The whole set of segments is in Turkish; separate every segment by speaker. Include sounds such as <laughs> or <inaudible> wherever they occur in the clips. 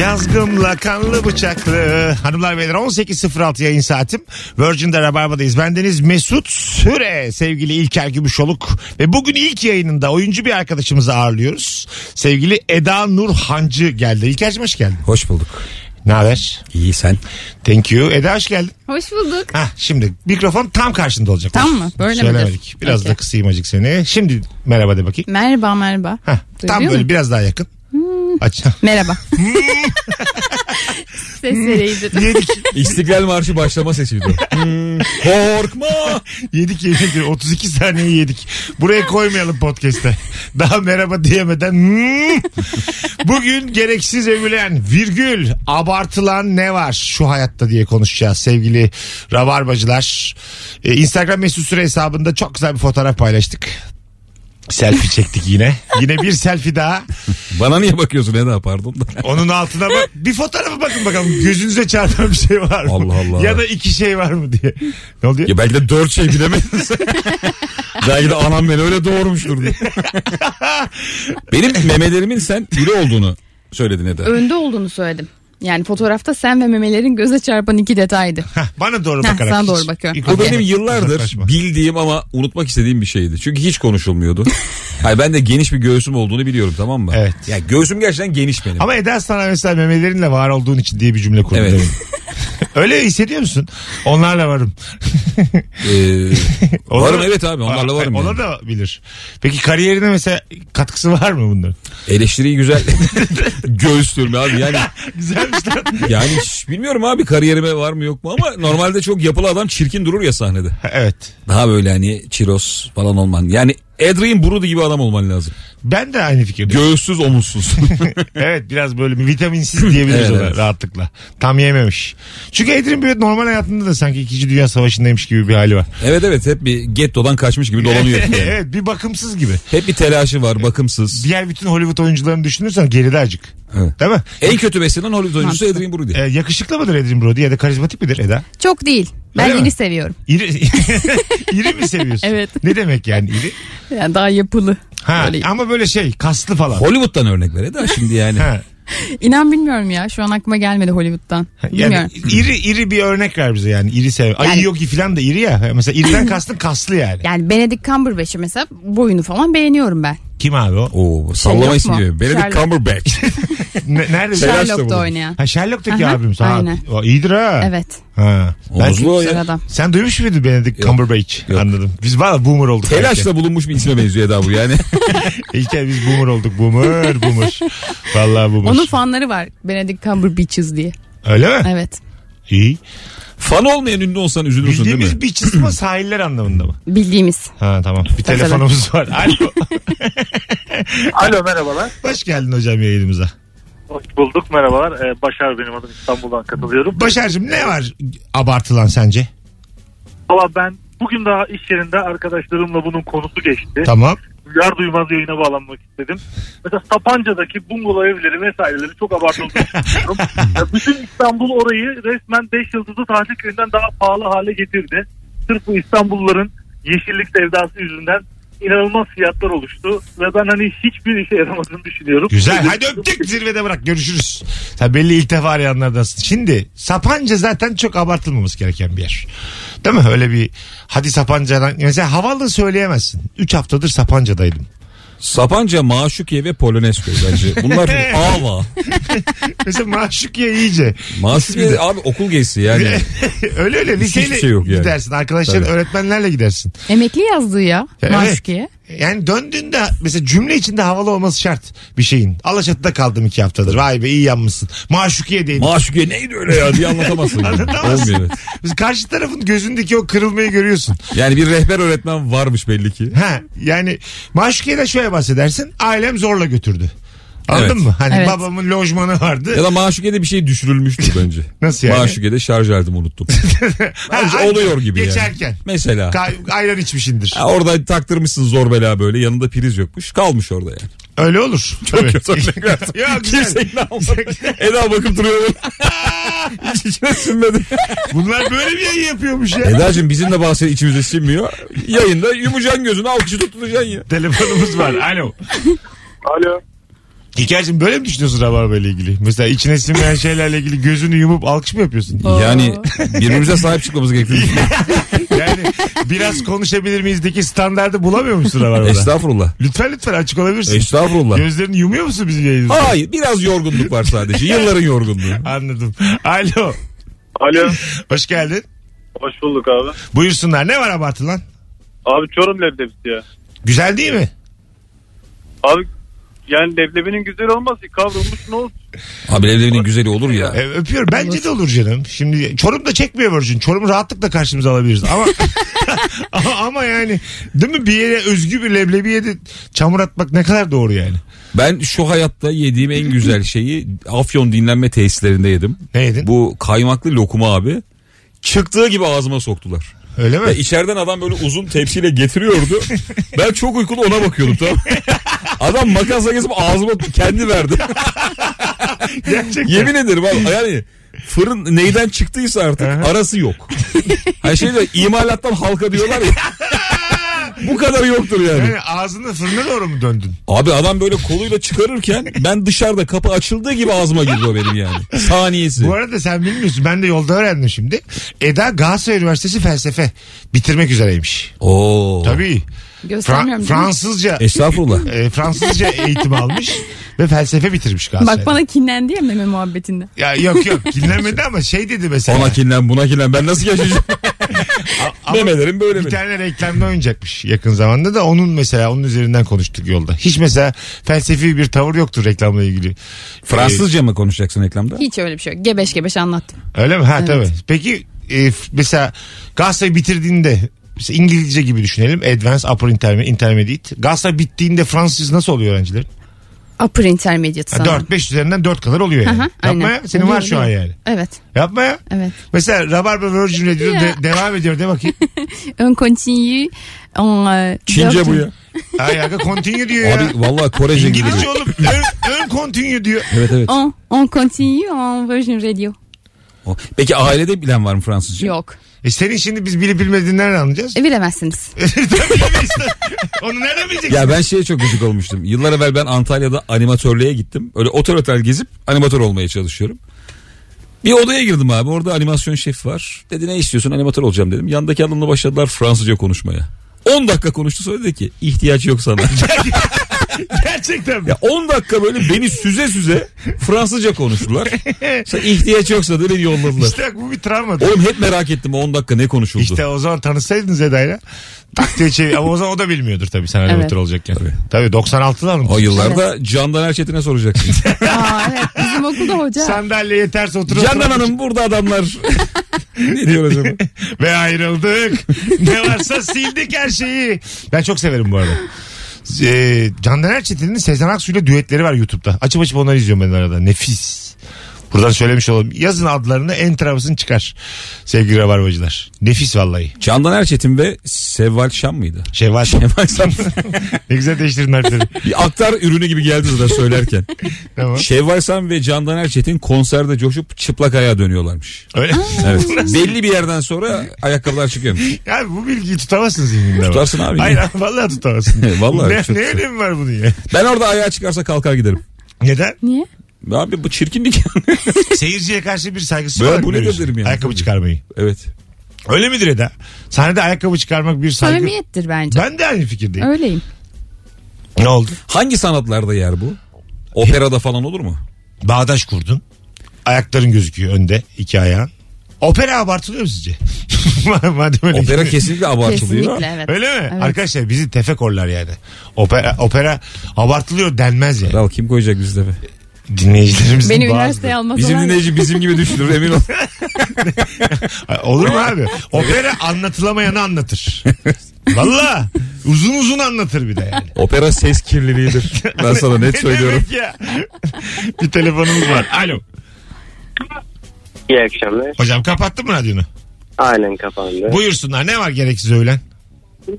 Speaker 1: Yazgımla kanlı bıçaklı hanımlar beyler 18.06 yayın saatim Virgin'de Rabarba'dayız. Bendeniz Mesut Süre sevgili İlker Gümüşoluk ve bugün ilk yayınında oyuncu bir arkadaşımızı ağırlıyoruz. Sevgili Eda Nur Hancı geldi. İlker'cim hoş geldin.
Speaker 2: Hoş bulduk.
Speaker 1: Ne haber?
Speaker 2: İyi sen.
Speaker 1: Thank you. Eda hoş geldin.
Speaker 3: Hoş bulduk.
Speaker 1: Hah şimdi mikrofon tam karşında olacak.
Speaker 3: Tam mı? Böyle midir?
Speaker 1: Söylemedik. Biraz
Speaker 3: Okey.
Speaker 1: da kısayım acık seni. Şimdi merhaba de bakayım.
Speaker 3: Merhaba merhaba.
Speaker 1: Hah, tam
Speaker 3: Duyuluyor
Speaker 1: böyle Hmm.
Speaker 3: mu?
Speaker 1: biraz daha yakın.
Speaker 3: Hmm.
Speaker 1: Aç. <laughs>
Speaker 3: Merhaba. Ses vereydi.
Speaker 1: Yedik.
Speaker 2: İstiklal Marşı başlama sesiydi. o. Hmm, Korkma.
Speaker 1: Yedik yemin ediyorum. 32 saniye yedik. Buraya koymayalım podcast'te. Daha merhaba diyemeden. hmm. Bugün gereksiz övülen virgül abartılan ne var şu hayatta diye konuşacağız sevgili rabarbacılar. Ee, Instagram mesut süre hesabında çok güzel bir fotoğraf paylaştık. Selfie çektik yine. Yine bir selfie daha.
Speaker 2: Bana niye bakıyorsun Eda pardon da.
Speaker 1: Onun altına bak. Bir fotoğrafa bakın bakalım. Gözünüze çarpan bir şey var mı?
Speaker 2: Allah Allah.
Speaker 1: Ya da iki şey var mı diye. Ne oluyor?
Speaker 2: Ya belki de dört şey bilemediniz. belki de anam beni öyle doğurmuştur diye. Benim memelerimin sen iri olduğunu söyledin Eda.
Speaker 3: Önde olduğunu söyledim. Yani fotoğrafta sen ve memelerin göze çarpan iki detaydı.
Speaker 1: Hah, Bana doğru
Speaker 3: Hah,
Speaker 1: bakarak.
Speaker 3: sana
Speaker 1: hiç-
Speaker 3: doğru bakıyor.
Speaker 1: ilk
Speaker 2: O benim
Speaker 1: olarak
Speaker 2: yıllardır
Speaker 1: uzaklaşma.
Speaker 2: bildiğim ama unutmak istediğim bir şeydi. Çünkü hiç konuşulmuyordu. Hayır ben de geniş bir göğsüm olduğunu biliyorum tamam mı?
Speaker 1: Evet.
Speaker 2: Ya göğsüm gerçekten geniş benim.
Speaker 1: Ama Eda sana mesela memelerinle var olduğun için diye bir cümle kurdu.
Speaker 2: Evet. <laughs>
Speaker 1: demin. Öyle hissediyor musun? Onlarla varım.
Speaker 2: Ee,
Speaker 1: Onlar-
Speaker 2: <laughs> varım evet abi onlarla
Speaker 1: Aa,
Speaker 2: varım. yani.
Speaker 1: Onlar da bilir. Peki kariyerine mesela katkısı var mı
Speaker 2: <laughs>
Speaker 1: bunların?
Speaker 2: Eleştiriyi güzel <laughs> göğüslüyorum abi yani
Speaker 1: Güzelmiş lan.
Speaker 2: yani hiç bilmiyorum abi kariyerime var mı yok mu ama normalde çok yapılı adam çirkin durur ya sahnede.
Speaker 1: <laughs> evet.
Speaker 2: Daha böyle hani çiros falan olman yani Adrien Brody gibi adam olman lazım.
Speaker 1: Ben de aynı fikirdeyim.
Speaker 2: Göğüssüz omuzsuz.
Speaker 1: <laughs> evet biraz böyle bir vitaminsiz diyebiliriz
Speaker 2: Evet,
Speaker 1: ona
Speaker 2: evet.
Speaker 1: rahatlıkla. Tam yememiş. Çünkü Adrian Brody normal hayatında da sanki 2. Dünya Savaşı'ndaymış gibi bir hali var.
Speaker 2: <laughs> evet evet hep bir gettodan kaçmış gibi dolanıyor. yani.
Speaker 1: <laughs> evet bir bakımsız gibi.
Speaker 2: Hep bir telaşı var bakımsız.
Speaker 1: Diğer bütün Hollywood oyuncularını düşünürsen geride acık.
Speaker 2: Evet. E-
Speaker 1: Değil mi?
Speaker 2: En kötü beslenen Hollywood oyuncusu
Speaker 3: Mantıklı.
Speaker 2: Adrien
Speaker 1: Ee,
Speaker 2: Brody.
Speaker 1: yakışıklı mıdır Adrian Brody ya da karizmatik midir Eda?
Speaker 3: Çok değil. Ben
Speaker 1: Öyle mi?
Speaker 3: iri seviyorum.
Speaker 1: İri, <laughs> iri mi seviyorsun?
Speaker 3: Evet.
Speaker 1: Ne demek yani iri?
Speaker 3: Yani daha yapılı.
Speaker 1: Ha,
Speaker 3: Böyle-
Speaker 1: ama böyle şey kaslı falan.
Speaker 2: Hollywood'dan örnek ver Eda
Speaker 1: <laughs>
Speaker 2: şimdi yani.
Speaker 1: Ha,
Speaker 3: İnan bilmiyorum ya. Şu an aklıma gelmedi Hollywood'dan. Bilmiyorum.
Speaker 1: yani iri iri bir örnek ver bize yani iri sev. Ay
Speaker 3: Yani-
Speaker 1: yok ki falan da iri ya. Mesela
Speaker 3: <laughs>
Speaker 1: iriden kastın kaslı yani.
Speaker 3: Yani Benedict Cumberbatch'i mesela boyunu falan beğeniyorum ben.
Speaker 1: Kim abi o?
Speaker 2: Oo
Speaker 3: yok
Speaker 2: sallama ismi
Speaker 3: mu?
Speaker 2: gibi. Benedict
Speaker 3: Sherlock.
Speaker 2: Cumberbatch.
Speaker 1: Ne- nerede?
Speaker 2: Seversin bunu.
Speaker 3: Sherlock'ta oynayan.
Speaker 1: Ha Sherlock'taki
Speaker 3: Aha,
Speaker 1: abimiz. Ha,
Speaker 3: aynen.
Speaker 1: O iyidir ha.
Speaker 3: Evet.
Speaker 1: Ha. Ben,
Speaker 2: Omuzlu o
Speaker 3: Güzel
Speaker 2: ya.
Speaker 3: adam.
Speaker 1: sen duymuş muydun Benedict
Speaker 2: Yok.
Speaker 1: Cumberbatch?
Speaker 2: Yok.
Speaker 1: Anladım. Biz valla boomer olduk.
Speaker 2: Telaşla bulunmuş bir isme benziyor Eda
Speaker 1: <laughs>
Speaker 2: bu yani.
Speaker 1: İlker biz boomer olduk. Boomer boomer. Valla boomer.
Speaker 3: Onun fanları var. Benedict Cumberbatch'iz diye.
Speaker 1: Öyle mi?
Speaker 3: Evet.
Speaker 1: İyi.
Speaker 2: Fan olmayan ünlü olsan üzülürsün değil mi?
Speaker 1: Bildiğimiz bir çizim sahiller anlamında mı?
Speaker 3: Bildiğimiz.
Speaker 1: Ha tamam. Bir
Speaker 3: Tabii,
Speaker 1: telefonumuz var. Alo.
Speaker 4: Alo merhabalar.
Speaker 1: Hoş geldin hocam yayınımıza.
Speaker 4: Hoş bulduk merhabalar. Ee, Başar benim adım İstanbul'dan katılıyorum.
Speaker 1: Başar'cığım ne var abartılan sence?
Speaker 4: Valla ben bugün daha iş yerinde arkadaşlarımla bunun konusu geçti.
Speaker 1: Tamam.
Speaker 4: Duyar duymaz yayına bağlanmak istedim. Mesela Sapanca'daki bungalov evleri vesaireleri çok abartıldığını
Speaker 1: <laughs>
Speaker 4: düşünüyorum. Ya bütün İstanbul orayı resmen 5 yıldızlı tatil köyünden daha pahalı hale getirdi. Sırf bu İstanbulluların yeşillik sevdası yüzünden inanılmaz fiyatlar oluştu. Ve ben hani hiçbir işe yaramadığını düşünüyorum.
Speaker 1: Güzel. Hadi öptük zirvede bırak. Görüşürüz. Sen belli ilk defa arayanlardansın. Şimdi Sapanca zaten çok abartılmaması gereken bir yer. Değil mi? Öyle bir hadi Sapanca'dan. Mesela havalı söyleyemezsin. 3 haftadır Sapanca'daydım.
Speaker 2: Sapanca, Maşukiye ve Polonezköy bence.
Speaker 1: <laughs>
Speaker 2: Bunlar ava.
Speaker 1: Mesela Maşukiye iyice.
Speaker 2: Maşukiye abi okul gezisi yani.
Speaker 1: <laughs> öyle öyle liseyle
Speaker 2: Hiçbir şey yok yani.
Speaker 1: gidersin. Arkadaşların
Speaker 2: Tabii.
Speaker 1: öğretmenlerle gidersin.
Speaker 3: Emekli yazdığı ya.
Speaker 1: Evet.
Speaker 3: Maşuki'ye.
Speaker 1: Yani döndüğünde mesela cümle içinde havalı olması şart bir şeyin. Alaçatı'da kaldım iki haftadır. Vay be iyi yanmışsın. Maşukiye'deyim.
Speaker 2: Maşukiye neydi öyle ya diye anlatamazsın.
Speaker 1: <laughs> Anlatamazsın.
Speaker 2: Olmuyor evet.
Speaker 1: Biz karşı tarafın gözündeki o kırılmayı görüyorsun.
Speaker 2: Yani bir rehber öğretmen varmış belli ki.
Speaker 1: Ha yani Maşukiye'de şöyle bahsedersin. Ailem zorla götürdü. Anladın
Speaker 2: Evet.
Speaker 1: mı? Hani
Speaker 3: Evet.
Speaker 1: babamın lojmanı vardı. <laughs>
Speaker 2: Ya da Maşuke'de bir şey düşürülmüştür bence.
Speaker 1: Nasıl yani?
Speaker 2: Maşuke'de şarj aletimi
Speaker 1: <laughs>
Speaker 2: unuttum. Bence
Speaker 1: ay-
Speaker 2: oluyor gibi yani.
Speaker 1: Geçerken.
Speaker 2: Mesela.
Speaker 1: Ka- ayran içmişindir.
Speaker 2: Ha, orada taktırmışsın zor bela böyle yanında priz yokmuş kalmış orada yani.
Speaker 1: Öyle olur. Tabii.
Speaker 2: <laughs> Çok örnek verdim.
Speaker 1: <laughs> Ya güzel.
Speaker 2: Kimse inanmadı. Eda bakıp duruyor böyle. Hiç içine sinmedi.
Speaker 1: <laughs> Bunlar böyle bir yayın yapıyormuş ya.
Speaker 2: Eda'cığım bizim de bahsi içimize sinmiyor. Yayında yumucan gözünü alçı tutulacaksın ya.
Speaker 1: Telefonumuz var. Alo.
Speaker 4: Alo.
Speaker 1: İlker'cim böyle mi düşünüyorsun Rabarba ile ilgili? Mesela içine sinmeyen şeylerle ilgili gözünü yumup alkış mı yapıyorsun?
Speaker 2: Yani birbirimize sahip
Speaker 1: <laughs>
Speaker 2: çıkmamız gerektiğini düşünüyorum.
Speaker 1: Yani biraz konuşabilir miyizdeki standardı bulamıyor musun Rabarba'da?
Speaker 2: Estağfurullah.
Speaker 1: lütfen lütfen açık olabilirsin.
Speaker 2: Estağfurullah.
Speaker 1: Gözlerini yumuyor musun bizim yayınımızda?
Speaker 2: Hayır biraz yorgunluk var sadece. Yılların yorgunluğu.
Speaker 1: Anladım. Alo.
Speaker 4: Alo.
Speaker 1: Hoş geldin.
Speaker 4: Hoş bulduk abi.
Speaker 1: Buyursunlar. Ne var abartılan?
Speaker 4: Abi Çorum leblebisi ya.
Speaker 1: Güzel değil mi?
Speaker 4: Abi yani leblebinin güzel olması kavrulmuş ne olsun?
Speaker 2: Abi evlerinin güzeli olur ya.
Speaker 1: E, öpüyorum. Bence de olur canım. Şimdi Çorum da çekmiyor Virgin. Çorum'u rahatlıkla karşımıza alabiliriz. Ama <laughs> ama- ama yani değil mi bir yere özgü bir leblebiye de çamur atmak ne kadar doğru yani.
Speaker 2: Ben şu hayatta yediğim en güzel şeyi Afyon dinlenme tesislerinde yedim.
Speaker 1: Ne yedin?
Speaker 2: Bu kaymaklı lokuma abi. Çıktığı gibi ağzıma soktular.
Speaker 1: Öyle <laughs> mi?
Speaker 2: Ya içeriden adam böyle uzun tepsiyle getiriyordu. Ben çok uykulu ona bakıyordum tamam. Adam makasla kesip ağzıma kendi verdi.
Speaker 1: Gerçekten.
Speaker 2: <laughs> Yemin ederim abi yani fırın neyden çıktıysa artık arası yok. Her şey de imalattan halka diyorlar ya. Bu kadar yoktur yani.
Speaker 1: Yani ağzını fırına doğru mu döndün?
Speaker 2: Abi adam böyle koluyla çıkarırken ben dışarıda kapı açıldığı gibi ağzıma giriyor benim yani. Saniyesi.
Speaker 1: Bu arada sen bilmiyorsun. Ben de yolda öğrendim şimdi. Eda Galatasaray Üniversitesi felsefe bitirmek üzereymiş.
Speaker 2: Oo.
Speaker 1: Tabii. Fra-
Speaker 3: Göstermiyorum. değil mi?
Speaker 1: Fransızca
Speaker 2: Estağfurullah.
Speaker 1: e, Fransızca eğitim almış ve felsefe bitirmiş Galatasaray'da.
Speaker 3: Bak bana kinlendi ya meme muhabbetinde.
Speaker 1: Ya yok yok dinlenmedi ama şey dedi mesela.
Speaker 2: Ona kinlen buna kinlen ben nasıl yaşayacağım?
Speaker 1: Ama
Speaker 2: Memelerim böyle
Speaker 1: bir
Speaker 2: mi?
Speaker 1: tane reklamda oynayacakmış yakın zamanda da onun mesela onun üzerinden konuştuk yolda. Hiç mesela felsefi bir tavır yoktur reklamla ilgili.
Speaker 2: Fransızca mı konuşacaksın reklamda?
Speaker 3: Hiç öyle bir şey yok. Gebeş gebeş anlattım.
Speaker 1: Ee, öyle mi? Ha
Speaker 3: Evet.
Speaker 1: tabii. Peki e, f- mesela Galatasaray bitirdiğinde mesela İngilizce gibi düşünelim. Advanced, Upper Interme- Intermediate. Galatasaray bittiğinde Fransız nasıl oluyor öğrenciler?
Speaker 3: Upper intermediate
Speaker 1: Ha,
Speaker 3: sana.
Speaker 1: 4-5 üzerinden 4 kadar oluyor yani.
Speaker 3: Aha,
Speaker 1: Yapma
Speaker 3: aynen.
Speaker 1: ya. Senin var şu an yani.
Speaker 3: Evet.
Speaker 1: Yapma ya.
Speaker 3: Evet.
Speaker 1: Mesela Rabarba Virgin Radio de- devam ediyor de bakayım.
Speaker 3: Ön continue. on, uh,
Speaker 2: Çince
Speaker 3: dört-
Speaker 2: bu ya.
Speaker 1: Ayağa continue diyor ya.
Speaker 2: Abi vallahi Korece gibi.
Speaker 1: İngilizce oğlum. Ön, ön continue diyor.
Speaker 2: Evet evet.
Speaker 3: On, on continue on Virgin Radio.
Speaker 2: O- Peki ailede bilen var mı Fransızca?
Speaker 3: Yok.
Speaker 1: E senin şimdi biz bilip bilmediğinden anlayacağız. <laughs>
Speaker 3: E, bilemezsiniz.
Speaker 1: Onu nereden bileceksin?
Speaker 2: Ya ben şeye çok gıcık olmuştum. Yıllar evvel ben Antalya'da animatörlüğe gittim. Öyle otel otel gezip animatör olmaya çalışıyorum. Bir odaya girdim abi. Orada animasyon şefi var. Dedi ne istiyorsun animatör olacağım dedim. Yandaki adamla başladılar Fransızca konuşmaya. 10 dakika konuştu sonra dedi ki ihtiyaç yok sana. <laughs>
Speaker 1: Gerçekten mi?
Speaker 2: ya 10 dakika böyle beni süze süze Fransızca konuştular. Sonra ihtiyaç yoksa da beni yolladılar.
Speaker 1: İşte bak bu bir travmadır.
Speaker 2: Oğlum hep merak ettim o 10 dakika ne konuşuldu.
Speaker 1: İşte o zaman tanışsaydınız Eda'yla. Tak diye çevir. Ama o zaman o da bilmiyordur tabii sen animatör
Speaker 3: Evet.
Speaker 1: olacakken. Tabii.
Speaker 2: Tabii.
Speaker 1: 96'lar mı?
Speaker 2: O yıllarda Candan
Speaker 1: <laughs>
Speaker 2: Erçetin'e soracaksın.
Speaker 3: <laughs> Aa, evet. Bizim okulda hoca.
Speaker 1: Sandalyeye ters oturup
Speaker 2: Candan Hanım
Speaker 1: <laughs>
Speaker 2: burada adamlar. ne diyor acaba?
Speaker 1: ve
Speaker 2: <laughs>
Speaker 1: ayrıldık. ne varsa sildik her şeyi. Ben çok severim bu arada. Ee, Candan Erçetin'in Sezen Aksu'yla düetleri var YouTube'da. Açıp açıp onları izliyorum ben arada. Nefis. Buradan söylemiş olalım. Yazın adlarını en travmasını çıkar. Sevgili rabarbacılar. Nefis vallahi.
Speaker 2: Candan Erçetin ve Sevval Şam mıydı? <laughs>
Speaker 1: Şevval.
Speaker 2: Şevval Şam.
Speaker 1: ne güzel değiştirdin harfleri.
Speaker 2: bir aktar ürünü gibi geldi zaten <laughs> söylerken.
Speaker 1: Tamam.
Speaker 2: Şevval Şam ve Candan Erçetin konserde coşup çıplak ayağa dönüyorlarmış.
Speaker 1: Öyle. <laughs>
Speaker 2: Evet. Belli bir yerden sonra ayakkabılar çıkıyormuş.
Speaker 1: Ya bu bilgiyi tutamazsın zihninde. ama.
Speaker 2: Tutarsın abi.
Speaker 1: Hayır <laughs> vallahi tutamazsın.
Speaker 2: <laughs> Vallahi
Speaker 1: ne,
Speaker 2: çok-
Speaker 1: ne önemi var bunun ya?
Speaker 2: Ben orada ayağa çıkarsa kalkar giderim.
Speaker 1: Neden?
Speaker 3: Niye?
Speaker 2: Abi bu çirkinlik.
Speaker 1: Seyirciye karşı bir saygısızlık
Speaker 2: Böyle
Speaker 1: olarak
Speaker 2: bu ne
Speaker 1: görüyorsun.
Speaker 2: dedim yani.
Speaker 1: Ayakkabı çıkarmayı.
Speaker 2: <laughs> evet.
Speaker 1: Öyle midir Eda? Sahnede ayakkabı çıkarmak bir saygı.
Speaker 3: Samimiyettir bence.
Speaker 1: Ben de aynı fikirdeyim.
Speaker 3: Öyleyim.
Speaker 1: Ne oldu?
Speaker 2: Hangi sanatlarda yer bu? Operada falan olur mu?
Speaker 1: Bağdaş kurdun. Ayakların gözüküyor önde. iki ayağın. Opera abartılıyor mu sizce? <laughs> Madem öyle.
Speaker 2: <laughs> Opera kesinlikle abartılıyor.
Speaker 3: Kesinlikle evet.
Speaker 1: Öyle mi?
Speaker 3: Evet.
Speaker 1: Arkadaşlar bizi tefekorlar yani. Opera, opera abartılıyor denmez yani.
Speaker 2: Kral kim koyacak bizi de be?
Speaker 1: Dinleyicilerimizin
Speaker 3: Beni
Speaker 1: bazıları-
Speaker 3: üniversiteye almaz
Speaker 2: Bizim dinleyici bizim gibi düşünür emin ol. <laughs>
Speaker 1: Ay, Olur mu abi? Opera anlatılamayana anlatır. Valla. Uzun uzun anlatır bir de yani.
Speaker 2: <laughs> Opera ses kirliliğidir. Ben sana net <laughs>
Speaker 1: Ne
Speaker 2: söylüyorum.
Speaker 1: demek ya? bir telefonumuz var. Alo.
Speaker 5: İyi akşamlar.
Speaker 1: Hocam kapattın mı radyonu?
Speaker 5: Aynen kapandı.
Speaker 1: Buyursunlar ne var gereksiz övülen?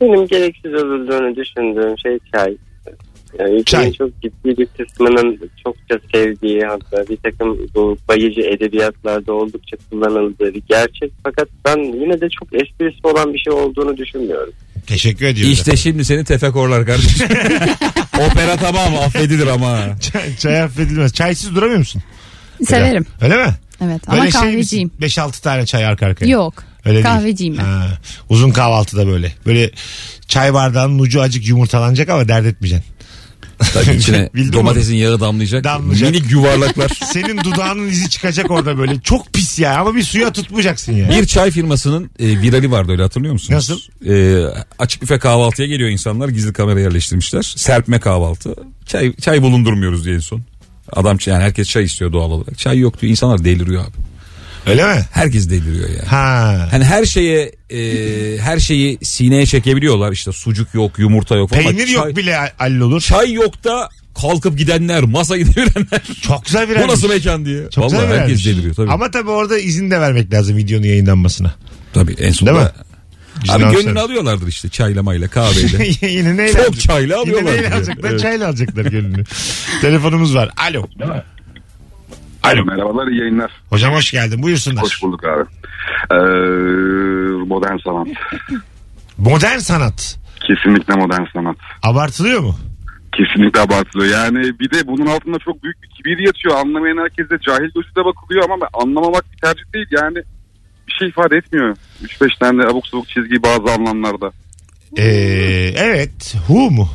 Speaker 5: Benim gereksiz övüldüğünü düşündüğüm şey çay. Yani ülkenin
Speaker 1: Çay.
Speaker 5: çok ciddi bir kısmının çokça sevdiği hatta bir takım bu bayıcı edebiyatlarda oldukça kullanıldığı bir gerçek. Fakat ben yine de çok esprisi olan bir şey olduğunu düşünmüyorum.
Speaker 1: Teşekkür ediyorum.
Speaker 2: İşte şimdi seni
Speaker 1: <laughs>
Speaker 2: tefekorlar kardeşim. <laughs> Opera tamam affedilir ama.
Speaker 1: Çay, çay affedilmez. Çaysız duramıyor musun?
Speaker 3: Severim.
Speaker 1: Öyle mi?
Speaker 3: Evet ama
Speaker 1: Böyle şey
Speaker 3: kahveciyim.
Speaker 1: misin? 5-6 tane çay arka arkaya.
Speaker 3: Yok.
Speaker 1: Öyle değil.
Speaker 3: kahveciyim ben.
Speaker 1: Ha, uzun kahvaltıda böyle. Böyle çay bardağının ucu acık yumurtalanacak ama dert etmeyeceksin.
Speaker 2: Tabii <laughs> içine
Speaker 1: Bildim
Speaker 2: domatesin yağı damlayacak.
Speaker 1: Damlayacak.
Speaker 2: Minik yuvarlaklar.
Speaker 1: <laughs> Senin dudağının izi çıkacak orada böyle. Çok pis ya ama bir suya tutmayacaksın ya.
Speaker 2: Bir çay firmasının e, virali vardı öyle hatırlıyor musunuz?
Speaker 1: Nasıl?
Speaker 2: E, açık büfe kahvaltıya geliyor insanlar gizli kamera yerleştirmişler. Serpme kahvaltı. Çay, çay bulundurmuyoruz diye en son. Adam ç- yani herkes çay istiyor doğal olarak. Çay yok diyor insanlar deliriyor abi.
Speaker 1: Öyle mi?
Speaker 2: Herkes deliriyor yani.
Speaker 1: Ha.
Speaker 2: Hani her şeye e, her şeyi sineye çekebiliyorlar işte sucuk yok yumurta yok. falan.
Speaker 1: Peynir
Speaker 2: Çay-
Speaker 1: yok bile hallolur.
Speaker 2: Çay yok da kalkıp gidenler masa <laughs> gidebilenler.
Speaker 1: Çok güzel bir
Speaker 2: Bu
Speaker 1: vermiş.
Speaker 2: nasıl mekan diye.
Speaker 1: Çok
Speaker 2: Vallahi
Speaker 1: güzel bir
Speaker 2: herkes
Speaker 1: vermiş.
Speaker 2: deliriyor tabii.
Speaker 1: Ama tabii orada izin de vermek lazım videonun yayınlanmasına.
Speaker 2: tabii en
Speaker 1: Değil mi? şey.
Speaker 2: sonunda.
Speaker 1: İzin
Speaker 2: Abi
Speaker 1: alsana.
Speaker 2: gönlünü alıyorlardır işte çayla mayla kahveyle.
Speaker 1: <laughs> Yine neyle
Speaker 2: Çok
Speaker 1: alacak-
Speaker 2: çayla
Speaker 1: Yine
Speaker 2: alıyorlar.
Speaker 1: neyle alacaklar?
Speaker 2: Evet.
Speaker 1: Çayla alacaklar gönlünü. Telefonumuz var. Alo. Alo.
Speaker 6: Merhabalar iyi yayınlar.
Speaker 1: Hocam hoş geldin. Buyursunlar.
Speaker 6: Hoş bulduk abi. Ee, modern sanat.
Speaker 1: Modern sanat.
Speaker 6: Kesinlikle modern sanat.
Speaker 1: Abartılıyor mu?
Speaker 6: Kesinlikle abartılıyor. Yani bir de bunun altında çok büyük bir kibir yatıyor. Anlamayan herkese cahil gözüyle bakılıyor ama anlamamak bir tercih değil. Yani bir şey ifade etmiyor. 3-5 tane abuk sabuk çizgi bazı anlamlarda.
Speaker 1: Ee, evet. Hu mu?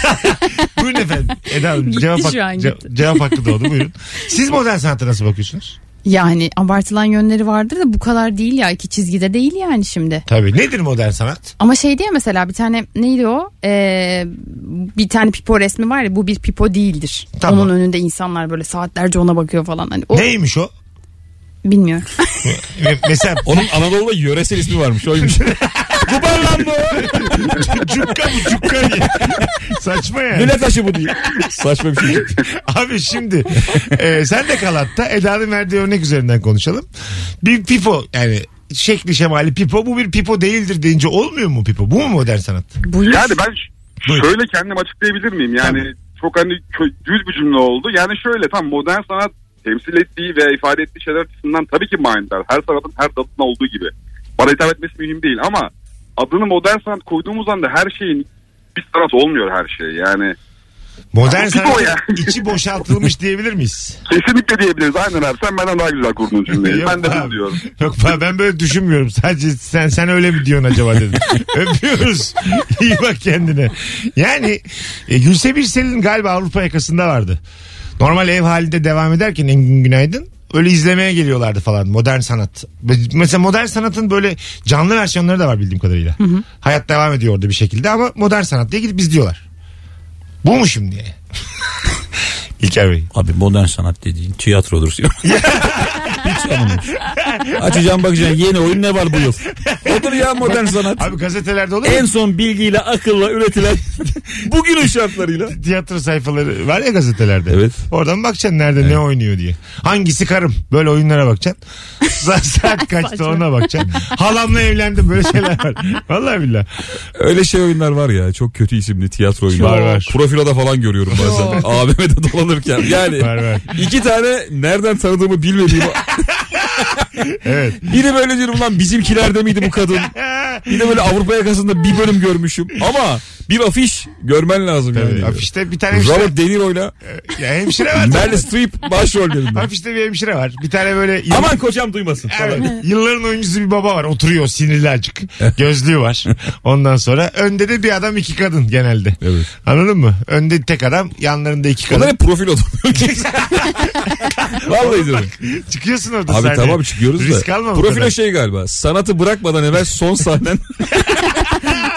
Speaker 1: <laughs> buyurun efendim. Eda Hanım,
Speaker 3: Gitti
Speaker 1: cevap,
Speaker 3: şu
Speaker 1: hak-
Speaker 3: an,
Speaker 1: ce-
Speaker 3: gitti.
Speaker 1: cevap hakkı doğdu. Buyurun. Siz modern sanata nasıl bakıyorsunuz?
Speaker 3: Yani abartılan yönleri vardır da bu kadar değil ya. iki çizgide değil yani şimdi.
Speaker 1: Tabii. Nedir modern sanat?
Speaker 3: Ama şey diye mesela bir tane neydi o? Ee, bir tane pipo resmi var ya bu bir pipo değildir.
Speaker 1: Tamam.
Speaker 3: Onun önünde insanlar böyle saatlerce ona bakıyor falan. Hani o
Speaker 1: Neymiş o?
Speaker 3: bilmiyorum.
Speaker 1: Me- Mesela
Speaker 2: Onun Anadolu'da yöresel ismi
Speaker 1: <laughs>
Speaker 2: varmış oymuş. Kuban lan bu.
Speaker 1: cukka bu
Speaker 2: <laughs>
Speaker 1: cukka diye. Saçma yani.
Speaker 2: Lüle taşı bu diye. Saçma bir şey.
Speaker 1: <laughs> Abi şimdi e, sen de kalatta Eda'nın verdiği örnek üzerinden konuşalım. Bir pipo yani şekli şemali pipo bu bir pipo değildir deyince olmuyor mu pipo? Bu mu modern sanat?
Speaker 3: Buyur.
Speaker 6: Yani ben ş-
Speaker 1: Buyur.
Speaker 6: şöyle kendim açıklayabilir miyim? Yani çok hani kö- düz bir cümle oldu. Yani şöyle tam modern sanat temsil ettiği ve ifade ettiği şeyler açısından tabii ki manidar. Her sanatın her dalında olduğu gibi. Bana hitap etmesi mühim değil ama adını modern sanat koyduğumuz anda her şeyin bir sanat olmuyor her şey. Yani
Speaker 1: Modern
Speaker 6: Pipo
Speaker 1: sanat
Speaker 6: ya.
Speaker 1: içi boşaltılmış diyebilir miyiz?
Speaker 6: kesinlikle diyebiliriz. Aynen abi sen benden daha güzel kurdun cümleyi.
Speaker 1: Yok
Speaker 6: ben de
Speaker 1: abi.
Speaker 6: bunu diyorum.
Speaker 1: Yok ben- ben böyle düşünmüyorum. Sadece sen sen öyle mi diyorsun acaba
Speaker 6: <laughs>
Speaker 1: dedim. Öpüyoruz. İyi bak kendine. Yani e, Gülse Birsel'in galiba Avrupa yakasında vardı. Normal ev halinde devam ederken Engin Günaydın öyle izlemeye geliyorlardı falan modern sanat. Mesela modern sanatın böyle canlı versiyonları da var bildiğim kadarıyla. Hayat devam ediyor orada bir şekilde ama modern sanat diye gidip izliyorlar. Bu mu şimdi? yani? İlker Bey.
Speaker 2: Abi modern sanat dediğin <laughs> tiyatrodur. Hiç anlamamış. Açacağım bakacağım yeni oyun ne var bu yıl. Odur ya modern sanat.
Speaker 1: Abi gazetelerde olur mu?
Speaker 2: En son bilgiyle akılla üretilen <laughs> bugünün şartlarıyla.
Speaker 1: tiyatro sayfaları var ya gazetelerde.
Speaker 2: Evet.
Speaker 1: Oradan bakacaksın nerede ne oynuyor diye. Hangisi karım? Böyle oyunlara bakacaksın. Sa-
Speaker 2: <laughs>
Speaker 1: Saat kaçta
Speaker 3: Saçma.
Speaker 1: ona bakacaksın. Halamla evlendim böyle şeyler var. Vallahi billahi.
Speaker 2: Öyle şey oyunlar var ya çok kötü isimli tiyatro oyunu.
Speaker 1: Var, var.
Speaker 2: Profiloda falan görüyorum
Speaker 1: <laughs>
Speaker 2: bazen. AVM'de dolanırken. Yani
Speaker 1: Var, var.
Speaker 2: iki tane nereden tanıdığımı bilmediğim.
Speaker 1: Evet.
Speaker 2: Biri böyle diyorum lan bizimkilerde miydi bu kadın?
Speaker 1: Ha,
Speaker 2: Bir de böyle Avrupa yakasında bir bölüm görmüşüm. Ama bir afiş görmen lazım yani.
Speaker 1: Afişte bir tane hemşire,
Speaker 2: Robert De Niro'yla
Speaker 1: ya hemşire var.
Speaker 2: Meryl Streep başrollerinde.
Speaker 1: Afişte bir hemşire var. Bir tane böyle yıl-
Speaker 2: Aman kocam duymasın.
Speaker 1: Evet,
Speaker 2: falan.
Speaker 1: yılların oyuncusu bir baba var. Oturuyor sinirli acık. Gözlüğü var. Ondan sonra önde de bir adam iki kadın genelde.
Speaker 2: Evet.
Speaker 1: Anladın mı? Önde tek adam yanlarında iki kadın.
Speaker 2: Onlar hep profil oturuyor. <laughs> Vallahi diyorum.
Speaker 1: <laughs> Çıkıyorsun orada
Speaker 2: Abi
Speaker 1: sahneye.
Speaker 2: tamam çıkıyoruz
Speaker 1: Risk
Speaker 2: da.
Speaker 1: alma bu
Speaker 2: Profilo
Speaker 1: kadar.
Speaker 2: şey galiba. Sanatı bırakmadan evvel
Speaker 1: <laughs>
Speaker 2: son sahnen.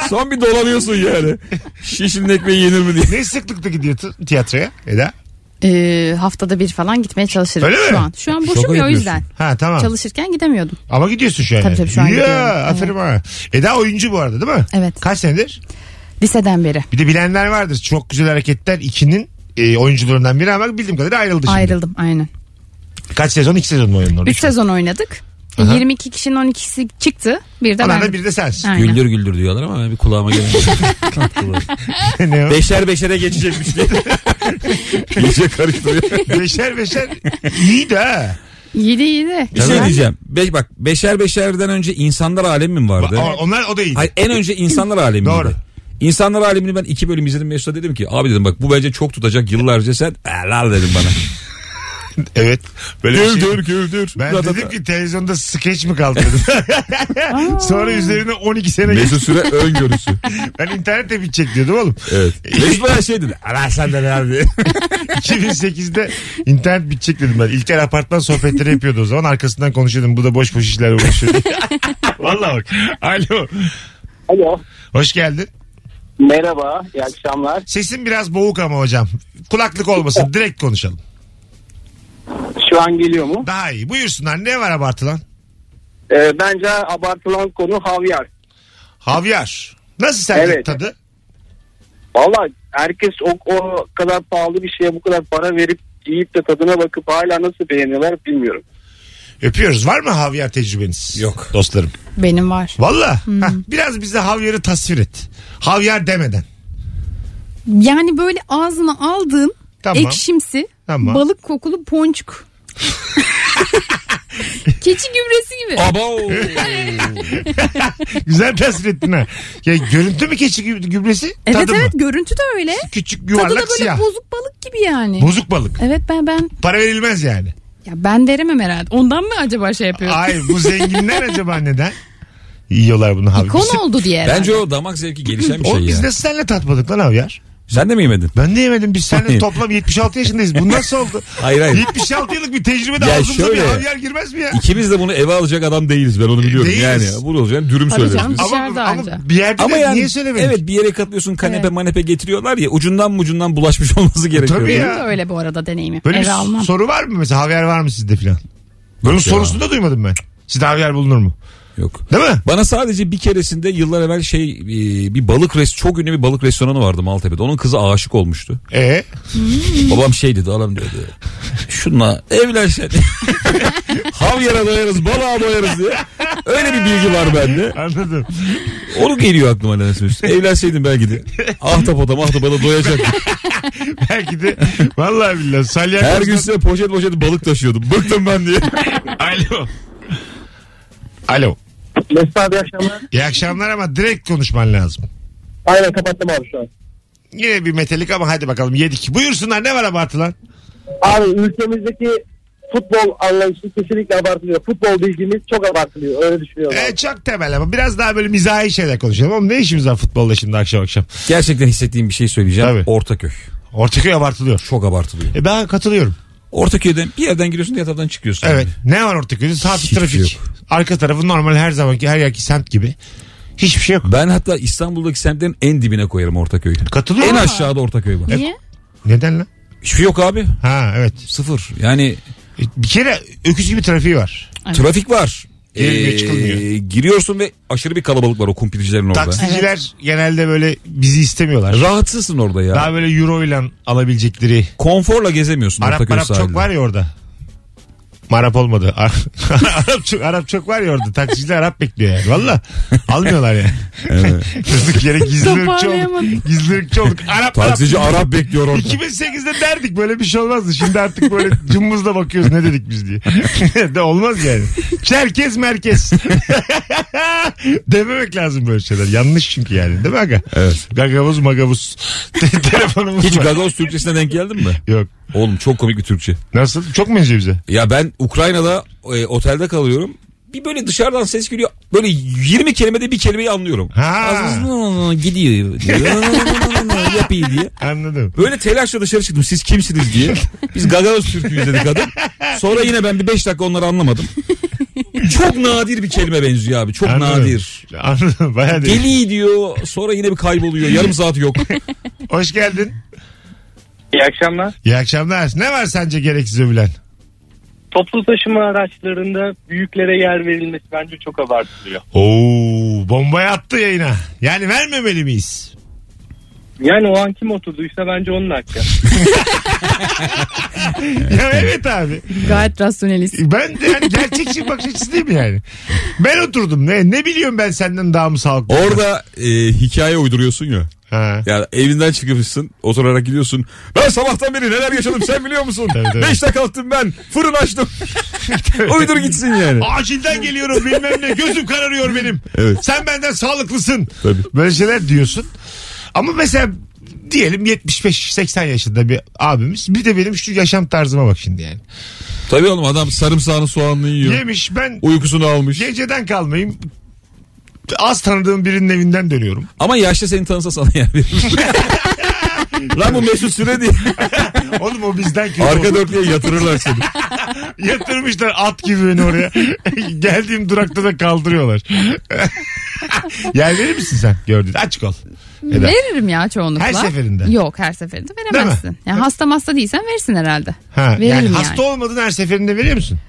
Speaker 2: son bir dolanıyorsun yani. Şişinin ekmeği yenir mi diye.
Speaker 1: Ne sıklıkta gidiyor t- tiyatroya Eda?
Speaker 3: Ee, haftada bir falan gitmeye çalışırım
Speaker 1: Öyle mi?
Speaker 3: şu an. Şu an
Speaker 2: Şaka
Speaker 3: boşum ya o
Speaker 2: yapıyorsun.
Speaker 3: yüzden.
Speaker 1: Ha tamam.
Speaker 3: Çalışırken gidemiyordum.
Speaker 1: Ama gidiyorsun şu an.
Speaker 3: Tabii
Speaker 1: yani.
Speaker 3: tabii şu an
Speaker 1: ya,
Speaker 3: gidiyorum.
Speaker 1: aferin ha. Eda oyuncu bu arada değil mi?
Speaker 3: Evet.
Speaker 1: Kaç senedir?
Speaker 3: Liseden beri
Speaker 1: Bir de bilenler vardır. Çok güzel hareketler 2'nin e, oyuncularından biri ama bildiğim kadarıyla ayrıldı şimdi.
Speaker 3: ayrıldım aynen.
Speaker 1: Kaç sezon? 2 sezon mu oynadın orada?
Speaker 3: 3 sezon oynadık.
Speaker 1: Aha.
Speaker 3: 22 kişinin 12'si çıktı. Bir de
Speaker 1: Ona
Speaker 3: ben.
Speaker 1: da bir de sensin.
Speaker 3: Aynen.
Speaker 2: Güldür güldür diyorlar ama bir
Speaker 1: <laughs>
Speaker 2: kulağıma <laughs> gelmiyor.
Speaker 1: ne o?
Speaker 2: Beşer beşere geçecekmiş diye. <laughs> İyice karıştırıyor.
Speaker 1: <laughs> Beşer beşer iyiydi ha.
Speaker 3: İyiydi iyiydi.
Speaker 2: Bir şey diyeceğim. Beş, bak beşer beşerden önce insanlar alemi mi vardı?
Speaker 1: Ama Onlar o da iyiydi.
Speaker 2: Hayır en önce insanlar alemiydi.
Speaker 1: Doğru.
Speaker 2: İnsanlar alemini ben iki bölüm izledim Mesut'a dedim ki abi dedim bak bu bence çok tutacak yıllarca sen helal dedim bana.
Speaker 1: Evet. Böyle bir şey-
Speaker 2: güldür.
Speaker 1: Ben dedim ki televizyonda skeç mi kaldı
Speaker 3: <laughs>
Speaker 1: dedim. Sonra üzerine 12 sene geçti.
Speaker 2: Mesut Süre <laughs> öngörüsü.
Speaker 1: Ben internette bitecek diyordum oğlum.
Speaker 2: Evet. Mesut bana şey dedi. Allah sen de ne abi.
Speaker 1: 2008'de internet bitecek dedim ben. İlker apartman sohbetleri yapıyordu o zaman. Arkasından konuşuyordum. Bu da boş boş işlerle uğraşıyor. diye. Vallahi bak. Alo.
Speaker 7: Alo.
Speaker 1: Hoş geldin.
Speaker 7: Merhaba. iyi akşamlar.
Speaker 1: Sesin biraz boğuk ama hocam. Kulaklık olmasın. Direkt konuşalım.
Speaker 7: Şu an geliyor mu?
Speaker 1: Daha iyi. Buyursunlar. Ne var abartılan?
Speaker 7: Ee, bence abartılan konu havyar.
Speaker 1: Havyar. Nasıl sence
Speaker 7: Evet.
Speaker 1: tadı?
Speaker 7: Valla herkes o, o kadar pahalı bir şeye bu kadar para verip yiyip de tadına bakıp hala nasıl beğeniyorlar bilmiyorum.
Speaker 1: Öpüyoruz. Var mı havyar tecrübeniz?
Speaker 2: Yok.
Speaker 1: Dostlarım.
Speaker 3: Benim var.
Speaker 1: Valla.
Speaker 3: Hmm.
Speaker 1: Hah, Biraz bize havyarı tasvir et. Havyar demeden. <laughs>
Speaker 3: Yani böyle ağzına aldığın
Speaker 1: Tamam.
Speaker 3: ekşimsi
Speaker 1: Tamam.
Speaker 3: balık kokulu
Speaker 1: <laughs>
Speaker 3: ponçuk. Keçi gübresi
Speaker 2: <laughs>
Speaker 3: gibi.
Speaker 2: Abo.
Speaker 1: Güzel tasvir ettin ha. Ya, görüntü mü keçi gü- gübresi?
Speaker 3: Evet
Speaker 1: tadı
Speaker 3: evet
Speaker 1: Mı?
Speaker 3: görüntü de öyle.
Speaker 1: Küçük
Speaker 3: Tadı da böyle
Speaker 1: yuvarlak siyah.
Speaker 3: bozuk balık gibi yani.
Speaker 1: Bozuk balık.
Speaker 3: evet ben ben
Speaker 1: Para verilmez yani.
Speaker 3: ya ben veremem herhalde. Ondan mı acaba şey yapıyor?
Speaker 1: Ay bu
Speaker 2: <laughs>
Speaker 1: zenginler acaba neden? Yiyorlar bunu havyar.
Speaker 3: Konu oldu diye. herhalde.
Speaker 2: Bence o damak zevki gelişen bir
Speaker 1: O
Speaker 2: şey
Speaker 1: biz
Speaker 2: ya.
Speaker 1: nasıl seninle tatmadık lan havyar?
Speaker 2: Sen de mi yemedin?
Speaker 1: Ben de yemedim. Biz seninle
Speaker 2: Hayır.
Speaker 1: toplam 76 yaşındayız. Bu nasıl oldu?
Speaker 2: <laughs> Hayır, hayır.
Speaker 1: 76 yıllık bir tecrübe de
Speaker 2: Ya
Speaker 1: ağzımıza bir
Speaker 2: şöyle.
Speaker 1: havyar girmez mi ya?
Speaker 2: İkimiz de bunu eve alacak adam E, değiliz ben onu biliyorum.
Speaker 1: Değiliz.
Speaker 2: Yani bunu olacak dürüm
Speaker 3: Tabii
Speaker 2: söyleriz
Speaker 3: canım.
Speaker 2: biz.
Speaker 3: Dışarıda
Speaker 1: Ama,
Speaker 3: anca.
Speaker 1: ama bir yerde
Speaker 2: Ama
Speaker 1: de
Speaker 2: yani
Speaker 1: niye söylemedik?
Speaker 2: evet bir yere katlıyorsun kanepe
Speaker 3: Evet.
Speaker 2: manepe getiriyorlar ya ucundan ucundan bulaşmış <laughs> olması gerekiyor.
Speaker 1: Tabii
Speaker 3: Benim
Speaker 1: ya.
Speaker 3: de öyle bu arada deneyimi.
Speaker 1: Böyle
Speaker 3: Eve
Speaker 1: bir
Speaker 3: almam.
Speaker 1: soru var mı mesela havyar var mı sizde filan? Bunun
Speaker 2: Yok ya.
Speaker 1: sorusunu da duymadım ben. Sizde havyar bulunur mu?
Speaker 2: Yok.
Speaker 1: Değil mi?
Speaker 2: Bana sadece bir keresinde yıllar evvel şey e, bir balık res çok ünlü bir balık restoranı vardı Maltepe'de. Onun kızı aşık olmuştu. <laughs>
Speaker 1: Ee,
Speaker 2: Babam şey dedi adam dedi. Şunla evlen sen. <laughs> Havyara doyarız, balığa doyarız diye. Öyle bir bilgi var bende.
Speaker 1: anladım.
Speaker 2: Onu geliyor aklıma nedense. Mesut. Evlenseydim belki de. Ahtapota mahtabada doyacaktım.
Speaker 1: Belki de vallahi billahi salyangoz.
Speaker 2: Her gün size poşet poşet balık taşıyordum. Bıktım ben diye.
Speaker 1: Alo. Alo.
Speaker 7: Mesut abi akşamlar.
Speaker 1: İyi akşamlar ama direkt konuşman lazım.
Speaker 7: Aynen kapattım abi şu an.
Speaker 1: Yine bir metalik ama hadi bakalım yedik. Buyursunlar ne var abartılan?
Speaker 7: Abi ülkemizdeki futbol anlayışı kesinlikle abartılıyor. Futbol bilgimiz çok abartılıyor. Öyle düşünüyorum.
Speaker 1: Ee, çok temel ama biraz daha böyle mizahi şeyler konuşalım. Oğlum ne işimiz var futbolda şimdi akşam akşam?
Speaker 2: Gerçekten hissettiğim bir şey söyleyeceğim.
Speaker 1: Tabii.
Speaker 2: Ortaköy.
Speaker 1: Ortaköy abartılıyor.
Speaker 2: Çok abartılıyor.
Speaker 1: E ben katılıyorum.
Speaker 2: Ortaköy'den bir yerden giriyorsun diğer taraftan çıkıyorsun.
Speaker 1: Evet. Ne var Ortaköy'de? Safi
Speaker 2: Hiçbir şey
Speaker 1: trafik. Arka tarafı normal her zamanki her yerki semt gibi. Hiçbir şey yok.
Speaker 2: Ben hatta İstanbul'daki semtlerin en dibine koyarım Ortaköy'ü.
Speaker 1: Katılıyorum.
Speaker 2: En aşağıda Ortaköy var.
Speaker 3: Niye?
Speaker 1: Neden lan?
Speaker 2: Hiçbir şey yok abi.
Speaker 1: Ha evet.
Speaker 2: Sıfır. Yani
Speaker 1: E, Bir kere öküz gibi trafiği var.
Speaker 3: Evet.
Speaker 2: trafik var. Ee,
Speaker 1: Girilmiyor, çıkılmıyor.
Speaker 2: giriyorsun ve aşırı bir kalabalık var o kumpircilerin orada.
Speaker 1: Taksiciler genelde böyle bizi istemiyorlar.
Speaker 2: Rahatsızsın orada ya.
Speaker 1: Daha böyle euro ile alabilecekleri.
Speaker 2: Konforla gezemiyorsun
Speaker 1: Arap
Speaker 2: Ortaköy
Speaker 1: Arap çok
Speaker 2: sahilinde.
Speaker 1: var ya orada. Marap olmadı. <laughs> Ar- Arap çok, Arap çok var ya orada. Taksiciler Arap bekliyor yani. Valla almıyorlar yani. <laughs> Durduk yere gizli ırkçı
Speaker 3: Toparlayamadım.
Speaker 1: olduk. Gizli ırkçı olduk. Arap <laughs>
Speaker 2: Taksici Arap bekliyor orada.
Speaker 1: 2008'de derdik böyle bir şey olmazdı. Şimdi artık böyle cımbızla bakıyoruz ne dedik biz diye. <laughs> de olmaz yani. Çerkez merkez. <laughs> Dememek lazım böyle şeyler. Yanlış çünkü yani. Değil mi aga?
Speaker 2: Evet.
Speaker 1: Gagavuz magavuz. <laughs> Te- Telefonumuz
Speaker 2: Hiç
Speaker 1: var.
Speaker 2: Gagoz Türkçesine denk geldin mi?
Speaker 1: Yok.
Speaker 2: Oğlum çok komik bir Türkçe.
Speaker 1: Nasıl? Çok mu ince bize?
Speaker 2: Ya ben Ukrayna'da e, otelde kalıyorum. Bir böyle dışarıdan ses geliyor. Böyle 20 kelimede bir kelimeyi anlıyorum.
Speaker 1: Ha.
Speaker 2: Ağzınız <laughs>
Speaker 1: <laughs>
Speaker 2: gidiyor diyor. Yapıyor diye.
Speaker 1: Anladım.
Speaker 2: Böyle telaşla dışarı çıktım. Siz kimsiniz diye. Biz Gagauz Türk'üyüz dedi kadın. Sonra yine ben bir 5 dakika onları anlamadım. Çok nadir bir kelime benziyor abi. Çok
Speaker 1: Anladım.
Speaker 2: nadir.
Speaker 1: Anladım. Bayağı değil.
Speaker 2: Deli diyor. Sonra yine bir kayboluyor. Yarım saat yok.
Speaker 1: Hoş geldin.
Speaker 7: İyi akşamlar.
Speaker 1: İyi akşamlar. Ne var sence gereksiz övülen?
Speaker 7: Toplu taşıma araçlarında büyüklere yer verilmesi bence çok abartılıyor.
Speaker 1: Oo, bombaya attı yayına. Yani vermemeli miyiz?
Speaker 7: Yani o an kim oturduysa bence onun hakkı.
Speaker 1: ya evet abi.
Speaker 3: Gayet rasyonelist.
Speaker 1: Ben de yani gerçekçi bir bakış açısı değil mi yani? Ben oturdum. Ne ne biliyorum ben senden daha mı sağlıklı?
Speaker 2: Orada e, hikaye uyduruyorsun ya.
Speaker 1: Ha.
Speaker 2: Yani evinden çıkmışsın oturarak gidiyorsun. Ben sabahtan beri neler yaşadım sen biliyor musun?
Speaker 1: Tabii, tabii.
Speaker 2: Beşte kalktım ben fırın açtım. Uydur gitsin yani.
Speaker 1: Acilden geliyorum bilmem ne gözüm kararıyor benim.
Speaker 2: Evet.
Speaker 1: Sen benden sağlıklısın.
Speaker 2: Tabii.
Speaker 1: Böyle şeyler diyorsun. Ama mesela diyelim 75-80 yaşında bir abimiz. Bir de benim şu yaşam tarzıma bak şimdi yani.
Speaker 2: Tabii oğlum adam sarımsağını soğanını yiyor.
Speaker 1: Yemiş ben
Speaker 2: Uykusunu almış.
Speaker 1: geceden kalmayayım. Az tanıdığım birinin evinden dönüyorum.
Speaker 2: Ama yaşta seni tanısa sana yer
Speaker 1: <laughs>
Speaker 2: verir. Lan bu Mesut Süre değil.
Speaker 1: Oğlum o bizden kötü.
Speaker 2: Arka dörtlüğe yatırırlar seni.
Speaker 1: Yatırmışlar at gibi beni oraya. <laughs> Geldiğim durakta da kaldırıyorlar. <laughs> Yer verir misin sen gördün? Açık ol. Eda.
Speaker 3: Veririm ya çoğunlukla.
Speaker 1: Her seferinde.
Speaker 3: Yok her seferinde
Speaker 1: Değil
Speaker 3: veremezsin. Yani hasta masta değilsen verirsin herhalde.
Speaker 1: Ha, yani,
Speaker 3: Veririm yani.
Speaker 1: hasta olmadın her seferinde veriyor musun?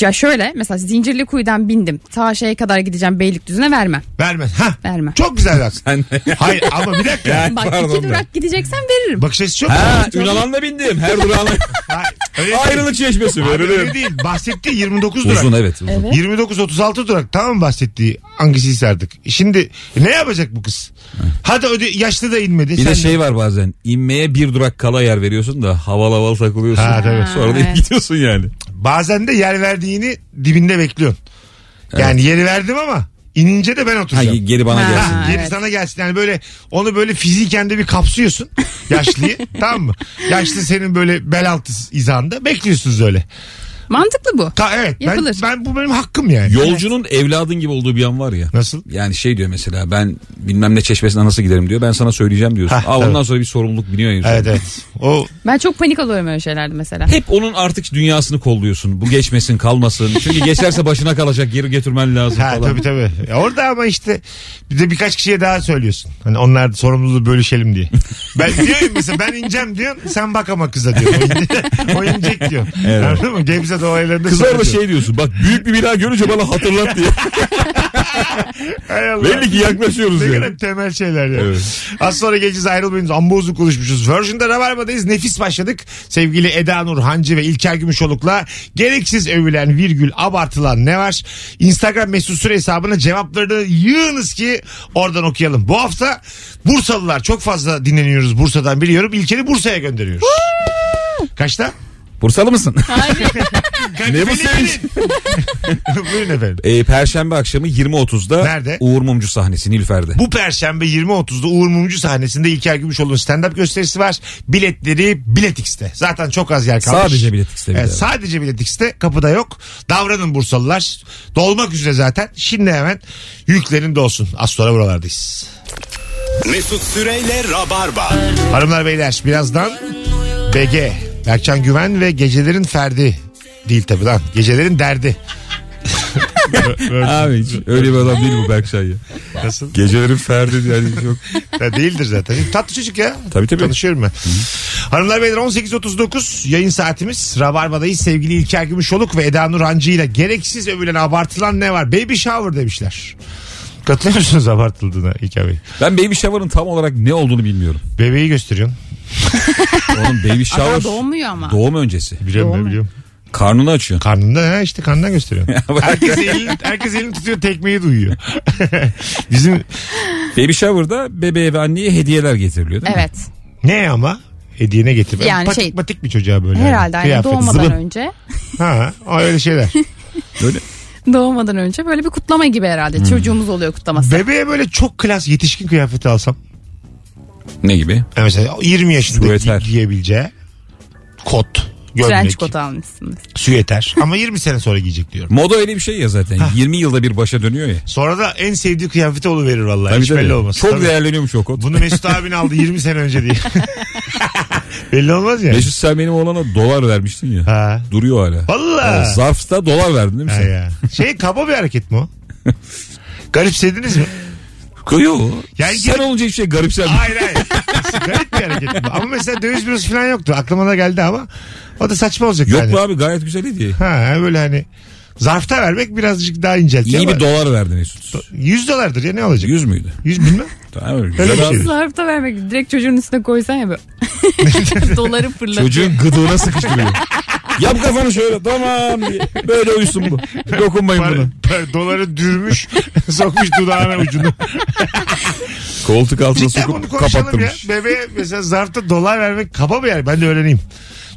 Speaker 3: Ya şöyle mesela zincirli kuyudan bindim. Ta şeye kadar gideceğim Beylikdüzü'ne vermem.
Speaker 1: Vermez. Ha.
Speaker 3: Vermem.
Speaker 1: Çok güzel bak.
Speaker 2: Sen- <laughs>
Speaker 1: Hayır ama bir dakika.
Speaker 2: Ya.
Speaker 3: Bak
Speaker 2: Pardon
Speaker 3: iki
Speaker 2: ben.
Speaker 3: durak gideceksen veririm.
Speaker 1: Bakış açısı çok.
Speaker 2: ha, Ünalan'la bindim. Her
Speaker 1: <laughs>
Speaker 2: durağına.
Speaker 1: Ha, öyle değil.
Speaker 2: Ayrılık çeşmesi
Speaker 1: Abi öyle
Speaker 2: veririm.
Speaker 1: değil. Bahsettiği 29 durak.
Speaker 2: Uzun evet. Uzun.
Speaker 3: Evet.
Speaker 1: 29-36 durak tamam mı bahsettiği hangisiyse artık. Şimdi ne yapacak bu kız? Hadi öde, yaşlı da inmedi.
Speaker 2: Bir
Speaker 1: sen
Speaker 2: de şey var bazen inmeye bir durak kala yer veriyorsun da havalı havalı takılıyorsun.
Speaker 1: Ha, tabii.
Speaker 2: Sonra da
Speaker 3: Ha, evet.
Speaker 2: gidiyorsun yani.
Speaker 1: Bazen de yer verdiğini dibinde bekliyorsun. Yani yeri verdim ama inince de ben
Speaker 2: Ha,
Speaker 1: oturacağım.
Speaker 2: geri bana
Speaker 3: Ha.
Speaker 2: gelsin.
Speaker 1: Ha, geri
Speaker 3: evet.
Speaker 1: sana gelsin. Yani böyle onu böyle fiziken de bir
Speaker 2: <laughs>
Speaker 1: kapsıyorsun yaşlıyı. tamam mı? Yaşlı senin böyle bel altı izanda bekliyorsunuz öyle.
Speaker 3: Mantıklı bu.
Speaker 1: Ta, evet. Ben,
Speaker 3: Yapılır.
Speaker 1: ben, bu benim hakkım yani.
Speaker 2: Yolcunun evladın gibi olduğu bir an var ya.
Speaker 1: Nasıl?
Speaker 2: Yani şey diyor mesela ben bilmem ne çeşmesine nasıl giderim diyor. Ben sana söyleyeceğim diyorsun.
Speaker 1: Hah,
Speaker 2: Aa,
Speaker 1: evet.
Speaker 2: ondan sonra bir sorumluluk biniyor insan.
Speaker 1: Evet evet. O
Speaker 3: Ben çok panik oluyorum öyle şeylerde mesela.
Speaker 2: Hep onun artık dünyasını kolluyorsun. Bu geçmesin kalmasın. Çünkü geçerse başına kalacak geri getirmen lazım
Speaker 1: ha,
Speaker 2: falan.
Speaker 1: tabii tabii. Ya orada ama işte bir de birkaç kişiye daha söylüyorsun. Hani onlar da sorumluluğu bölüşelim
Speaker 2: <laughs>
Speaker 1: diye. Ben diyorum mesela ben ineceğim diyorsun sen bak ama kıza diyorsun. O, ince- <laughs> o inecek diyor. Anladın mı? Gebze dolaylarında.
Speaker 2: Kız orada
Speaker 1: söylüyor.
Speaker 2: şey diyorsun bak büyük bir bina görünce bana hatırlat diye.
Speaker 1: Hay Allah.
Speaker 2: Belli ki yaklaşıyoruz
Speaker 1: Ne
Speaker 2: yani.
Speaker 1: kadar temel şeyler ya.
Speaker 2: Evet.
Speaker 1: Az sonra geleceğiz ayrılmayınız. Amma uzun konuşmuşuz. Virgin'de Rabarba'dayız. Nefis başladık. Sevgili Eda Nur Hancı ve İlker Gümüşoluk'la gereksiz övülen virgül abartılan ne var? Instagram mesut süre hesabına cevaplarını yığınız ki oradan okuyalım. Bu hafta Bursalılar çok fazla dinleniyoruz Bursa'dan biliyorum. İlker'i Bursa'ya gönderiyoruz. Kaçta?
Speaker 2: <laughs> Bursalı mısın?
Speaker 1: Kadifeli
Speaker 2: bu sevinç?
Speaker 1: benim. <laughs> Buyurun efendim.
Speaker 2: Ee, Perşembe akşamı 20.30'da
Speaker 1: Nerede?
Speaker 2: Uğur Mumcu sahnesi Nilüfer'de.
Speaker 1: Bu perşembe 20.30'da Uğur Mumcu sahnesinde İlker Gümüşoğlu'nun stand-up gösterisi var. Biletleri Biletix'te. Zaten çok az yer kalmış.
Speaker 2: Sadece Biletix'te bir
Speaker 1: Evet,
Speaker 2: de.
Speaker 1: sadece Biletix'te. Kapıda yok. Davranın Bursalılar. Dolmak üzere zaten. Şimdi hemen yüklerin dolsun. Az sonra buralardayız.
Speaker 8: Mesut Süreyle Rabarba.
Speaker 1: Hanımlar beyler birazdan BG. Berkcan Güven ve Gecelerin Ferdi. Değil tabi lan. Gecelerin Derdi.
Speaker 2: Abi hiç öyle bir adam değil bu Berkşay ya.
Speaker 1: Nasıl?
Speaker 2: Gecelerin ferdi yani çok.
Speaker 1: Ya değildir zaten. Tatlı çocuk ya.
Speaker 2: Tabii, tabii.
Speaker 1: Tanışıyorum ben. Hanımlar beyler 18.39 yayın saatimiz. Rabarba'dayız. Sevgili İlker Gümüşoluk ve Eda Nur Hancı ile gereksiz övülen abartılan ne var? Baby shower demişler. Katılıyor musunuz abartıldığına İlker Bey?
Speaker 2: Ben Baby Shower'ın tam olarak ne olduğunu bilmiyorum.
Speaker 1: Bebeği gösteriyorsun.
Speaker 2: Onun Baby
Speaker 3: Adam
Speaker 2: Shower
Speaker 3: doğmuyor ama.
Speaker 2: doğum öncesi.
Speaker 1: Biliyorum
Speaker 3: Doğru.
Speaker 1: ben biliyorum.
Speaker 2: Karnını açıyor.
Speaker 1: Karnında ha işte karnından gösteriyorsun. herkes, elini, herkes elini tutuyor tekmeyi duyuyor. <laughs> Bizim
Speaker 2: Baby Shower'da bebeğe ve anneye hediyeler getiriliyor değil mi?
Speaker 3: evet.
Speaker 1: ne ama? Hediyene getir.
Speaker 3: Yani
Speaker 1: patik
Speaker 3: şey-
Speaker 1: patik bir çocuğa böyle.
Speaker 3: Herhalde yani
Speaker 1: Kıyafet,
Speaker 3: doğmadan
Speaker 1: zıbın.
Speaker 3: önce.
Speaker 1: Ha, öyle şeyler.
Speaker 3: Doğmadan önce böyle bir kutlama gibi herhalde. Çocuğumuz oluyor kutlaması.
Speaker 1: Bebeğe böyle çok klas yetişkin kıyafeti alsam.
Speaker 2: Ne gibi?
Speaker 1: Yani mesela 20 yaşında
Speaker 2: Süveter.
Speaker 1: gi- giyebileceği kot, gömlek,
Speaker 3: Trench coat almışsınız.
Speaker 2: <laughs>
Speaker 1: süveter. Ama 20 sene sonra giyecek diyorum.
Speaker 2: Moda öyle bir şey ya zaten. 20 yılda bir başa dönüyor ya.
Speaker 1: Sonra da en sevdiği kıyafeti verir vallahi.
Speaker 2: Tabii
Speaker 1: Hiç
Speaker 2: tabii.
Speaker 1: belli olmaz.
Speaker 2: Çok
Speaker 1: Tabii.
Speaker 2: değerleniyormuş o kot.
Speaker 1: Bunu
Speaker 2: <laughs>
Speaker 1: Mesut abin aldı 20 sene önce diye. belli olmaz ya.
Speaker 2: Mesut sen benim oğlana dolar vermiştin ya.
Speaker 1: Ha.
Speaker 2: Duruyor hala.
Speaker 1: Valla.
Speaker 2: Evet, zarfta dolar verdin değil mi
Speaker 1: Ha
Speaker 2: sen?
Speaker 1: ya. Şey kaba bir hareket
Speaker 2: <laughs>
Speaker 1: mi o? Garipsediniz mi?
Speaker 2: Yok.
Speaker 1: Yani
Speaker 2: sen
Speaker 1: gel-
Speaker 2: olunca hiçbir şey garipsen.
Speaker 1: Hayır hayır. Garip bir hareket mi? Ama mesela döviz bürosu falan yoktu. Aklıma da geldi ama o da saçma olacak.
Speaker 2: Yok
Speaker 1: yani.
Speaker 2: be abi gayet güzel hediye.
Speaker 1: Ha böyle hani Zarfta vermek birazcık daha inceltiyor.
Speaker 2: İyi
Speaker 1: ama
Speaker 2: bir dolar verdi Mesut.
Speaker 1: 100 dolardır ya ne olacak? 100,
Speaker 2: 100 müydü? <laughs>
Speaker 1: bilmem.
Speaker 2: Tamam öyle
Speaker 1: Öyle bir
Speaker 2: güzel.
Speaker 1: şey.
Speaker 2: abi.
Speaker 3: Zarfta vermek direkt çocuğun üstüne koysan ya böyle. Doları fırlatıyor.
Speaker 2: Çocuğun gıdığına sıkıştırıyor. Yap kafanı şöyle tamam diye. Böyle uyusun bu. Dokunmayın
Speaker 1: Para-
Speaker 2: buna.
Speaker 1: para- doları dürmüş <laughs> sokmuş dudağına ucunu.
Speaker 2: Koltuk altına
Speaker 1: Cidden bunu
Speaker 2: <laughs> sokup
Speaker 1: konuşalım ya.
Speaker 2: kapattırmış.
Speaker 1: Bebeğe mesela zarfta dolar vermek kaba bir yer. Ben de öğreneyim.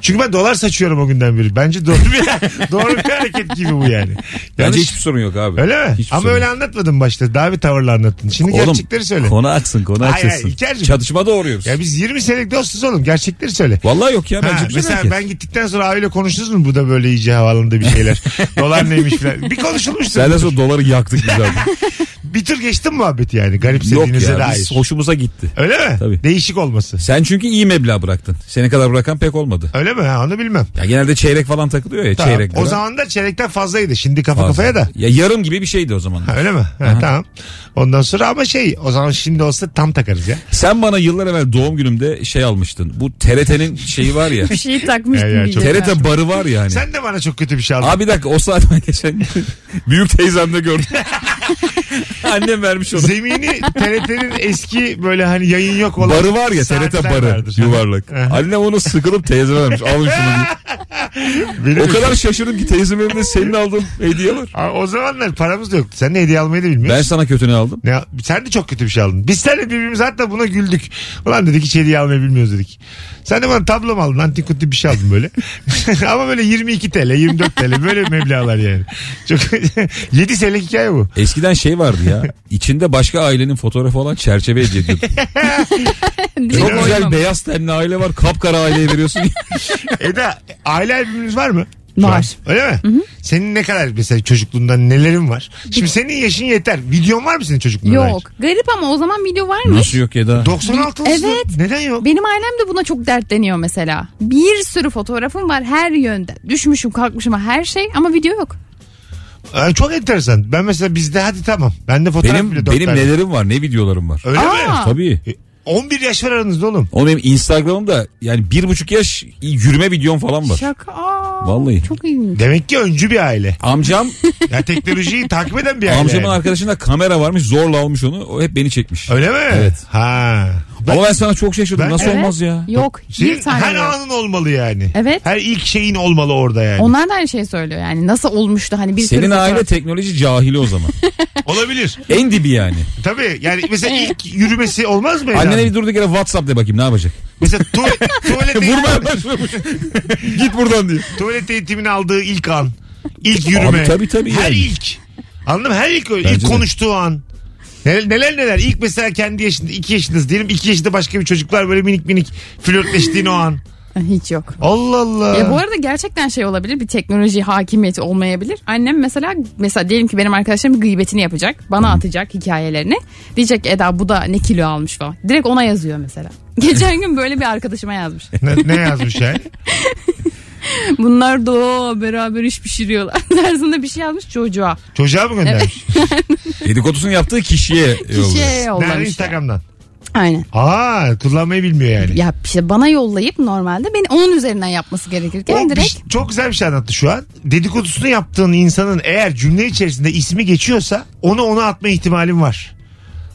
Speaker 1: Çünkü ben dolar saçıyorum o günden beri. Bence doğru bir, <laughs> doğru bir hareket gibi bu yani.
Speaker 2: Bence
Speaker 1: Yanlış-
Speaker 2: hiçbir sorun yok abi.
Speaker 1: Öyle mi?
Speaker 2: Hiçbir
Speaker 1: Ama
Speaker 2: sorun
Speaker 1: öyle
Speaker 2: yok.
Speaker 1: anlatmadın başta. Daha bir tavırla anlattın. Şimdi
Speaker 2: Oğlum,
Speaker 1: gerçekleri söyle.
Speaker 2: Konu aksın konu
Speaker 1: Hayır, hayır,
Speaker 2: açılsın.
Speaker 1: İlker'cim.
Speaker 2: Çatışma doğuruyoruz.
Speaker 1: Ya biz 20 senelik dostuz oğlum. Gerçekleri söyle.
Speaker 2: Vallahi yok ya
Speaker 1: Ha,
Speaker 2: bence güzel
Speaker 1: mesela
Speaker 2: hareket.
Speaker 1: ben gittikten sonra abiyle konuştunuz mu bu da böyle iyice havalandı bir
Speaker 2: <laughs>
Speaker 1: şeyler. Dolar neymiş falan. Bir konuşulmuştur.
Speaker 2: Senden sonra doları yaktık biz abi.
Speaker 1: <laughs> Bir tür geçtim muhabbeti yani
Speaker 2: yok
Speaker 1: garipsediğinize
Speaker 2: ya
Speaker 1: dair.
Speaker 2: biz hoşumuza gitti.
Speaker 1: Öyle mi?
Speaker 2: Tabii.
Speaker 1: Değişik olması.
Speaker 2: Sen çünkü iyi meblağ bıraktın. Seni kadar bırakan pek olmadı.
Speaker 1: Öyle mi? Ha, onu bilmem.
Speaker 2: Ya genelde çeyrek falan takılıyor ya
Speaker 1: Tamam.
Speaker 2: çeyrek.
Speaker 1: O
Speaker 2: lira.
Speaker 1: zaman da çeyrekten fazlaydı. Şimdi kafa
Speaker 2: Fazla.
Speaker 1: kafaya da.
Speaker 2: Ya yarım gibi bir şeydi o zaman.
Speaker 1: Ha, öyle mi? Ha, tamam. Ondan sonra ama şey o zaman şimdi olsa tam takarız ya.
Speaker 2: Sen bana yıllar evvel doğum günümde şey almıştın. Bu TRT'nin şeyi
Speaker 1: <laughs>
Speaker 2: var ya.
Speaker 3: Bir şey şeyi takmıştım
Speaker 1: Ya, ya, çok-
Speaker 3: diyeceğim.
Speaker 2: TRT barı var ya hani.
Speaker 1: şey Sen de bana çok kötü bir şey aldın.
Speaker 2: Abi bir dakika o saat ben geçen <laughs> büyük teyzemde gördüm. <laughs> Annem vermiş onu.
Speaker 1: Zemini TRT'nin eski böyle hani yayın yok olan.
Speaker 2: Barı var ya TRT
Speaker 1: saatler
Speaker 2: barı
Speaker 1: vardır.
Speaker 2: yuvarlak.
Speaker 1: Aha.
Speaker 2: Annem onu sıkılıp teyzeme vermiş. Alın şunu diye.
Speaker 1: <laughs> Benim-
Speaker 2: O kadar şaşırdım ki teyzemin evinde senin aldığın hediye var.
Speaker 1: Aa, o zamanlar paramız da yoktu. Sen ne hediye almayı da
Speaker 2: Ben
Speaker 1: bilmiyorsun.
Speaker 2: sana kötünü aldım.
Speaker 1: Ne, sen de çok kötü bir şey aldın. Biz seninle birbirimize hatta buna güldük. Ulan dedik hiç hediye almayı bilmiyoruz dedik. Sen de bana tablo mu aldın? Antik kutu bir şey aldın böyle. <laughs> Ama böyle 22 TL, 24 TL böyle meblağlar yani. Çok <laughs> 7 senelik hikaye bu.
Speaker 2: Eskiden şey vardı ya. içinde başka ailenin fotoğrafı olan çerçeve hediye ediyordun.
Speaker 3: Direkt
Speaker 2: Çok güzel
Speaker 3: koymam.
Speaker 2: beyaz tenli aile var. Kapkara aileye veriyorsun.
Speaker 1: Eda aile albümünüz var mı?
Speaker 3: Var.
Speaker 1: Öyle mi? Senin ne kadar mesela çocukluğundan nelerin var? Şimdi senin yaşın yeter. Videon var mı senin çocukluğuna
Speaker 3: Yok. Garip ama o zaman video varmış.
Speaker 2: Nasıl yok ya da?
Speaker 1: 96
Speaker 3: Evet.
Speaker 1: Neden yok?
Speaker 3: Benim ailem de buna çok dertleniyor mesela. Bir sürü fotoğrafım var her yönde. Düşmüşüm kalkmışım her şey ama video yok.
Speaker 1: Ay, çok enteresan. Ben mesela bizde hadi tamam. Ben de fotoğraf
Speaker 2: Benim
Speaker 1: bile dört
Speaker 2: benim
Speaker 1: tane.
Speaker 2: nelerim var, ne videolarım var.
Speaker 1: Öyle mi?
Speaker 3: Aa.
Speaker 2: Tabii.
Speaker 1: E, 11 yaş var aranızda oğlum.
Speaker 2: Oğlum benim Instagram'da yani bir buçuk yaş yürüme videom falan var.
Speaker 3: Şaka. Aa,
Speaker 2: Vallahi.
Speaker 3: Çok ilginç.
Speaker 1: Demek ki öncü bir aile.
Speaker 2: Amcam,
Speaker 1: Ya teknolojiyi takip eden bir aile.
Speaker 2: amcamın
Speaker 1: yani.
Speaker 2: arkadaşında kamera varmış zorla almış onu. O hep beni çekmiş.
Speaker 1: Öyle mi?
Speaker 2: Evet.
Speaker 1: Ha.
Speaker 2: Ama ben sana çok şaşırdım.
Speaker 1: Ben-
Speaker 2: Nasıl
Speaker 3: Evet.
Speaker 2: olmaz ya?
Speaker 3: Yok
Speaker 1: Senin
Speaker 3: bir tane
Speaker 1: her
Speaker 3: yok.
Speaker 1: anın olmalı yani.
Speaker 3: Evet.
Speaker 1: Her ilk şeyin olmalı orada yani.
Speaker 3: Onlar da aynı şeyi söylüyor yani nasıl olmuştu hani bir
Speaker 2: Senin
Speaker 3: sürü
Speaker 2: aile
Speaker 3: fotoğraf-
Speaker 2: teknoloji cahili o zaman.
Speaker 1: Olabilir.
Speaker 2: en dibi yani.
Speaker 1: Tabii yani mesela ilk yürümesi olmaz mı?
Speaker 2: Annene
Speaker 1: Annene...
Speaker 2: bir durduk yere WhatsApp de bakayım ne yapacak?
Speaker 1: Mesela
Speaker 2: <laughs>
Speaker 1: tu- tuvalete,
Speaker 2: Vurmaya başlamış. Git buradan diye.
Speaker 1: tuvalet eğitimini aldığı ilk an. ilk yürüme.
Speaker 2: Abi tabii tabii
Speaker 1: Her
Speaker 2: yani.
Speaker 1: ilk. Anladın mı? Her ilk öyle.
Speaker 2: Bence
Speaker 1: ilk
Speaker 2: de.
Speaker 1: konuştuğu an. Neler, neler neler. İlk mesela kendi yaşında, iki yaşındasın diyelim. iki yaşında başka bir çocuk var böyle minik minik flörtleştiğin o an.
Speaker 3: Hiç yok.
Speaker 1: Allah Allah.
Speaker 3: Ya E bu arada gerçekten şey olabilir bir teknoloji hakimiyeti olmayabilir. Annem mesela mesela diyelim ki benim arkadaşlarım gıybetini yapacak. Bana atacak hikayelerini. Diyecek Eda bu da ne kilo almış falan. Direkt ona yazıyor mesela. <laughs> Geçen gün böyle bir arkadaşıma yazmış.
Speaker 1: Ne, ne yazmış yani?
Speaker 3: Bunlar da beraber iş pişiriyorlar. <laughs> Dersinde bir şey yazmış çocuğa.
Speaker 1: Çocuğa mı göndermiş?
Speaker 2: Dedikodusunu yaptığı kişiye
Speaker 1: Şey
Speaker 3: Kişiye
Speaker 2: yolladı.
Speaker 1: Nerede
Speaker 3: yollamış.
Speaker 1: Instagram'dan?
Speaker 3: Aynen.
Speaker 1: Aa kullanmayı bilmiyor yani.
Speaker 3: Ya işte bana yollayıp normalde beni onun üzerinden yapması gerekirken
Speaker 1: O bir-
Speaker 3: direkt
Speaker 1: çok güzel bir şey anlattı şu an. Dedikodusunu yaptığın insanın eğer cümle içerisinde ismi geçiyorsa onu ona atma ihtimalin var.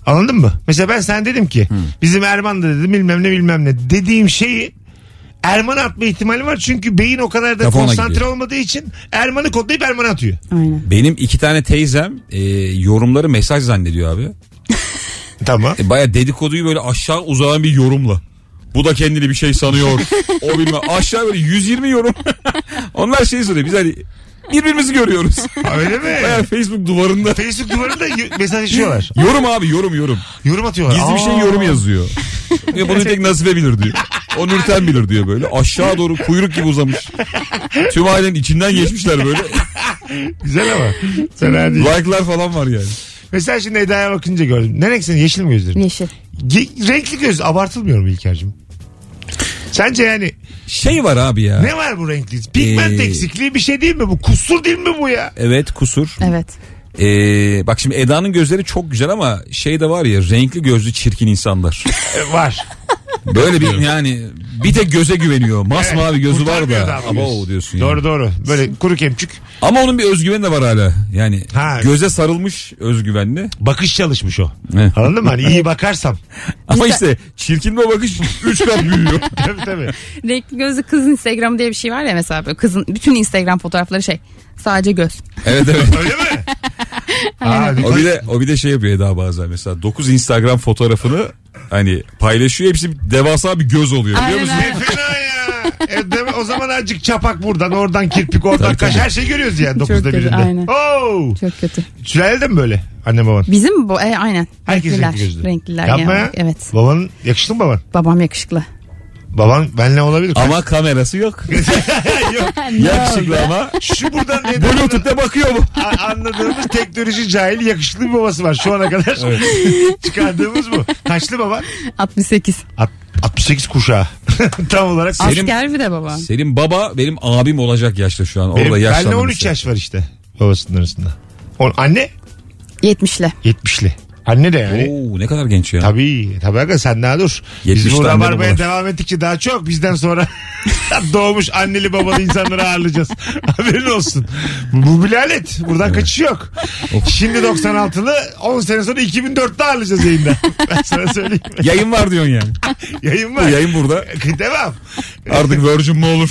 Speaker 1: Anladın mı? Mesela ben sen dedim ki
Speaker 2: Hmm.
Speaker 1: bizim Erman da dedim bilmem ne bilmem ne dediğim şeyi Erman'a atma ihtimalim var. Çünkü beyin o kadar da
Speaker 2: Kafa ona
Speaker 1: konsantre
Speaker 2: gidiyor.
Speaker 1: olmadığı için Erman'ı kodlayıp Erman'a atıyor.
Speaker 3: aynen.
Speaker 2: Benim iki tane teyzem e, yorumları mesaj zannediyor abi. <laughs>
Speaker 1: Tamam.
Speaker 2: E, Baya dedikoduyu böyle aşağı uzanan bir yorumla. Bu da kendini bir şey sanıyor. o bilmem. Aşağı böyle 120 yorum. <laughs> Onlar şey soruyor. Biz hani birbirimizi görüyoruz.
Speaker 1: Öyle mi?
Speaker 2: Baya Facebook duvarında.
Speaker 1: Facebook duvarında y- mesajlaşıyorlar.
Speaker 2: Yorum abi yorum yorum.
Speaker 1: Yorum atıyorlar.
Speaker 2: Gizli bir şey
Speaker 1: Aa.
Speaker 2: yorum yazıyor. Ya bunu tek Nazife bilir diyor. O Nurten bilir diyor böyle. Aşağı doğru kuyruk gibi uzamış. Tüm ailenin içinden geçmişler böyle.
Speaker 1: Güzel ama. Fena değil.
Speaker 2: Like'lar falan var yani.
Speaker 1: Mesela şimdi Eda'ya bakınca gördüm. Ne renk senin? Yeşil mi gözlerin?
Speaker 3: Yeşil.
Speaker 1: Ge- renkli göz abartılmıyor mu İlker'cim? Sence yani
Speaker 2: Şey var abi ya.
Speaker 1: ne var bu renkli? Pigment
Speaker 2: Ee,
Speaker 1: eksikliği bir şey değil mi bu? Kusur değil mi bu ya?
Speaker 2: Evet kusur.
Speaker 3: Evet.
Speaker 2: Ee, bak şimdi Eda'nın gözleri çok güzel ama şey de var ya renkli gözlü çirkin insanlar.
Speaker 1: E, var. <laughs>
Speaker 2: Böyle bir yani bir de göze güveniyor. Masmavi
Speaker 1: Evet,
Speaker 2: gözü var
Speaker 1: kurtarmıyor
Speaker 2: da.
Speaker 1: adam
Speaker 2: Ama
Speaker 1: göz.
Speaker 2: o diyorsun yani.
Speaker 1: Doğru doğru. Böyle kuru kemçük.
Speaker 2: Ama onun bir özgüveni de var hala. Yani
Speaker 1: Ha.
Speaker 2: göze sarılmış özgüvenli.
Speaker 1: Bakış çalışmış o.
Speaker 2: Ne?
Speaker 1: Anladın mı? Hani
Speaker 2: <laughs>
Speaker 1: iyi bakarsam.
Speaker 2: Ama işte çirkin bir
Speaker 1: <laughs>
Speaker 2: bakış 3 kat büyüyor.
Speaker 1: tabii tabii.
Speaker 3: Renkli gözlü kız Instagram diye bir şey var ya mesela böyle kızın bütün Instagram fotoğrafları şey sadece göz.
Speaker 2: evet evet.
Speaker 1: Öyle mi? Aa,
Speaker 2: <laughs> O bir de o bir de şey yapıyor Eda bazen mesela 9 Instagram fotoğrafını hani paylaşıyor hepsi bir- devasa bir göz oluyor biliyor
Speaker 3: Aynen,
Speaker 2: musun?
Speaker 3: aynen.
Speaker 1: Ne fena ya. E, deme- o zaman azıcık çapak buradan oradan kirpik oradan
Speaker 2: Tabii,
Speaker 1: kaş
Speaker 2: tabii.
Speaker 1: her şeyi görüyoruz yani
Speaker 3: Çok
Speaker 1: 9'da
Speaker 3: kötü, aynen.
Speaker 1: birinde. Oo.
Speaker 3: Çok kötü.
Speaker 1: Sülalede mi böyle anne baban?
Speaker 3: Bizim bu e, aynen.
Speaker 1: Herkes
Speaker 3: renkliler.
Speaker 1: renkli gözlü.
Speaker 3: Renkliler
Speaker 1: Yapma
Speaker 3: yani.
Speaker 1: ya.
Speaker 3: Evet.
Speaker 1: Babanın yakıştı mı baban?
Speaker 3: Babam yakışıklı.
Speaker 1: Baban benle olabilir.
Speaker 2: Ama kamerası yok.
Speaker 1: <laughs> Yok.
Speaker 2: Yakışıklı ama
Speaker 1: Şu buradan ne
Speaker 2: Bluetooth'te bakıyor mu?
Speaker 1: A- anladığımız teknoloji cahil yakışıklı bir babası var şu ana kadar. <laughs> Çıkardığımız bu. Kaçlı baba?
Speaker 3: 68.
Speaker 1: At- 68 kuşağı. <laughs> Tam olarak
Speaker 2: Benim-
Speaker 3: Asker bir de babam.
Speaker 2: Senin baba benim abim olacak yaşta şu an.
Speaker 1: benim,
Speaker 2: Orada yaşlandı.
Speaker 1: benle 13
Speaker 2: mesela.
Speaker 1: yaş var işte babasının arasında. On, anne
Speaker 3: 70'le.
Speaker 1: 70'li. Anne de yani.
Speaker 2: Oo, ne kadar genç ya.
Speaker 1: Hani- Tabii tabii aga sen daha dur. Biz
Speaker 2: 70'te
Speaker 1: bu
Speaker 2: anne
Speaker 1: Rabarba'ya
Speaker 2: babalar.
Speaker 1: devam ettikçe daha çok bizden sonra <laughs> doğmuş anneli babalı insanları ağırlayacağız. <laughs> Haberin olsun. Bu, bu bir alet. Buradan kaçış yok. Şimdi 96'lı 10 sene sonra 2004'te ağırlayacağız yayında. Ben sana söyleyeyim.
Speaker 2: Yayın var diyorsun yani.
Speaker 1: Yayın
Speaker 2: Bu
Speaker 1: var.
Speaker 2: Yayın burada.
Speaker 1: Devam.
Speaker 2: Artık Virgin
Speaker 1: <laughs>
Speaker 2: mi olur?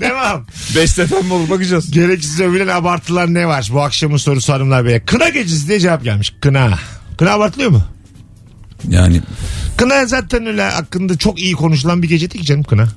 Speaker 1: Devam.
Speaker 2: Best FM mi olur? Bakacağız.
Speaker 1: Gereksiz övülen abartılar ne var? Bu akşamın sorusu hanımlar beyler. Kına gecesi diye cevap gelmiş. Kına. Kına abartılıyor mu?
Speaker 2: Yani
Speaker 1: Kına zaten öyle hakkında çok iyi konuşulan bir gece değil ki canım kına.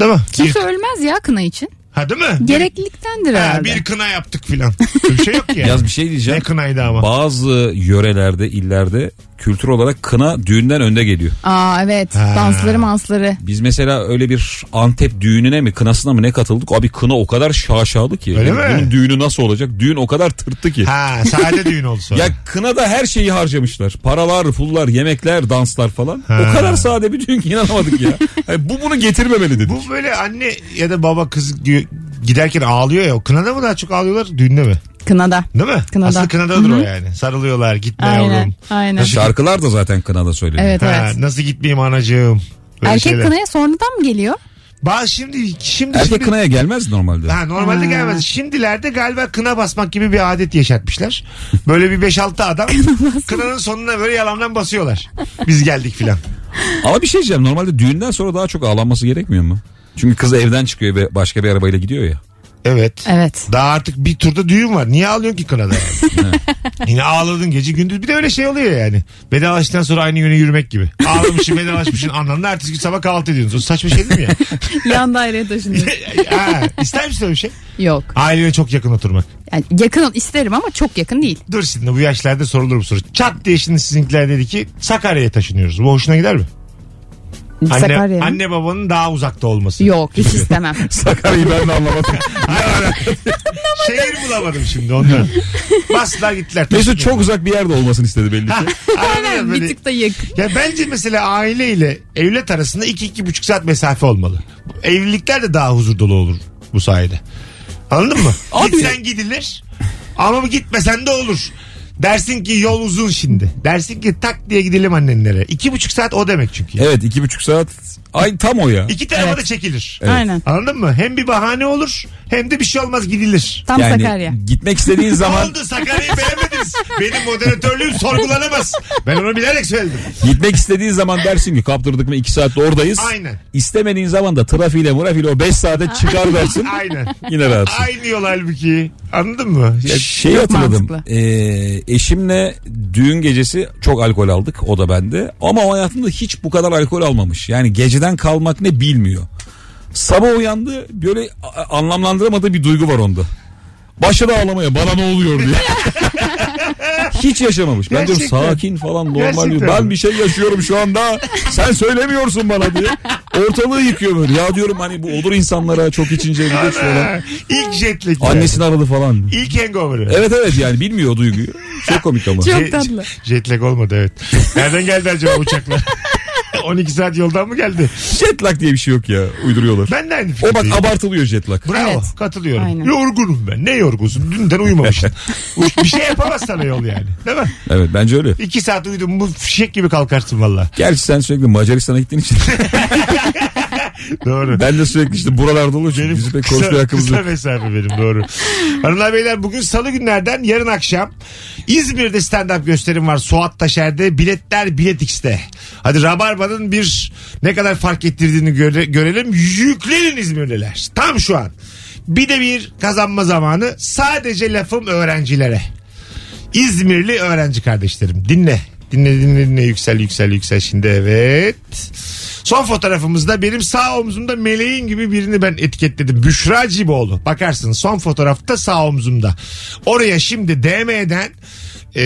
Speaker 1: Değil mi? Bir-
Speaker 3: Kimse ölmez ya kına için.
Speaker 1: Ha değil mi?
Speaker 3: Gerekliliktendir
Speaker 1: Ha,
Speaker 3: herhalde.
Speaker 1: bir kına yaptık filan. Öyle bir şey yok ki.
Speaker 2: <laughs> yaz
Speaker 1: Yani.
Speaker 2: bir şey
Speaker 1: Ne
Speaker 2: diyeceğim.
Speaker 1: kınaydı ama.
Speaker 2: Bazı yörelerde, illerde kültür olarak kına düğünden önde geliyor.
Speaker 3: Aa evet.
Speaker 1: Ha.
Speaker 3: Dansları mansları.
Speaker 2: Biz mesela öyle bir Antep düğününe mi kınasına mı ne katıldık? Abi kına o kadar şaşalı ki.
Speaker 1: Öyle
Speaker 2: Yani
Speaker 1: mi?
Speaker 2: Bunun düğünü nasıl olacak? Düğün o kadar tırttı ki.
Speaker 1: ha sade düğün oldu sonra.
Speaker 2: Ya kına da her şeyi harcamışlar. Paralar, pullar, yemekler, danslar falan.
Speaker 1: Ha.
Speaker 2: O kadar sade bir düğün ki inanamadık <laughs> ya. Hani bu bunu getirmemeli dedik.
Speaker 1: Bu böyle anne ya da baba kız gü- giderken ağlıyor ya. O Kınada mı daha çok ağlıyorlar düğünde mi?
Speaker 3: Kınada.
Speaker 1: Değil mi?
Speaker 3: Kınada.
Speaker 1: Aslında kınadadır o yani. Sarılıyorlar gitme
Speaker 3: Aynen.
Speaker 1: yavrum.
Speaker 3: Aynen.
Speaker 2: Şarkılar da zaten kınada söyleniyor.
Speaker 3: Evet
Speaker 1: Ha,
Speaker 3: evet.
Speaker 1: Nasıl gitmeyeyim anacığım. Böyle
Speaker 3: Erkek
Speaker 1: şeyler.
Speaker 3: kınaya sonradan mı geliyor?
Speaker 1: Ba- şimdi şimdi
Speaker 2: Erkek
Speaker 1: şimdi-
Speaker 2: kınaya gelmez normalde.
Speaker 1: Ha, normalde gelmez. Şimdilerde galiba kına basmak gibi bir adet yaşatmışlar. Böyle bir 5-6
Speaker 3: <laughs>
Speaker 1: adam kınanın sonuna böyle yalandan basıyorlar. Biz geldik filan.
Speaker 2: Ama bir şey diyeceğim. Normalde düğünden sonra daha çok ağlanması gerekmiyor mu? Çünkü kız evden çıkıyor ve başka bir arabayla gidiyor ya.
Speaker 1: Evet.
Speaker 3: Evet.
Speaker 1: Daha artık bir turda düğün var. Niye ağlıyorsun ki
Speaker 2: <laughs>
Speaker 1: kınada yani? Yine ağladın gece gündüz. Bir de öyle şey oluyor yani. Vedalaştıktan sonra aynı yöne yürümek gibi. Ağlamışsın vedalaşmışsın anlamda. Ertesi gün sabah kahvaltı ediyorsunuz. O saçma şey değil mi
Speaker 2: <laughs>
Speaker 1: ya?
Speaker 3: <laughs> Yan daireye taşınıyor.
Speaker 1: ha, ister misin öyle bir şey?
Speaker 3: <laughs> Yok.
Speaker 1: Ailene çok yakın oturmak.
Speaker 3: Yani yakın isterim ama çok yakın değil.
Speaker 1: Dur şimdi bu yaşlarda sorulur bu soru. Çat diye şimdi sizinkiler dedi ki Sakarya'ya taşınıyoruz. Bu hoşuna gider mi? Anne,
Speaker 3: Sakarya. mı?
Speaker 1: anne babanın daha uzakta olması.
Speaker 3: Yok
Speaker 1: <laughs>
Speaker 3: hiç istemem.
Speaker 2: <laughs> Sakarya'yı ben de anlamadım.
Speaker 1: Şehir bulamadım şimdi
Speaker 3: <laughs>
Speaker 1: ondan. Bastılar gittiler.
Speaker 2: <laughs> Mesut çok uzak bir yerde olmasını istedi belli ki.
Speaker 3: Aynen Şey, bir tık da yakın.
Speaker 1: Ya bence mesela aile ile evlat arasında 2-2,5 saat mesafe olmalı. Evlilikler de daha huzur dolu olur bu sayede. Anladın
Speaker 2: <laughs>
Speaker 1: mı? Gitsen gidilir ama gitmesen de olur. Dersin ki yol uzun şimdi. Dersin ki tak diye gidelim annenlere. 2,5 saat o demek çünkü.
Speaker 2: Evet iki buçuk saat. Ay tam o ya.
Speaker 1: İki tarafa da çekilir.
Speaker 3: Aynen.
Speaker 1: Anladın mı? Hem bir bahane olur hem de bir şey olmaz gidilir.
Speaker 3: Tam
Speaker 2: yani
Speaker 3: Sakarya.
Speaker 2: gitmek istediğin
Speaker 1: Ne
Speaker 2: zaman
Speaker 1: oldu Sakarya'yı beğenmediniz. Benim moderatörlüğüm sorgulanamaz. Ben onu bilerek söyledim.
Speaker 2: gitmek istediğin zaman dersin ki kaptırdık mı iki saatte oradayız.
Speaker 1: Aynen.
Speaker 2: İstemediğin zaman da trafiğiyle murafiğiyle o beş saate
Speaker 1: <laughs>
Speaker 2: çıkar dersin.
Speaker 1: Aynen.
Speaker 2: Yine rahatsın.
Speaker 1: Aynı yol halbuki. Anladın mı? Ya,
Speaker 2: şey hatırladım.
Speaker 3: mantıklı.
Speaker 2: Ee, eşimle düğün gecesi çok alkol aldık. O da bende. Ama o hayatında hiç bu kadar alkol almamış. Yani geceden kalmak ne bilmiyor. Sabah uyandı böyle a- anlamlandıramadığı bir duygu var onda. Başladı ağlamaya bana ne oluyor diye. <laughs> Hiç yaşamamış. Ben diyorum
Speaker 1: Gerçekten.
Speaker 2: sakin falan normal.
Speaker 1: Gerçekten.
Speaker 2: diyor. Ben bir şey yaşıyorum şu anda. Sen söylemiyorsun bana diye. Ortalığı yıkıyor böyle. Ya diyorum hani bu olur insanlara çok içince bilir falan.
Speaker 1: Ha, İlk jetlag.
Speaker 2: Annesini aradı falan.
Speaker 1: İlk hangover'ı.
Speaker 2: Evet evet yani bilmiyor o duyguyu. Çok komik ama.
Speaker 3: Çok
Speaker 1: Je-
Speaker 3: tatlı.
Speaker 1: Jetlag olmadı evet. Nereden geldi acaba uçakla? <laughs> 12 saat yoldan mı geldi?
Speaker 2: jet lag diye bir şey yok ya. Uyduruyorlar.
Speaker 1: Ben de aynı
Speaker 2: O bak
Speaker 1: fikirdeyim.
Speaker 2: abartılıyor jet lag.
Speaker 1: Bravo
Speaker 3: Evet.
Speaker 1: katılıyorum.
Speaker 3: Aynen.
Speaker 1: Yorgunum ben. Ne yorgunsun? Dünden uyumamışsın. Uç- bir şey yapamaz sana yol yani. Değil mi?
Speaker 2: Evet bence öyle.
Speaker 1: İki saat uyudun bu fişek gibi kalkarsın valla.
Speaker 2: Gerçi sen sürekli Macaristan'a gittiğin için
Speaker 1: Doğru.
Speaker 2: <laughs> Ben de sürekli işte buralarda oluyor çünkü
Speaker 1: Benim
Speaker 2: bizim pek
Speaker 1: kısa,
Speaker 2: konuşmaya hakkımız
Speaker 1: kısa
Speaker 2: yok.
Speaker 1: mesafe benim
Speaker 2: <laughs>
Speaker 1: doğru. Hanımlar beyler bugün salı günlerden yarın akşam İzmir'de stand-up gösterim var. Suat Taşer'de biletler Bilet X'te. Hadi Rabarba'nın bir ne kadar fark ettirdiğini göre- görelim. Yüklenin İzmirliler. Tam şu an. Bir de bir kazanma zamanı sadece lafım öğrencilere. İzmirli öğrenci kardeşlerim dinle. Dinle dinle dinle yüksel yüksel yüksel şimdi evet. Son fotoğrafımızda benim sağ omzumda meleğin gibi birini ben etiketledim. Büşra Ciboğlu. Bakarsın son fotoğrafta sağ omzumda. Oraya şimdi DM'den e,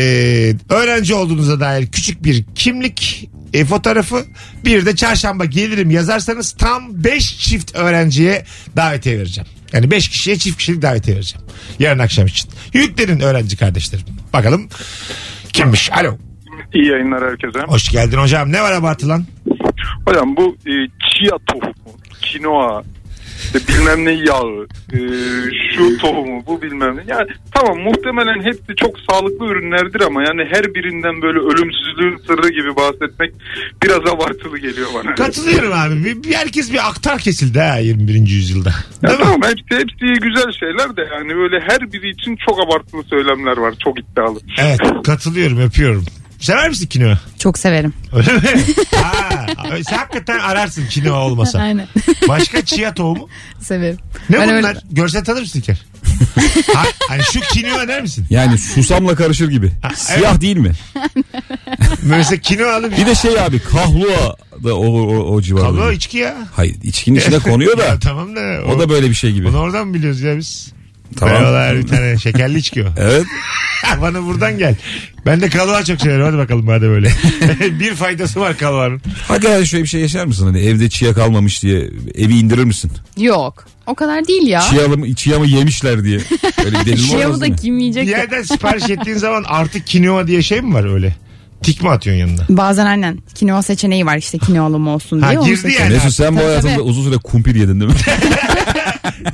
Speaker 1: öğrenci olduğunuza dair küçük bir kimlik e, fotoğrafı bir de çarşamba gelirim yazarsanız tam 5 çift öğrenciye davetiye vereceğim. Yani 5 kişiye çift kişilik davetiye vereceğim. Yarın akşam için. Yüklenin öğrenci kardeşlerim. Bakalım kimmiş? Alo.
Speaker 9: İyi yayınlar herkese.
Speaker 1: Hoş geldin hocam. Ne var abartılan?
Speaker 9: Hocam bu e, chia tohumu, kinoa, işte bilmem ne yağı, e, şu tohumu, bu bilmem ne. Yani tamam muhtemelen hepsi çok sağlıklı ürünlerdir ama yani her birinden böyle ölümsüzlüğün sırrı gibi bahsetmek biraz abartılı geliyor bana.
Speaker 1: Katılıyorum abi. Bir, bir- herkes bir aktar kesildi ha 21. yüzyılda.
Speaker 9: Ya
Speaker 1: Değil mi?
Speaker 9: tamam hepsi, hepsi güzel şeyler de yani böyle her biri için çok abartılı söylemler var. Çok iddialı.
Speaker 1: Evet katılıyorum öpüyorum. Sever misin kinoa?
Speaker 3: Çok severim.
Speaker 1: Öyle mi? ha, sen hakikaten ararsın kinoa olmasa.
Speaker 3: Aynen. <laughs>
Speaker 1: Başka chia tohumu?
Speaker 3: severim.
Speaker 1: Ne
Speaker 3: Ben
Speaker 1: bunlar?
Speaker 3: öyle-
Speaker 1: Görsel tanır mısın
Speaker 3: <laughs>
Speaker 1: İlker? ha, hani şu kinoa der misin?
Speaker 2: Yani susamla karışır gibi. Siyah değil mi?
Speaker 1: Mesela kinoalı bir
Speaker 2: Bir de şey abi kahlua da o, o, o civarda.
Speaker 1: Kablo içki ya.
Speaker 2: Hayır içkinin
Speaker 1: <laughs>
Speaker 2: içine konuyor
Speaker 1: Ya
Speaker 2: da
Speaker 1: tamam da.
Speaker 2: o da böyle bir şey gibi.
Speaker 1: Bunu oradan mı biliyoruz ya biz?
Speaker 2: Tamam.
Speaker 1: Merhabalar bir tane şekerli
Speaker 2: <laughs>
Speaker 1: içki o.
Speaker 2: Evet.
Speaker 1: Bana buradan gel. Ben de kalığa çok severim. Hadi bakalım madem
Speaker 2: <laughs>
Speaker 1: öyle. bir faydası var kalıvanın.
Speaker 2: Hakikaten şöyle bir şey yaşar mısın? Hani evde çiğ kalmamış diye evi indirir misin?
Speaker 3: Yok. O kadar değil ya.
Speaker 2: Çiğ mı, çiğ mı yemişler diye. Öyle bir delil
Speaker 3: Chia
Speaker 2: olmaz
Speaker 3: bu da
Speaker 2: mı?
Speaker 3: kim
Speaker 1: Bir
Speaker 3: yiyecek? ya?
Speaker 1: yerden sipariş ettiğin zaman artık kinoa diye şey mi var öyle? Tik mi atıyorsun
Speaker 2: <laughs>
Speaker 1: yanına?
Speaker 3: Bazen aynen kinoa seçeneği var işte kinoalı mı olsun diye.
Speaker 1: Ha,
Speaker 3: onu
Speaker 1: girdi
Speaker 3: seçiyorum.
Speaker 1: yani.
Speaker 2: Mesut sen bu
Speaker 3: Tabii,
Speaker 2: hayatında
Speaker 3: tabii.
Speaker 2: uzun süre kumpir
Speaker 1: <laughs>
Speaker 2: yedin değil mi?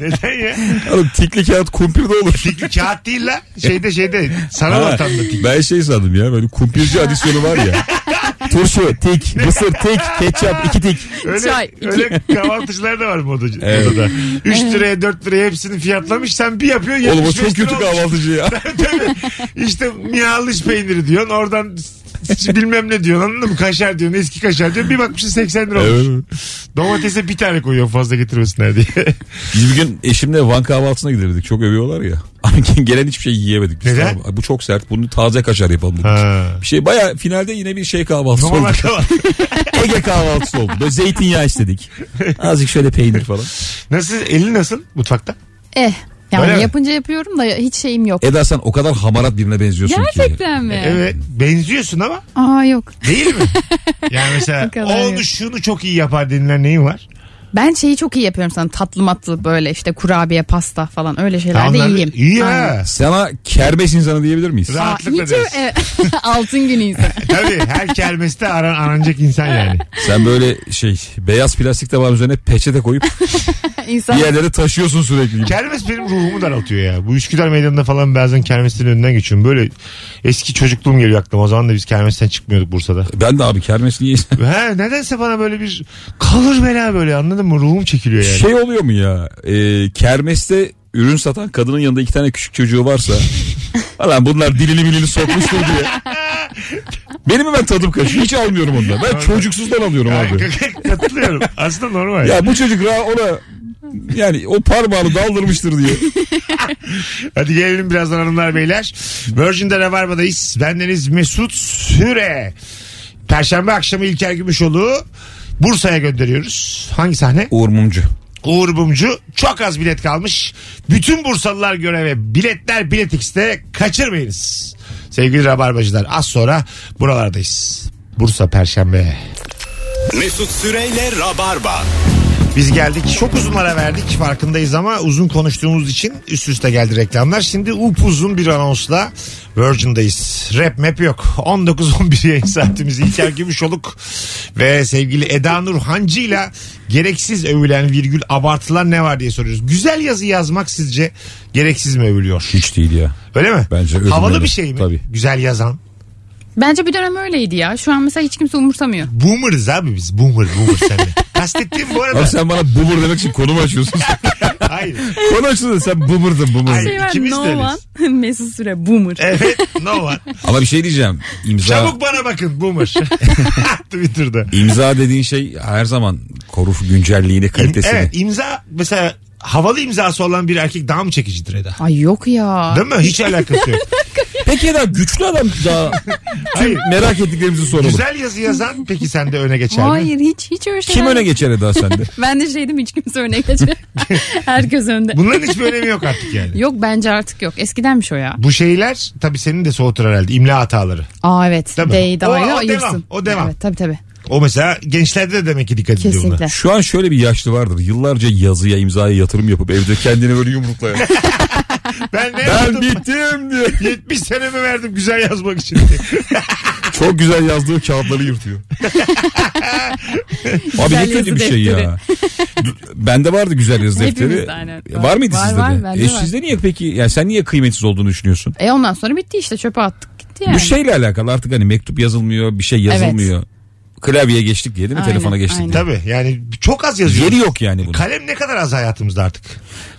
Speaker 1: Neden ya?
Speaker 2: Oğlum tikli kağıt kumpir de olur.
Speaker 1: Tikli kağıt değil la. Şeyde şeyde. Sana
Speaker 2: Ha,
Speaker 1: vatandı tik.
Speaker 2: ben şey sandım ya
Speaker 1: <laughs>
Speaker 2: böyle kumpirci adisyonu var ya. Turşu, tik, mısır, tik, ketçap, iki tik.
Speaker 1: Öyle,
Speaker 3: Çay, iki.
Speaker 1: öyle kahvaltıcılar da var modacı.
Speaker 2: Evet.
Speaker 1: modada. 3 liraya 4 liraya hepsini fiyatlamış. Sen bir yapıyorsun.
Speaker 2: Oğlum o
Speaker 1: 75
Speaker 2: çok
Speaker 1: lira
Speaker 2: kötü
Speaker 1: olmuş.
Speaker 2: kahvaltıcı
Speaker 1: <laughs>
Speaker 2: ya.
Speaker 1: İşte miyalış peyniri diyorsun. Oradan s- s- bilmem ne diyorsun. Anladın mı? Kaşar diyorsun. Eski kaşar diyorsun. Bir bakmışsın 80 lira olmuş.
Speaker 2: Evet.
Speaker 1: Domatese bir tane koyuyor fazla getirmesinler
Speaker 2: <laughs>
Speaker 1: diye.
Speaker 2: Biz bir gün eşimle Van kahvaltısına giderdik. Çok övüyorlar ya. <laughs> Ama gelen hiçbir şey yiyemedik. Biz
Speaker 1: Neden?
Speaker 2: tamam, "Ay bu çok sert. Bunu taze kaşar yapalım dedik.
Speaker 1: ha.
Speaker 2: Bir şey baya finalde yine bir şey kahvaltısı
Speaker 1: Normal
Speaker 2: oldu.
Speaker 1: kahvaltı.
Speaker 2: Ege kahvaltısı oldu. Böyle zeytinyağı istedik. Azıcık şöyle peynir falan.
Speaker 1: Nasıl? Elin nasıl mutfakta?
Speaker 3: Eh. Yani
Speaker 1: Öyle mi?
Speaker 3: yapınca yapıyorum da hiç şeyim yok.
Speaker 2: Eda sen o kadar hamarat birine benziyorsun ki.
Speaker 3: Gerçekten mi?
Speaker 1: Evet. Benziyorsun ama
Speaker 3: Aa yok.
Speaker 1: değil
Speaker 3: <laughs>
Speaker 1: mi? Yani mesela
Speaker 3: O kadar
Speaker 1: onu
Speaker 3: yok.
Speaker 1: şunu çok iyi yapar denilen neyin var?
Speaker 3: Ben şeyi çok iyi yapıyorum sana tatlı matlı böyle işte kurabiye pasta falan öyle şeylerde
Speaker 1: Onlar-
Speaker 3: iyiyim.
Speaker 1: İyi
Speaker 3: Aynen.
Speaker 1: ha.
Speaker 2: Sana kerbeş insanı diyebilir miyiz?
Speaker 3: Aa,
Speaker 1: Rahatlıkla
Speaker 3: hiç-
Speaker 1: dersin.
Speaker 3: evet. <laughs> Altın
Speaker 1: <laughs>
Speaker 3: günü insan.
Speaker 1: E, Tabii her kermeste aran, aranacak insan yani.
Speaker 2: Sen böyle şey beyaz plastik tabağın üzerine peçete koyup bir
Speaker 3: İnsan
Speaker 2: yerlere taşıyorsun sürekli. gibi.
Speaker 1: Kermes benim ruhumu daraltıyor ya. Bu Üsküdar Meydanı'nda falan bazen kermesin önünden geçiyorum. Böyle eski çocukluğum geliyor aklıma. O zaman da biz kermesten çıkmıyorduk Bursa'da.
Speaker 2: Ben de abi kermes niye?
Speaker 1: He, nedense bana böyle bir kalır bela böyle anladın mı? Ruhum çekiliyor yani.
Speaker 2: <laughs> Şey oluyor mu ya? E, kermeste ürün satan kadının yanında iki tane küçük çocuğu varsa. Falan bunlar dilini bilini sokmuştur diye. Benim hemen tadım kaçıyor. Hiç almıyorum ondan. Ben çocuksuzdan alıyorum abi.
Speaker 1: <laughs> Katılıyorum. Aslında normal.
Speaker 2: Ya bu çocuk ra ona yani o parmağını daldırmıştır diye.
Speaker 1: Hadi gelelim birazdan hanımlar beyler. Virgin'de Rabarba'dayız. Bendeniz Mesut Süre. Perşembe akşamı İlker Gümüşoğlu Bursa'ya gönderiyoruz. Hangi sahne?
Speaker 2: Uğur Mumcu.
Speaker 1: Uğur Mumcu. Çok az bilet kalmış. Bütün Bursalılar göreve biletler Bilet X'te kaçırmayınız. Sevgili Rabarbacılar az sonra buralardayız. Bursa Perşembe.
Speaker 8: Mesut Süreyle Rabarba.
Speaker 1: Biz geldik. Çok uzun ara verdik farkındayız ama uzun konuştuğumuz için üst üste geldi reklamlar. Şimdi upuzun bir anonsla Virgin'dayız. Rap map yok. 19-11 yayın saatimiz
Speaker 2: <laughs>
Speaker 1: İlker Gümüşoluk ve sevgili Eda Nur Hancı ile gereksiz övülen virgül abartılan ne var diye soruyoruz. Güzel yazı yazmak sizce gereksiz mi övülüyor?
Speaker 2: Hiç değil ya.
Speaker 1: Öyle mi?
Speaker 2: Bence övülmeli.
Speaker 1: Havalı bir şey mi?
Speaker 2: Tabii.
Speaker 1: Güzel yazan.
Speaker 3: bence bir dönem öyleydi ya. Şu an mesela hiç kimse umursamıyor.
Speaker 2: <laughs>
Speaker 1: Boomer'ız abi biz. Boomer, boomer sen de. Kastettiğim bu arada.
Speaker 2: Abi sen bana bubur demek için konu mu açıyorsun?
Speaker 1: Hayır.
Speaker 2: konu açıyorsun da sen buburdun bubur.
Speaker 1: Hayır.
Speaker 3: Şey var,
Speaker 1: İkimiz de öyleyiz. E-
Speaker 3: no one. <laughs> Mesut Süre boomer.
Speaker 1: Evet. No one.
Speaker 2: Ama bir şey diyeceğim. İmza,
Speaker 1: Çabuk bana bakın. <laughs> Boomer. Twitter'da.
Speaker 2: imza dediğin şey her zaman korur güncelliğini,
Speaker 1: İm-
Speaker 2: kalitesini.
Speaker 1: evet imza mesela havalı imzası olan bir erkek daha mı çekicidir Eda?
Speaker 3: Ay yok ya.
Speaker 1: Değil mi? Hiç alakası <laughs> yok.
Speaker 2: Peki ya da güçlü adam daha
Speaker 1: Hayır.
Speaker 2: merak ettiklerimizi soralım.
Speaker 1: Güzel yazı yazan peki sende öne geçer Şey mi?
Speaker 3: Hayır hiç hiç öyle şeyler.
Speaker 2: Kim öne geçer Eda
Speaker 3: <laughs>
Speaker 2: sende?
Speaker 3: Ben de şeydim hiç kimse
Speaker 1: <laughs>
Speaker 3: öne geçer. Herkes önde.
Speaker 1: Bunların hiçbir önemi yok artık yani.
Speaker 3: Yok bence artık yok. Eskidenmiş o ya.
Speaker 1: Bu şeyler tabii senin de soğutur herhalde imla hataları.
Speaker 3: Aa evet.
Speaker 1: Tabii.
Speaker 3: D'yi de
Speaker 1: O-
Speaker 3: ayrı
Speaker 1: o
Speaker 3: ayırsın.
Speaker 1: devam, o devam.
Speaker 3: Evet tabii tabii.
Speaker 1: O mesela gençlerde de demek ki dikkat ediyor buna.
Speaker 3: Kesinlikle.
Speaker 2: Şu an şöyle bir yaşlı vardır. Yıllarca yazıya, imzaya yatırım yapıp evde kendini böyle
Speaker 3: <laughs>
Speaker 2: yumruklayan.
Speaker 1: Ben ne
Speaker 2: ben
Speaker 1: yaptım?
Speaker 2: bittim diye.
Speaker 1: 70 senemi verdim güzel yazmak için.
Speaker 2: Çok güzel yazdığı kağıtları yırtıyor.
Speaker 3: <laughs>
Speaker 2: Abi ne
Speaker 3: Güzel
Speaker 2: kötü
Speaker 3: yazı
Speaker 2: bir şey ya. Bende vardı güzel yazı
Speaker 3: Hepimizde
Speaker 2: defteri.
Speaker 3: aynen.
Speaker 2: Var, mıydı
Speaker 3: Var,
Speaker 2: sizde
Speaker 3: var,
Speaker 2: de?
Speaker 3: bende
Speaker 2: E
Speaker 3: var.
Speaker 2: sizde niye peki? Ya sen niye kıymetsiz olduğunu düşünüyorsun?
Speaker 3: E ondan sonra bitti işte çöpe attık gitti yani.
Speaker 2: Bu
Speaker 1: şey
Speaker 2: şeyle alakalı artık hani mektup yazılmıyor, bir şey yazılmıyor. Klavyeye geçtik diye değil mi?
Speaker 3: Aynen,
Speaker 2: Telefona geçtik.
Speaker 3: aynen.
Speaker 2: diye.
Speaker 1: Tabii yani çok az yazıyoruz.
Speaker 2: Yeri yok yani bunun.
Speaker 1: Kalem ne kadar az hayatımızda artık.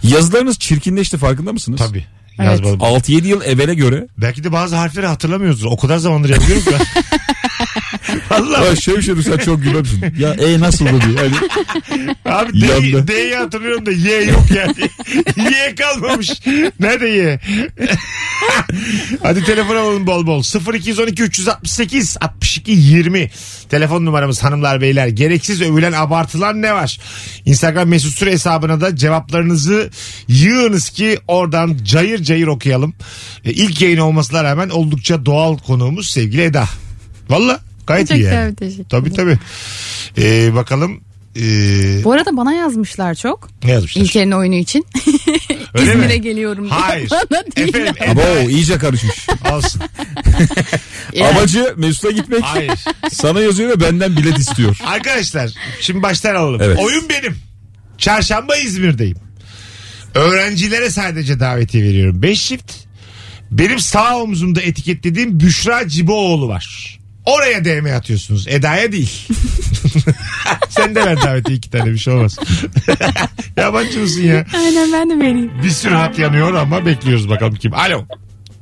Speaker 2: Yazılarınız çirkinleşti farkında mısınız?
Speaker 1: Tabii.
Speaker 3: Evet.
Speaker 1: Yazmalı.
Speaker 2: 6-7 yıl evvele göre.
Speaker 1: Belki de bazı harfleri hatırlamıyoruzdur. O kadar zamandır yazıyorum ki. Vallahi
Speaker 2: Ya şey bir şey diyor, sen çok gülüyorsun. Ya e nasıl diyor. Hani
Speaker 1: abi D,
Speaker 2: yandı.
Speaker 1: D'yi hatırlıyorum da Y yok yani. <laughs> y kalmamış. Nerede Y? Hadi telefon alalım bol bol. 0212 368 62 20. Telefon numaramız hanımlar beyler. Gereksiz övülen abartılan ne var? Instagram mesut süre hesabına da cevaplarınızı yığınız ki oradan cayır cayır okuyalım. E, İlk yayın olmasına rağmen oldukça doğal konuğumuz sevgili Eda. Valla gayet
Speaker 3: Çok
Speaker 1: iyi yani.
Speaker 3: tabii, teşekkür
Speaker 1: Tabii tabii. E, bakalım e,
Speaker 3: Bu arada bana yazmışlar çok.
Speaker 1: ne yazmışlar?
Speaker 3: İlker'in oyunu <laughs> için.
Speaker 1: Öyle mi?
Speaker 3: şey- İzmir'e geliyorum diye.
Speaker 1: Hayır.
Speaker 3: <laughs> Bana değil.
Speaker 1: Efendim
Speaker 2: <laughs> Abo iyice
Speaker 3: <laughs>
Speaker 2: karışmış.
Speaker 1: olsun.
Speaker 3: Yani
Speaker 2: Amacı Mesut'a gitmek.
Speaker 1: Hayır.
Speaker 2: Sana yazıyor ve benden bilet istiyor.
Speaker 1: Arkadaşlar şimdi baştan alalım.
Speaker 2: Evet.
Speaker 1: Oyun benim. Çarşamba İzmir'deyim. Öğrencilere sadece davetiye veriyorum. 5 çift. Benim sağ omzumda etiketlediğim Büşra Ciboğlu var. Oraya DM atıyorsunuz. Eda'ya değil. <laughs> Sen de ver davetiye iki tane bir şey olmaz. <laughs> Yabancı mısın ya?
Speaker 3: Aynen ben de vereyim.
Speaker 1: Bir sürü hat yanıyor ama bekliyoruz bakalım kim. Alo.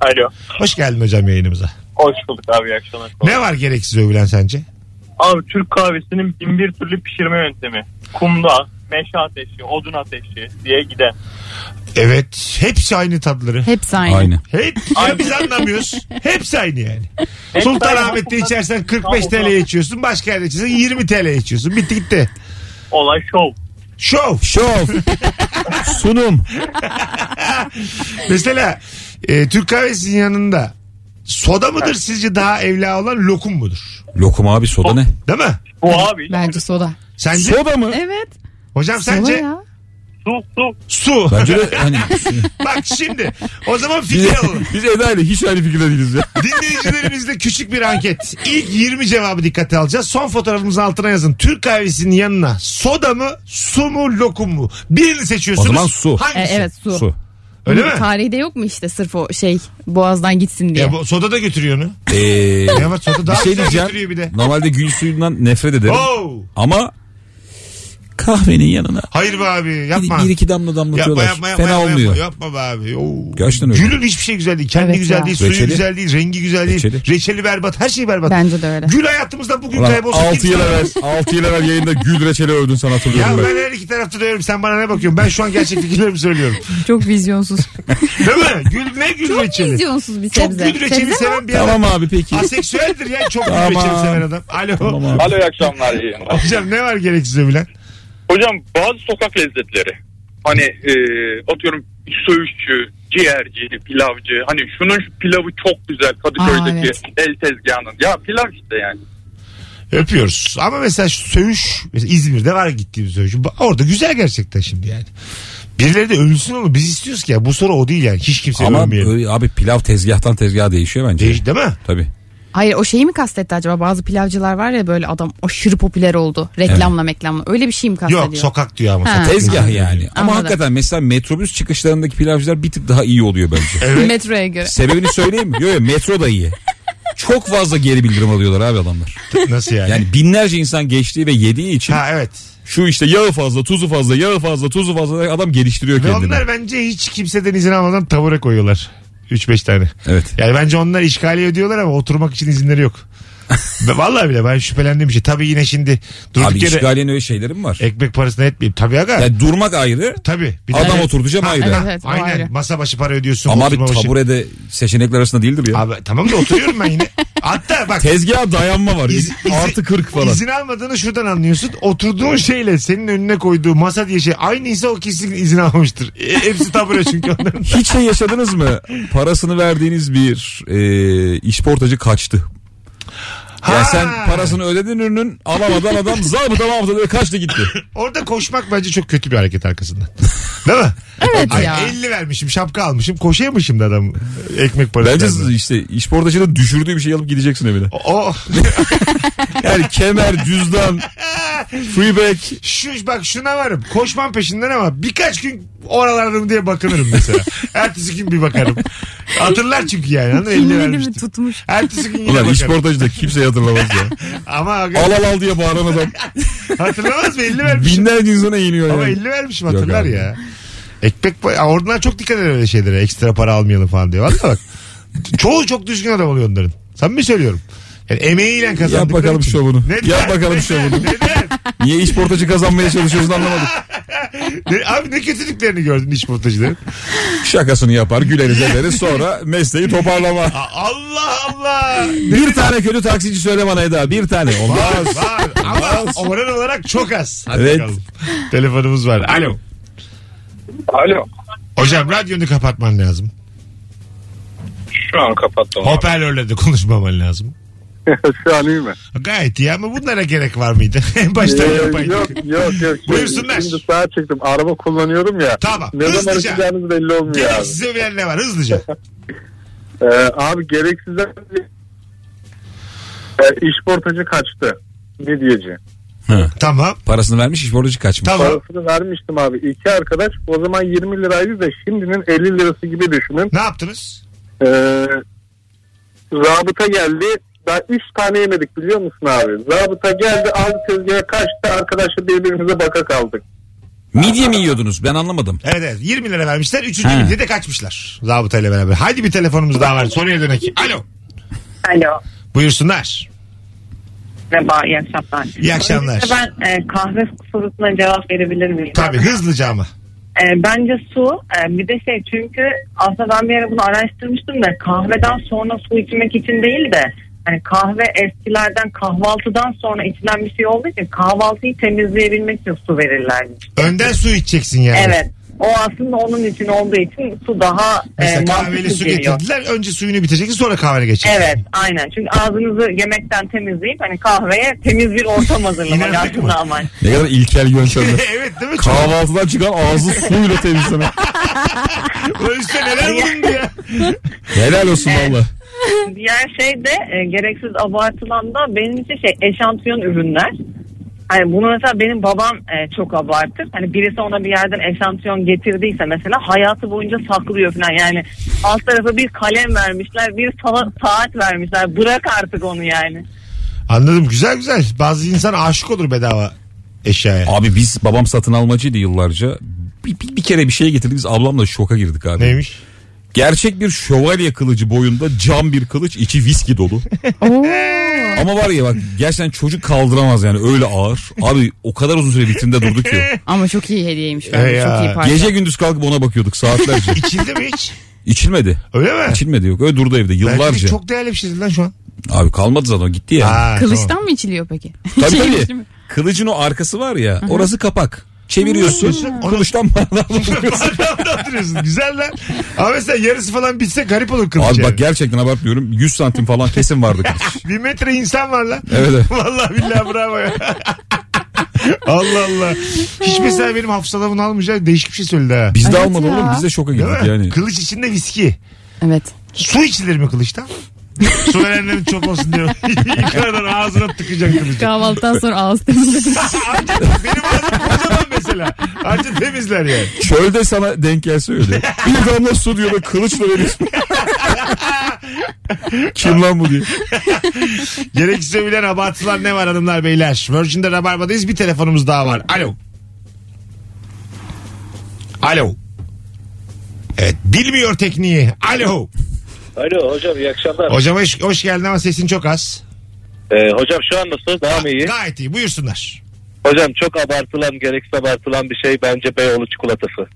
Speaker 9: Alo.
Speaker 1: Hoş geldin hocam yayınımıza.
Speaker 9: Hoş bulduk abi. iyi akşamlar.
Speaker 1: Ne var gereksiz övülen sence?
Speaker 9: Abi Türk kahvesinin bin bir türlü pişirme yöntemi. Kumda, meşe ateşi, odun ateşi diye giden.
Speaker 1: Evet. Hepsi aynı tatları.
Speaker 3: Hepsi aynı.
Speaker 2: Aynı.
Speaker 1: Hep ya biz anlamıyoruz. Hepsi aynı yani. Sultanahmet'te içersen 45 TL içiyorsun. Başka yerde içersen 20 TL içiyorsun. Bitti gitti.
Speaker 9: Olay şov.
Speaker 1: Şov.
Speaker 2: Şov. Sunum.
Speaker 1: Mesela e, Türk kahvesinin yanında soda mıdır sizce daha evla olan lokum mudur?
Speaker 2: Lokum abi soda ne?
Speaker 1: Değil mi?
Speaker 9: Bu abi.
Speaker 3: Bence soda.
Speaker 1: Sence?
Speaker 2: Soda mı?
Speaker 3: Evet.
Speaker 1: Hocam
Speaker 3: Soda
Speaker 1: sence?
Speaker 3: ya.
Speaker 9: Su, su.
Speaker 1: Su.
Speaker 2: Bence de hani
Speaker 1: <laughs> Bak şimdi o zaman
Speaker 2: biz, <laughs>
Speaker 1: fikir alalım.
Speaker 2: biz Eda ile hiç aynı fikirde değiliz ya.
Speaker 1: Dinleyicilerimizle küçük bir anket. İlk 20 cevabı dikkate alacağız. Son fotoğrafımızın altına yazın. Türk kahvesinin yanına soda mı, su mu, lokum mu? Birini seçiyorsunuz.
Speaker 2: O zaman su.
Speaker 3: E,
Speaker 1: Hangisi?
Speaker 3: evet su.
Speaker 2: Su.
Speaker 1: Öyle
Speaker 3: Bunun
Speaker 1: mi?
Speaker 3: Tarihi de yok mu işte sırf o şey boğazdan gitsin diye.
Speaker 1: Ya bu soda da götürüyor onu.
Speaker 2: Ee,
Speaker 1: Ya bak soda
Speaker 2: bir
Speaker 1: daha
Speaker 2: şey
Speaker 1: güzel
Speaker 2: diyeceğim.
Speaker 1: götürüyor bir de.
Speaker 2: Normalde gül suyundan nefret ederim.
Speaker 1: Oo.
Speaker 2: Ama kahvenin yanına
Speaker 1: Hayır be abi
Speaker 2: bir,
Speaker 1: yapma.
Speaker 2: bir iki damla
Speaker 1: Yapma
Speaker 2: damlatıyorlar.
Speaker 1: yapma yapma.
Speaker 2: Fena
Speaker 1: yapma,
Speaker 2: olmuyor.
Speaker 1: Yapma, yapma be abi. Oo.
Speaker 2: Gerçekten öyle.
Speaker 1: Gülün hiçbir şey güzel değil. Kendi
Speaker 3: Evet
Speaker 1: güzel
Speaker 3: ya.
Speaker 1: değil. Suyu
Speaker 2: Reçeli.
Speaker 1: güzel değil. Rengi güzel değil. Reçeli.
Speaker 2: Reçeli.
Speaker 1: berbat. Her şey berbat.
Speaker 3: Bence de <laughs> öyle.
Speaker 1: Gül hayatımızda bugün
Speaker 2: Ulan
Speaker 1: kaybolsa.
Speaker 2: 6
Speaker 1: kimse-
Speaker 2: yıl evvel 6 yıl evvel yayında gül reçeli övdün sana
Speaker 1: Ya
Speaker 2: hatırlıyorum ben.
Speaker 1: ben her iki tarafta diyorum sen bana ne bakıyorsun? Ben şu an gerçek fikirlerimi söylüyorum.
Speaker 3: Çok vizyonsuz.
Speaker 1: Değil mi? Gül ne gül
Speaker 3: Çok
Speaker 1: reçeli?
Speaker 3: vizyonsuz bir
Speaker 1: Çok
Speaker 3: sebze.
Speaker 1: gül reçeli
Speaker 3: Sebze
Speaker 1: seven bir adam.
Speaker 2: Tamam abi peki.
Speaker 1: Aseksüeldir ya çok gül
Speaker 2: Tamam.
Speaker 1: reçeli seven adam. Alo.
Speaker 2: Tamam abi.
Speaker 7: Alo iyi akşamlar. iyi yayınlar.
Speaker 1: Hocam ne var gereksiz övülen?
Speaker 9: Hocam bazı sokak lezzetleri. Hani e, atıyorum söğüşçü, ciğerci, pilavcı. Hani şunun şu pilavı çok güzel Kadıköy'deki
Speaker 3: Aa, evet.
Speaker 9: el tezgahının. Ya pilav işte yani.
Speaker 1: Öpüyoruz. Ama mesela şu söğüş mesela İzmir'de var gittiğimiz söğüş. Ba- Orada güzel gerçekten şimdi yani. Birileri de övülsün ama biz istiyoruz ki ya bu soru o değil yani. Hiç kimse
Speaker 2: Ama
Speaker 1: övmeyelim.
Speaker 2: ö- abi pilav tezgahtan tezgaha değişiyor bence.
Speaker 1: Değil, değil mi?
Speaker 2: Tabii.
Speaker 3: Hayır o şeyi mi kastetti acaba? Bazı pilavcılar var ya böyle adam aşırı popüler oldu. Reklamla meklamla. Öyle bir şey mi kastediyor?
Speaker 1: Yok sokak diyor ama.
Speaker 3: Ha.
Speaker 1: sokak.
Speaker 2: Tezgah yani. Ama
Speaker 3: Anladım.
Speaker 2: hakikaten mesela metrobüs çıkışlarındaki pilavcılar bir tık daha iyi oluyor
Speaker 1: <laughs>
Speaker 2: bence.
Speaker 3: <laughs> Metroya göre.
Speaker 2: Sebebini söyleyeyim mi? Yok yok metro da iyi. Çok fazla geri bildirim alıyorlar abi adamlar.
Speaker 1: Nasıl yani?
Speaker 2: Yani binlerce insan geçtiği ve yediği için
Speaker 1: Ha evet.
Speaker 2: Şu işte yağı fazla, tuzu fazla, yağı fazla, tuzu fazla adam geliştiriyor
Speaker 1: Ve
Speaker 2: kendini.
Speaker 1: onlar bence hiç kimseden izin almadan tavura koyuyorlar. 3-5 tane.
Speaker 2: Evet.
Speaker 1: Yani bence onlar işgali ödüyorlar ama oturmak için izinleri
Speaker 2: <laughs>
Speaker 1: yok. Ve Vallahi bile ben şüphelendiğim şey. Tabii yine şimdi durduk
Speaker 2: Abi
Speaker 1: yere E,
Speaker 2: işgaliyenin öyle şeyleri mi var?
Speaker 1: ekmek parasını etmeyeyim. Tabii aga.
Speaker 2: Yani durmak ayrı,
Speaker 1: tabii. Bir de-
Speaker 2: adam oturtacağım
Speaker 3: Ha,
Speaker 2: ayrı.
Speaker 3: evet, evet, o
Speaker 1: Aynen.
Speaker 3: ayrı.
Speaker 1: Masa başı para ödüyorsun.
Speaker 2: Ama abi
Speaker 1: oturma başı-
Speaker 2: taburede seçenekler arasında değildir ya.
Speaker 1: Abi tamam da oturuyorum
Speaker 2: <laughs>
Speaker 1: ben yine. Hatta bak.
Speaker 2: Tezgaha dayanma var. <laughs>
Speaker 1: İz- izi-
Speaker 2: Artı 40 falan.
Speaker 1: İzin almadığını şuradan anlıyorsun. Oturduğun şeyle senin önüne koyduğu masa diye şey aynıysa o kesin izin almıştır. E, hepsi tabure çünkü onların.
Speaker 2: Hiç şey yaşadınız mı? Parasını verdiğiniz bir e, işportacı kaçtı. Ya
Speaker 1: Ha!
Speaker 2: sen parasını ödedin ürünün
Speaker 1: <laughs>
Speaker 2: alamadan adam zabıta mabıta böyle kaçtı gitti.
Speaker 1: Orada koşmak bence çok kötü bir hareket arkasından. <laughs> Değil mi?
Speaker 3: Evet
Speaker 1: Ay,
Speaker 3: ya.
Speaker 1: 50 vermişim şapka almışım koşuyormuşum da adam ekmek parası.
Speaker 2: Bence
Speaker 1: vermiyor.
Speaker 2: işte işportacının düşürdüğü bir şey alıp gideceksin evine.
Speaker 1: <laughs> o,
Speaker 2: Yani kemer,
Speaker 1: <laughs>
Speaker 2: cüzdan, freeback.
Speaker 1: şu bak şuna varım. Koşmam peşinden ama birkaç gün oralardım diye bakınırım mesela.
Speaker 2: <laughs>
Speaker 1: Ertesi gün bir bakarım. Hatırlar çünkü yani. anladın mı? 50
Speaker 3: Kimini mi
Speaker 1: vermiştim.
Speaker 3: tutmuş?
Speaker 1: Ertesi gün yine
Speaker 2: Ulan
Speaker 1: bakarım.
Speaker 2: işportacı da kimse hatırlamaz <laughs> ya.
Speaker 1: Ama aga-
Speaker 2: Al al al diye bağıran adam
Speaker 1: hatırlamaz mı? 50 vermişim.
Speaker 2: binlerce insana iniyor
Speaker 1: Ama
Speaker 2: yani.
Speaker 1: 50 vermişim hatırlar
Speaker 2: abi.
Speaker 1: ya. Ekmek pa- Aa, oradan çok dikkat eder öyle şeylere. Ekstra para almayalım falan diye. Valla bak. <laughs> Çoğu çok düzgün adam oluyor onların. Sen mi söylüyorum? Yani emeğiyle kazandıkları
Speaker 2: Yap bakalım
Speaker 1: için.
Speaker 2: şovunu.
Speaker 1: Neden?
Speaker 2: Yap bakalım şovunu.
Speaker 1: Neden?
Speaker 2: Niye işportacı kazanmaya çalışıyorsun anlamadım.
Speaker 1: Ne- Abi ne kötülüklerini gördün iş
Speaker 2: <laughs>
Speaker 1: portacıların.
Speaker 2: Şakasını yapar güleriz ederiz sonra mesleği toparlama.
Speaker 1: A- Allah Allah.
Speaker 2: Bir tane kötü taksici söyle bana Eda bir tane. Olmaz.
Speaker 1: Var var ama oran olarak çok az. Hadi
Speaker 2: Evet.
Speaker 1: bakalım. Telefonumuz var. Alo.
Speaker 9: Alo.
Speaker 1: Hocam radyonu kapatman lazım.
Speaker 9: Şu an kapattım.
Speaker 1: Hoparlörle de konuşmaman lazım.
Speaker 9: <laughs> Şu an iyi mi?
Speaker 1: Gayet iyi ama bunlara gerek var mıydı? <laughs> En baştan
Speaker 9: Ee,
Speaker 1: yapaydık.
Speaker 9: yok yok yok.
Speaker 1: <laughs> Buyursunlar.
Speaker 9: Şimdi sağa çıktım. Araba kullanıyorum ya.
Speaker 1: Tamam,
Speaker 9: Ne zaman
Speaker 1: hızlıca.
Speaker 9: açacağınız belli olmuyor abi.
Speaker 1: Gereksiz öveyen ne var hızlıca.
Speaker 9: Ee, abi gereksizden ee, işportacı kaçtı. Midyeci.
Speaker 1: tamam
Speaker 2: <laughs> Parasını vermiş işportacı kaçmış.
Speaker 1: tamam.
Speaker 9: Parasını vermiştim abi. İki arkadaş o zaman 20 liraydı da şimdinin 50 lirası gibi düşünün.
Speaker 1: Ne yaptınız?
Speaker 9: Ee, zabıta geldi. Daha 3 tane yemedik biliyor musun abi? Zabıta geldi aldı tezgaha kaçtı. Arkadaşla birbirimize baka kaldık.
Speaker 2: Midye mi yiyordunuz ben anlamadım.
Speaker 1: Evet evet 20 lira vermişler. Üçüncü
Speaker 2: Ha.
Speaker 1: günde de kaçmışlar. Zabıta ile beraber. Haydi bir telefonumuz daha var. Soruya dönek. Alo.
Speaker 10: Alo.
Speaker 1: Buyursunlar.
Speaker 10: Merhaba, iyi akşamlar.
Speaker 1: İyi akşamlar.
Speaker 10: Öncelikle Ben e, kahve sorusuna cevap verebilir miyim?
Speaker 1: Tabii hızlıca ama.
Speaker 10: E, bence su. E, bir de şey çünkü aslında ben bir ara bunu araştırmıştım da kahveden sonra su içmek için değil de hani kahve eskilerden kahvaltıdan sonra içilen bir şey olduğu için kahvaltıyı temizleyebilmek için su verirlermiş.
Speaker 1: Önden su içeceksin yani.
Speaker 10: Evet. O aslında onun için olduğu için su daha
Speaker 1: Mesela
Speaker 10: e,
Speaker 1: kahveli
Speaker 10: mantıklı
Speaker 1: su
Speaker 10: geliyor.
Speaker 1: getirdiler. Önce suyunu bitireceksin sonra kahvene geçeceksin.
Speaker 10: Evet aynen çünkü ağzınızı yemekten temizleyip hani kahveye temiz bir ortam hazırlamak
Speaker 1: İnandık mı?
Speaker 10: aslında amaç.
Speaker 2: Ne kadar ilkel <laughs> yöntemler.
Speaker 1: <laughs> evet değil mi? Çok...
Speaker 2: Kahvaltıdan çıkan ağzı suyla temizleme.
Speaker 1: O üstte neler bulundu ya.
Speaker 2: Helal olsun valla.
Speaker 10: Diğer şey de e, gereksiz abartılan da benim için şey eşantiyon ürünler. Hani bunu mesela benim babam e, çok abartır. Hani birisi ona bir yerden eşantiyon getirdiyse mesela hayatı boyunca saklıyor falan. Yani alt tarafa bir kalem vermişler, bir sa- saat vermişler. Bırak artık onu yani.
Speaker 1: Anladım güzel güzel. Bazı insan aşık olur bedava eşyaya.
Speaker 2: Abi biz babam satın almacıydı yıllarca. Bir, bir, bir kere bir şey getirdi biz ablamla şoka girdik abi.
Speaker 1: Neymiş?
Speaker 2: Gerçek bir şövalye kılıcı boyunda cam bir kılıç içi viski dolu.
Speaker 3: <laughs> Oo.
Speaker 2: Ama var ya bak gerçekten çocuk kaldıramaz yani öyle ağır. Abi o kadar uzun süre vitrinde durdu ki.
Speaker 3: Ama çok iyi hediyeymiş
Speaker 1: E
Speaker 3: bence.
Speaker 1: ya.
Speaker 3: Çok iyi parça.
Speaker 2: Gece gündüz kalkıp ona bakıyorduk saatlerce.
Speaker 1: İçildi mi hiç?
Speaker 2: İçilmedi.
Speaker 1: Öyle mi?
Speaker 2: İçilmedi yok. Öyle durdu evde
Speaker 1: Belki de
Speaker 2: yıllarca.
Speaker 1: çok değerli bir şeydir lan şu an.
Speaker 2: Abi kalmadı zaten o gitti ya.
Speaker 1: Ha,
Speaker 3: Kılıçtan
Speaker 1: tamam.
Speaker 3: mı içiliyor peki?
Speaker 2: Tabii
Speaker 3: Şeymiş
Speaker 2: tabii.
Speaker 3: değil mi?
Speaker 2: Kılıcın o arkası var ya. Orası kapak. Çeviriyorsun. Kılıçtan bardağı vuruyorsun.
Speaker 1: Bardağı oturuyorsun. Güzel lan. Ama mesela yarısı falan bitse garip olur kılıç.
Speaker 2: Abi
Speaker 1: yani.
Speaker 2: bak gerçekten abartmıyorum. 100 santim falan kesin vardı kılıç.
Speaker 1: Bir metre insan var lan.
Speaker 2: Evet, evet.
Speaker 1: Vallahi billahi bravo ya. Allah Allah. Hiç mesela benim hafızada bunu almayacak değişik bir şey söyledi ha.
Speaker 2: Biz de
Speaker 3: Evet
Speaker 2: almadı
Speaker 3: ya.
Speaker 2: oğlum. Biz de şoka
Speaker 1: Değil mi?
Speaker 2: girdik yani.
Speaker 1: Kılıç içinde viski.
Speaker 3: <laughs> Evet.
Speaker 1: Su içilir mi kılıçtan? Su verenlerin çok olsun diyor. <laughs> Yukarıdan ağzına tıkacak kılıcı.
Speaker 3: Kahvaltıdan sonra ağız temizledim.
Speaker 1: Benim ağzım kocaman mesela. Anca temizler yani.
Speaker 2: Çölde sana denk gelse öyle. Bir damla su diyor ve kılıçla veriyorsun. Kim lan bu diyor.
Speaker 1: Gerekirse bilen abartılar ne var hanımlar beyler. Virgin'de Rabarba'dayız bir telefonumuz daha var. Alo. Alo. Evet bilmiyor tekniği. Alo.
Speaker 11: Alo hocam iyi akşamlar.
Speaker 1: Hocam hoş, hoş geldin ama sesin çok az.
Speaker 11: Ee, hocam şu an nasılsınız? Daha mı iyi?
Speaker 1: Gayet iyi buyursunlar.
Speaker 11: Hocam çok abartılan gereksiz abartılan bir şey bence Beyoğlu çikolatası.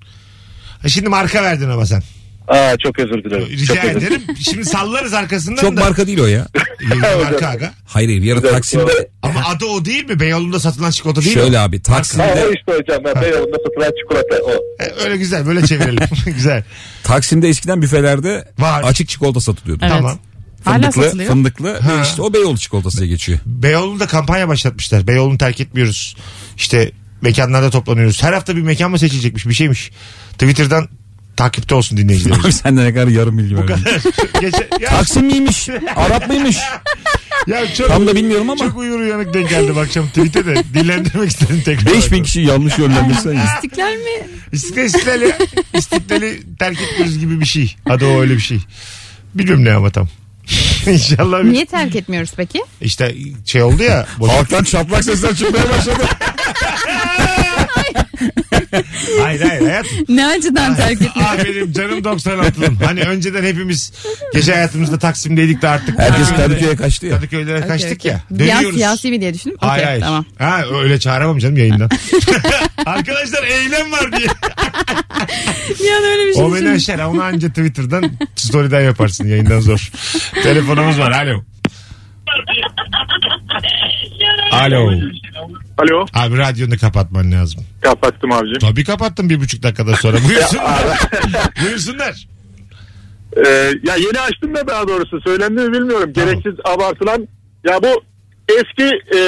Speaker 1: Ha, Şimdi marka verdin ama sen.
Speaker 11: Aa çok özür dilerim.
Speaker 1: Rica
Speaker 11: çok özür dilerim.
Speaker 1: ederim. Şimdi sallarız arkasından
Speaker 2: Çok
Speaker 1: da.
Speaker 2: marka değil o ya.
Speaker 1: Yeni
Speaker 2: <laughs>
Speaker 1: marka aga.
Speaker 2: Hayır hayır bir ara Taksim'de
Speaker 1: Ama adı o değil mi? Beyoğlu'nda satılan çikolata değil mi?
Speaker 2: şöyle abi
Speaker 11: Ha, o
Speaker 2: Taksim'de
Speaker 11: işte hocam ha, Beyoğlu'nda satılan çikolata o.
Speaker 1: E, Öyle güzel böyle çevirelim. <laughs> güzel.
Speaker 2: Taksim'de eskiden büfelerde
Speaker 1: Var.
Speaker 2: açık çikolata satılıyordu.
Speaker 3: Evet.
Speaker 1: Tamam.
Speaker 3: Hala
Speaker 2: Fındıklı,
Speaker 3: satılıyor.
Speaker 2: fındıklı
Speaker 1: Ha.
Speaker 2: işte o Beyoğlu çikolatası <laughs> geçiyor.
Speaker 1: Beyoğlu'nda kampanya başlatmışlar. Beyoğlu'nu terk etmiyoruz. İşte mekanlarda toplanıyoruz. Her hafta bir mekan mı seçilecekmiş bir şeymiş. Twitter'dan takipte olsun dinleyicilerimiz.
Speaker 2: <laughs> Abi sen de ne kadar yarım bilgi verdin.
Speaker 1: Geçen- ya,
Speaker 2: Taksim miymiş? Arap mıymış?
Speaker 1: ya çok,
Speaker 2: Tam da bilmiyorum ama.
Speaker 1: çok uyur uyanık denk geldim akşam tweet'e de. Dillendirmek istedim tekrar.
Speaker 2: 5000 kişi yanlış yönlendirsen ya.
Speaker 3: İstiklal mi?
Speaker 1: İstiklal, istiklal ya. İstiklali terk etmiyoruz gibi bir şey. Adı o öyle bir şey. Bilmiyorum ne ama tam. <laughs> İnşallah bir-
Speaker 3: Niye terk etmiyoruz peki?
Speaker 1: işte şey oldu
Speaker 2: <laughs>
Speaker 1: ya. boşa-
Speaker 2: Halktan çatlak sesler çıkmaya başladı.
Speaker 1: hayır hayır hayat.
Speaker 3: Ne acıdan terk etmiyoruz?
Speaker 1: Aferin canım 96'lım. Hani önceden hepimiz gece hayatımızda Taksim'deydik de artık.
Speaker 2: Herkes Kadıköy'e kaçtı ya.
Speaker 1: Kadıköy'lere <laughs> kaçtık
Speaker 3: Okey,
Speaker 1: ya.
Speaker 3: okey. Bir an
Speaker 1: Dönüyoruz.
Speaker 3: siyasi mi diye düşündüm.
Speaker 1: Hayır
Speaker 3: Okey,
Speaker 1: hayır.
Speaker 3: Tamam.
Speaker 1: Ha, öyle çağıramam canım
Speaker 3: <laughs>
Speaker 1: yayından. <laughs> Arkadaşlar eylem var diye.
Speaker 3: Bir an öyle bir şey
Speaker 1: O beni
Speaker 3: düşündüm.
Speaker 1: aşar. Onu anca Twitter'dan story'den yaparsın. Yayından
Speaker 3: <laughs>
Speaker 1: zor. Telefonumuz var. Alo. Alo.
Speaker 9: Alo.
Speaker 1: Abi radyonu kapatman lazım.
Speaker 9: Kapattım abicim.
Speaker 1: Tabii kapattım bir buçuk dakikada sonra.
Speaker 3: <laughs>
Speaker 1: Buyursunlar. Buyursunlar.
Speaker 9: Ee, ya yeni açtım da daha doğrusu söylendi mi bilmiyorum.
Speaker 1: Tamam.
Speaker 9: Gereksiz abartılan. Ya bu eski e,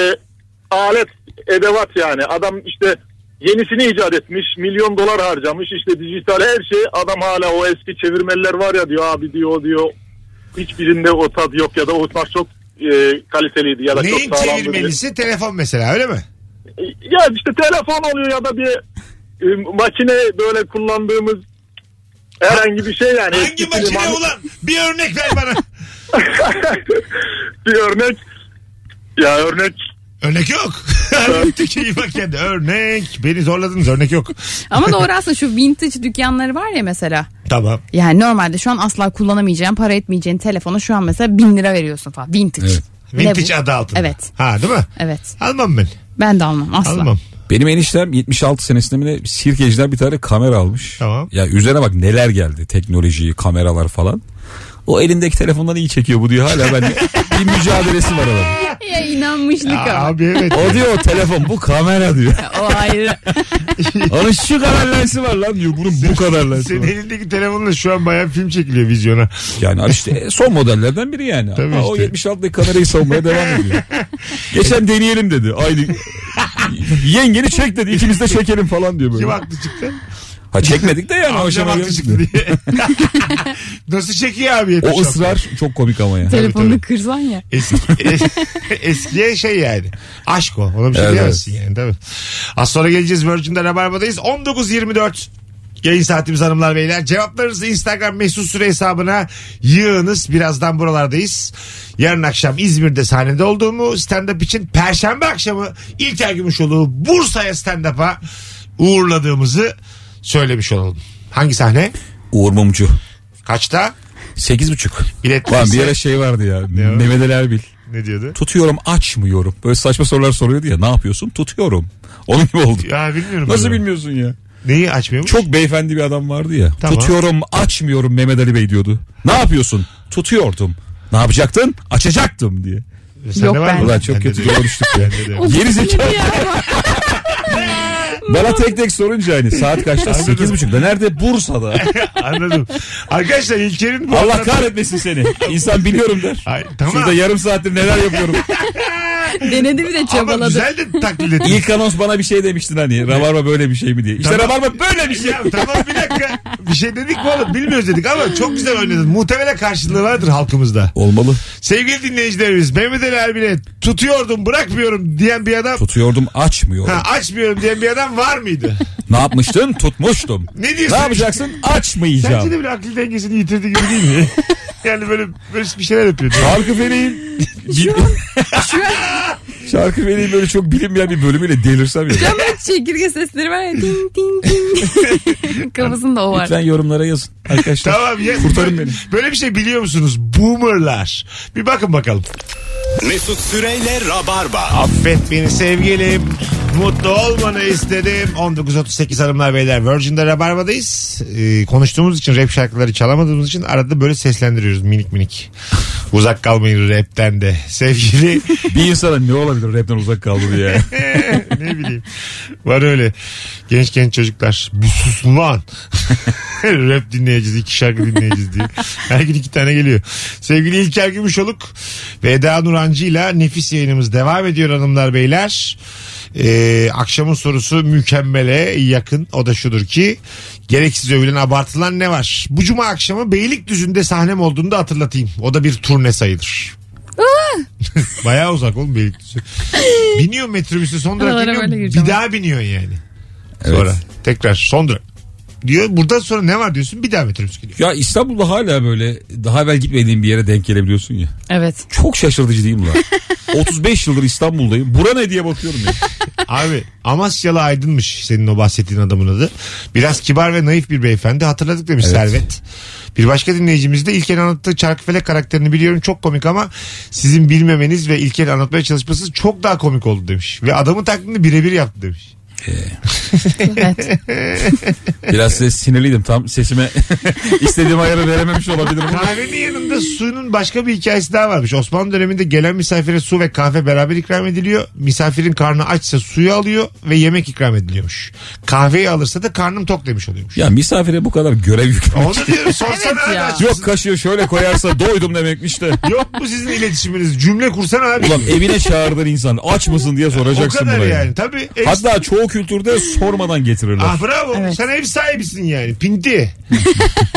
Speaker 9: alet edevat yani. Adam işte yenisini icat etmiş. Milyon dolar harcamış. işte dijital her şey. Adam hala o eski çevirmeler var ya diyor abi diyor o diyor. Hiçbirinde o tad yok ya da o tad çok e, kaliteliydi ya da
Speaker 1: Neyin
Speaker 9: çok sağlamdı. diye.
Speaker 1: çevirmelisi? Telefon mesela öyle mi?
Speaker 9: Ya işte telefon oluyor ya da bir e, makine böyle kullandığımız herhangi bir şey yani.
Speaker 1: Hangi
Speaker 9: Eskisi
Speaker 1: makine
Speaker 9: zaman-
Speaker 1: ulan? Bir örnek ver bana.
Speaker 9: <laughs> bir örnek. Ya örnek
Speaker 1: Örnek yok. <laughs> Örnek iyi bak kendi. Örnek. Beni zorladınız örnek yok. <laughs>
Speaker 3: Ama doğru aslında şu vintage dükkanları var ya mesela.
Speaker 1: Tamam.
Speaker 3: Yani normalde şu an asla kullanamayacağın, para etmeyeceğin telefona şu an mesela bin lira veriyorsun falan. Vintage.
Speaker 2: Evet.
Speaker 3: Ne
Speaker 1: Vintage
Speaker 3: bu?
Speaker 1: adı altında.
Speaker 3: Evet.
Speaker 1: Ha değil mi?
Speaker 3: Evet.
Speaker 1: Almam ben.
Speaker 3: Ben de almam asla.
Speaker 1: Almam.
Speaker 2: Benim eniştem 76 senesinde mi ne sirkeciler bir tane kamera almış.
Speaker 1: Tamam.
Speaker 2: Ya üzerine bak neler geldi teknolojiyi kameralar falan. O elindeki telefondan iyi çekiyor bu diyor hala ben bir mücadelesi var adamın.
Speaker 3: Ya inanmışlık ama.
Speaker 1: Abi evet.
Speaker 2: O diyor o telefon bu kamera diyor.
Speaker 1: <laughs>
Speaker 3: O ayrı.
Speaker 2: Onun şu kadar lensi var lan diyor bunun bu kadar lensi
Speaker 1: Senin
Speaker 2: var.
Speaker 1: elindeki telefonla şu an bayağı film çekiliyor vizyona.
Speaker 2: Yani abi işte son modellerden biri yani.
Speaker 1: Tabii
Speaker 2: Ama O
Speaker 1: işte.
Speaker 2: 76'daki kamerayı savunmaya devam
Speaker 1: <laughs>
Speaker 2: ediyor. Geçen deneyelim dedi. Aynı yengeni çek dedi ikimiz de çekelim falan diyor
Speaker 1: Kim
Speaker 2: böyle.
Speaker 1: haklı çıktı?
Speaker 2: Ha çekmedik de yani. o
Speaker 1: Amcam
Speaker 2: aşamaya
Speaker 1: haklı çıktı
Speaker 2: gelmedik.
Speaker 1: diye. <laughs> Nasıl çekiyor abi?
Speaker 2: O
Speaker 1: 76?
Speaker 2: ısrar çok komik ama ya.
Speaker 3: Telefonunu kırsan ya.
Speaker 1: Eski, <laughs> eskiye şey yani. Aşk o. Ona bir şey
Speaker 2: Evet,
Speaker 1: diyemezsin yani. Tabii. Az sonra geleceğiz Virgin'de Rabarba'dayız. 19.24 yayın saatimiz hanımlar beyler. Cevaplarınızı Instagram mesut süre hesabına yığınız. Birazdan buralardayız. Yarın akşam İzmir'de sahnede olduğumu stand-up için Perşembe akşamı İlker Gümüşoğlu Bursa'ya stand-up'a uğurladığımızı söylemiş olalım. Hangi sahne?
Speaker 2: Uğur Mumcu.
Speaker 1: Kaçta?
Speaker 2: Sekiz buçuk.
Speaker 1: Bilet
Speaker 2: Lan bir
Speaker 1: neyse.
Speaker 2: ara şey vardı ya.
Speaker 1: Ne o?
Speaker 2: Mehmet Ali Erbil.
Speaker 1: Ne diyordu?
Speaker 2: Tutuyorum açmıyorum. Böyle saçma sorular soruyordu ya. Ne yapıyorsun? Tutuyorum. Onun gibi oldu.
Speaker 1: Ya bilmiyorum.
Speaker 2: Nasıl
Speaker 1: onu.
Speaker 2: bilmiyorsun ya?
Speaker 1: Neyi açmıyor
Speaker 2: Çok beyefendi bir adam vardı ya.
Speaker 1: Tamam.
Speaker 2: Tutuyorum açmıyorum Mehmet Ali Bey diyordu. Ne yapıyorsun? Tutuyordum. Ne yapacaktın? Açacaktım diye.
Speaker 1: Sende
Speaker 3: Yok
Speaker 1: var
Speaker 3: ben-
Speaker 1: mı?
Speaker 2: Ulan çok
Speaker 1: Bende
Speaker 2: kötü
Speaker 1: de yok.
Speaker 2: yola düştük ya.
Speaker 1: Bende de yok.
Speaker 2: Geri zekalı.
Speaker 3: Ya bak,
Speaker 2: Bana tek tek sorunca hani saat kaçta? Sekiz buçukta.
Speaker 1: <laughs>
Speaker 2: Nerede? Bursa'da.
Speaker 1: <laughs> Anladım. Arkadaşlar İlker'in bu
Speaker 2: Allah kahretmesin seni. İnsan biliyorum der.
Speaker 1: Ay, tamam.
Speaker 2: Şurada yarım saattir neler
Speaker 1: <laughs>
Speaker 2: yapıyorum.
Speaker 3: <laughs> Denedi bir de
Speaker 1: Ama
Speaker 3: çabaladı.
Speaker 1: güzel de taklit ettin.
Speaker 2: İlk anons bana bir şey demiştin hani. Rabarba böyle bir şey mi diye. İşte
Speaker 1: Tamam.
Speaker 2: Rabarba böyle bir şey.
Speaker 1: Ya tamam bir dakika. Bir şey dedik mi oğlum? Bilmiyoruz dedik ama çok güzel oynadın. Muhtemelen karşılığı vardır halkımızda.
Speaker 2: Olmalı.
Speaker 1: Sevgili dinleyicilerimiz Mehmet Ali Erbil'e tutuyordum bırakmıyorum diyen bir adam
Speaker 2: Tutuyordum açmıyorum.
Speaker 1: ha, açmıyorum diyen bir adam var mıydı?
Speaker 2: Ne yapmıştın? Tutmuştum.
Speaker 1: Ne diyorsun?
Speaker 2: Ne yapacaksın?
Speaker 1: Sence de
Speaker 2: Açmayacağım. <laughs>
Speaker 1: bir akıl dengesini yitirdi gibi değil mi? yani böyle, böyle bir şeyler yapıyor.
Speaker 2: Şarkı Feri'nin <laughs> Şarkı Feri'nin böyle çok bilinmeyen bir bölümüyle delirsem ya.
Speaker 3: Ben böyle çekirge sesleri var ya. Ding ding
Speaker 1: <laughs>
Speaker 3: ding. Kafasında o var.
Speaker 2: Lütfen yorumlara yazın arkadaşlar.
Speaker 1: Tamam ya.
Speaker 2: Kurtarın beni.
Speaker 1: <laughs> Böyle bir şey biliyor musunuz? Boomerlar. Bir bakın bakalım.
Speaker 8: Mesut Süreyle Rabarba.
Speaker 1: Affet beni sevgilim. Mutlu olmanı istedim. 19.38 hanımlar beyler Virgin'de Rabarba'dayız. Ee, konuştuğumuz için rap şarkıları çalamadığımız için arada böyle seslendiriyoruz minik minik. Uzak kalmayın rapten de. Sevgili
Speaker 2: Bir insana ne olabilir rapten uzak kaldı diye.
Speaker 1: <laughs>
Speaker 2: ya.
Speaker 1: ne bileyim. Var öyle. Genç genç çocuklar. Bu sus lan. <laughs> Rap dinleyeceğiz. iki şarkı dinleyeceğiz diye. Her gün iki tane geliyor. Sevgili İlker Gümüşoluk ve Eda Nurancı ile nefis yayınımız devam ediyor hanımlar beyler. Ee, akşamın sorusu mükemmele yakın. O da şudur ki gereksiz övülen abartılan ne var? Bu cuma akşamı Beylikdüzü'nde sahnem olduğunu da hatırlatayım. O da bir turne sayılır. Bayağı uzak oğlum
Speaker 3: <laughs>
Speaker 1: Beylikdüzü. Biniyor metrobüse son durak
Speaker 3: Oralara
Speaker 1: iniyor.
Speaker 3: böyle
Speaker 1: Bir
Speaker 3: gireceğim.
Speaker 1: daha biniyor yani.
Speaker 2: Evet.
Speaker 1: Sonra tekrar son durak. Diyor buradan sonra ne var diyorsun bir daha metrobüs
Speaker 3: <laughs>
Speaker 1: gidiyor.
Speaker 2: Ya İstanbul'da hala böyle daha evvel gitmediğin bir yere denk gelebiliyorsun ya.
Speaker 3: Evet.
Speaker 2: Çok şaşırtıcı
Speaker 1: <laughs>
Speaker 2: değil mi lan? 35 yıldır İstanbul'dayım. Bura ne diye bakıyorum ya.
Speaker 1: Abi Amasyalı Aydın'mış senin o bahsettiğin adamın adı. Biraz kibar ve naif bir beyefendi hatırladık demiş
Speaker 2: Evet.
Speaker 1: Servet. Bir başka dinleyicimiz de İlker'in anlattığı Çarkıfelek karakterini biliyorum çok komik ama sizin bilmemeniz ve İlker'in anlatmaya çalışması çok daha komik oldu demiş. Ve adamın taklidini birebir yaptı demiş.
Speaker 3: Evet.
Speaker 2: Biraz ses sinirliydim. Tam sesime <laughs> istediğim ayarı verememiş olabilirim. ama.
Speaker 1: Kahvenin yanında suyunun başka bir hikayesi daha varmış. Osmanlı döneminde gelen misafire su ve kahve beraber ikram ediliyor. Misafirin karnı açsa suyu alıyor ve yemek ikram ediliyormuş. Kahveyi alırsa da karnım tok demiş oluyormuş.
Speaker 2: Ya misafire bu kadar görev yüklemek.
Speaker 1: Onu diyorum sorsana
Speaker 3: Evet
Speaker 1: abi.
Speaker 3: ya.
Speaker 1: aç mısın?
Speaker 2: Yok kaşığı şöyle koyarsa doydum demekmiş de.
Speaker 1: Yok mu sizin iletişiminiz? Cümle kursana abi.
Speaker 2: Ulan evine çağırdığın insan aç mısın diye
Speaker 1: o
Speaker 2: soracaksın
Speaker 1: kadar
Speaker 2: buna.
Speaker 1: yani. Tabii. ev-
Speaker 2: Hatta çoğu kültürde sormadan getirirler.
Speaker 1: Ah bravo. Sen ev sahibisin yani.
Speaker 2: <laughs>
Speaker 1: Pinti.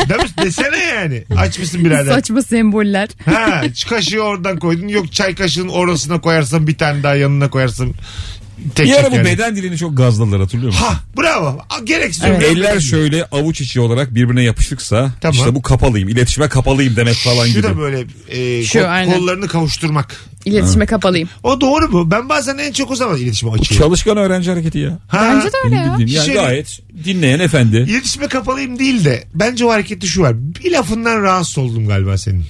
Speaker 1: Değil mi? Desene yani. Aç mısın birader?
Speaker 3: Saçma semboller.
Speaker 1: ha, kaşığı oradan koydun. Yok çay kaşığının orasına koyarsın. Bir tane daha yanına koyarsın. Tek
Speaker 2: Bir ara
Speaker 1: tek
Speaker 2: bu
Speaker 1: yani.
Speaker 2: beden dilini çok gazladılar hatırlıyor musun?
Speaker 1: Ha bravo. A, Gereksiz.
Speaker 3: Evet.
Speaker 1: övülen
Speaker 2: Eller
Speaker 1: beden.
Speaker 2: şöyle avuç içi olarak birbirine yapışıksa
Speaker 1: Tamam.
Speaker 2: işte bu kapalıyım, iletişime kapalıyım demek falan
Speaker 1: Şu
Speaker 2: gibi.
Speaker 1: da böyle e,
Speaker 3: Şu,
Speaker 1: kol-
Speaker 3: aynen.
Speaker 1: kollarını kavuşturmak.
Speaker 3: İletişime kapalıyım.
Speaker 1: O doğru mu? Ben bazen en çok o zaman iletişime açıyorum.
Speaker 2: Çalışkan öğrenci hareketi ya.
Speaker 1: Ha.
Speaker 3: Bence de öyle
Speaker 2: Benim
Speaker 3: ya.
Speaker 2: bildiğim yani
Speaker 1: Şey-
Speaker 2: gayet dinleyen efendi.
Speaker 1: İletişime kapalıyım değil de bence o harekette şu var. Bir lafından rahatsız oldum galiba senin.